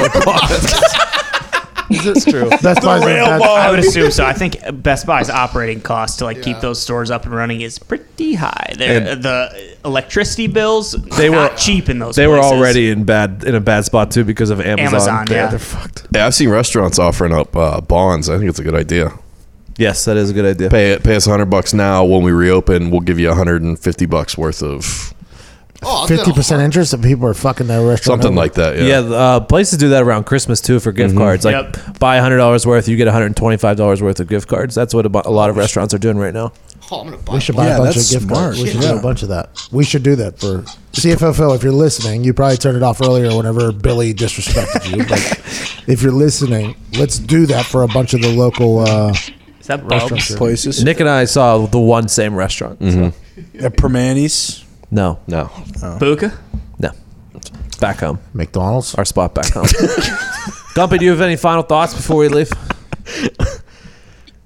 [SPEAKER 1] It's true.
[SPEAKER 4] Best Buy's
[SPEAKER 6] rail
[SPEAKER 4] bad-
[SPEAKER 6] ball.
[SPEAKER 2] I would assume so. I think Best Buy's operating cost to like keep those stores up and running is pretty high. They're,
[SPEAKER 1] And-
[SPEAKER 2] the electricity bills
[SPEAKER 1] They
[SPEAKER 2] they
[SPEAKER 1] were-
[SPEAKER 2] were cheap in those.
[SPEAKER 1] They were
[SPEAKER 2] places.
[SPEAKER 1] already in bad in a bad spot too because of Amazon.
[SPEAKER 2] Amazon, yeah.
[SPEAKER 1] they're fucked.
[SPEAKER 8] Yeah, I've seen restaurants offering up uh, bonds. I think it's a good idea.
[SPEAKER 1] Yes, that is a good idea.
[SPEAKER 8] Pay pay us hundred bucks now. When we reopen, we'll give you hundred and fifty bucks worth of
[SPEAKER 7] Oh, I'll do that.
[SPEAKER 4] Fifty percent interest, and people are fucking their restaurant.
[SPEAKER 8] something
[SPEAKER 4] over.
[SPEAKER 8] like that.
[SPEAKER 1] Yeah, uh, places do that around Christmas too for gift cards. Like
[SPEAKER 2] Yep.
[SPEAKER 1] buy hundred dollars worth, you get one hundred and twenty-five dollars worth of gift cards. That's what a, bu- a lot of restaurants are doing right now.
[SPEAKER 7] Oh, I'm gonna buy.
[SPEAKER 4] We should buy
[SPEAKER 6] Yeah,
[SPEAKER 4] a bunch of
[SPEAKER 6] that's
[SPEAKER 4] gift cards.
[SPEAKER 6] smart.
[SPEAKER 4] We should
[SPEAKER 6] Yeah.
[SPEAKER 4] do a bunch of that. We should do that for CFO Phil. If you're listening, you probably turned it off earlier whenever Billy disrespected you. But if you're listening, let's do that for a bunch of the local. Uh,
[SPEAKER 2] Is that Bubs?
[SPEAKER 6] Places.
[SPEAKER 1] Nick and I saw the one same restaurant. so.
[SPEAKER 6] At Permanis?
[SPEAKER 1] No. No.
[SPEAKER 2] Buka?
[SPEAKER 1] No. Back home.
[SPEAKER 4] McDonald's?
[SPEAKER 1] Our spot back home. Gumpy, do you have any final thoughts before we leave?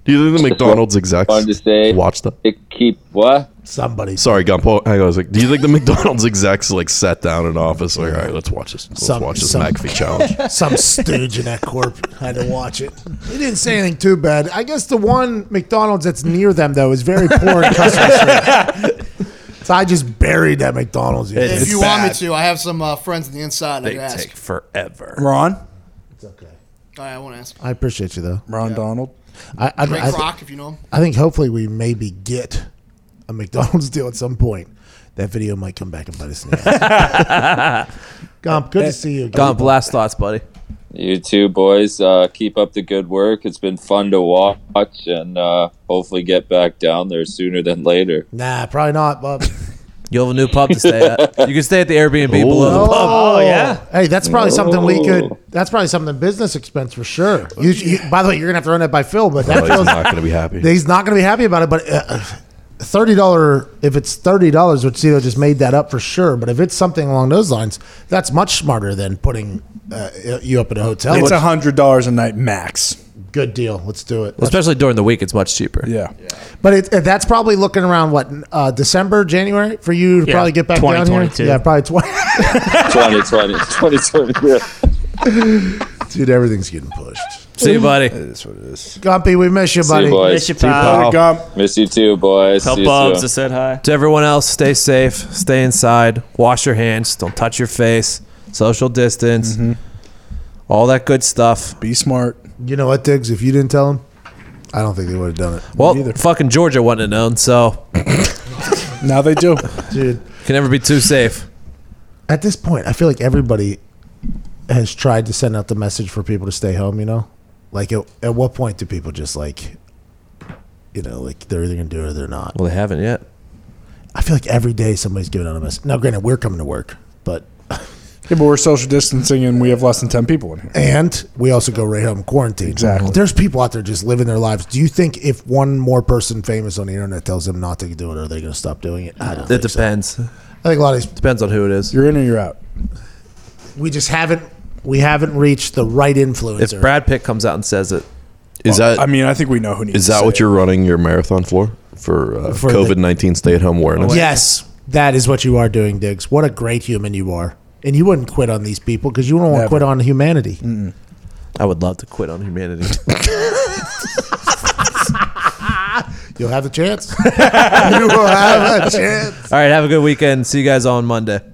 [SPEAKER 8] Do you think the McDonald's execs
[SPEAKER 5] Wanted to say,
[SPEAKER 8] watch that?
[SPEAKER 5] keep what?
[SPEAKER 4] Somebody.
[SPEAKER 8] Sorry, Gumpo. I was like, do you think the McDonald's execs like sat down in office like, all right, let's watch this. Let's watch this McAfee challenge.
[SPEAKER 4] Some stooge in that corp had to watch it.
[SPEAKER 14] They didn't say anything too bad. I guess the one McDonald's that's near them though is very poor in customer service.
[SPEAKER 4] So I just buried that McDonald's.
[SPEAKER 7] if you want me to, I have some uh, friends on the inside. I can ask.
[SPEAKER 1] forever.
[SPEAKER 6] Ron?
[SPEAKER 7] All right, I won't ask.
[SPEAKER 4] I appreciate you though,
[SPEAKER 6] Ron Donald.
[SPEAKER 4] I, I,
[SPEAKER 7] Ray
[SPEAKER 4] I,
[SPEAKER 7] Kroc, if you know him.
[SPEAKER 4] I think hopefully we maybe get a McDonald's deal at some point. That video might come back and bite us in the ass. Gump, good to see you.
[SPEAKER 1] Gump, last thoughts, buddy.
[SPEAKER 5] You too, boys. Uh, keep up the good work. It's been fun to watch, and uh, hopefully get back down there sooner than later.
[SPEAKER 4] Nah, probably not, Bob.
[SPEAKER 1] You'll have a new pub to stay at. You can stay at the Airbnb below the pub.
[SPEAKER 8] Oh,
[SPEAKER 4] Oh. Hey, that's probably something we could.
[SPEAKER 1] Oh.
[SPEAKER 4] That's probably something business expense for sure. You, you, by the way, you're gonna have to run it by Phil, but that
[SPEAKER 8] Oh, he's
[SPEAKER 4] feels,
[SPEAKER 8] not gonna be happy.
[SPEAKER 4] He's not gonna be happy about it. But uh, thirty dollar, if it's thirty dollars, which Cito just made that up for sure. But if it's something along those lines, that's much smarter than putting uh, you up at a hotel.
[SPEAKER 6] It's
[SPEAKER 4] which-
[SPEAKER 6] hundred dollars a night max.
[SPEAKER 4] Good deal. Let's do it.
[SPEAKER 1] Especially during the week, it's much cheaper.
[SPEAKER 6] Yeah.
[SPEAKER 4] But it, that's probably looking around what uh, December, January for you to
[SPEAKER 5] Yeah,
[SPEAKER 4] probably get back down here.
[SPEAKER 5] 2022.
[SPEAKER 4] Yeah, probably twenty.
[SPEAKER 5] 2020, 2020. Yeah.
[SPEAKER 4] Dude, everything's getting pushed.
[SPEAKER 1] See you, buddy.
[SPEAKER 6] That's what it is.
[SPEAKER 4] Gumpy, we miss you,
[SPEAKER 5] See
[SPEAKER 4] buddy.
[SPEAKER 5] you, boys. Miss you too, boys.
[SPEAKER 1] Tell
[SPEAKER 5] See you
[SPEAKER 1] Bubs
[SPEAKER 5] soon.
[SPEAKER 1] I said hi. To everyone else, stay safe, stay inside, wash your hands, don't touch your face, social distance,
[SPEAKER 4] Mm-hmm.
[SPEAKER 1] all that good stuff.
[SPEAKER 6] Be smart.
[SPEAKER 4] You know what, Diggs? If you didn't tell him, I don't think they would have done it.
[SPEAKER 1] Well, fucking Georgia wouldn't have known, so.
[SPEAKER 6] now they do.
[SPEAKER 4] Dude.
[SPEAKER 1] Can never be too safe.
[SPEAKER 4] At this point, I feel like everybody has tried to send out the message for people to stay home. You know, like at, at what point do people just like, you know, like they're either gonna do it or they're not.
[SPEAKER 1] Well, they haven't yet.
[SPEAKER 4] I feel like every day somebody's giving out a message. Now, granted, we're coming to work, but
[SPEAKER 6] Yeah, but we're social distancing and we have less than ten people in here.
[SPEAKER 4] and we also go right home quarantine. Exactly. There's people out there just living their lives. Do you think if one more person famous on the internet tells them not to do it, are they gonna stop doing it? I don't.
[SPEAKER 1] It depends.
[SPEAKER 4] I think a lot of these
[SPEAKER 1] depends on who it is.
[SPEAKER 6] You're in or you're out.
[SPEAKER 4] We just haven't. We haven't reached the right
[SPEAKER 1] If
[SPEAKER 4] influencer.
[SPEAKER 1] Brad Pitt comes out and says it,
[SPEAKER 8] Is that?
[SPEAKER 6] I mean, I think we know who needs.
[SPEAKER 8] Is that what you're running your marathon for? For, uh,
[SPEAKER 4] For the-
[SPEAKER 8] COVID nineteen stay at home awareness?
[SPEAKER 4] Yes, that is what you are doing, Diggs. What a great human you are. And you wouldn't quit on these people because you don't want to
[SPEAKER 1] Never.
[SPEAKER 4] quit on humanity.
[SPEAKER 1] I would love to quit on humanity.
[SPEAKER 4] You'll have a chance. you will have a chance.
[SPEAKER 1] All right, have a good weekend. See you guys on Monday.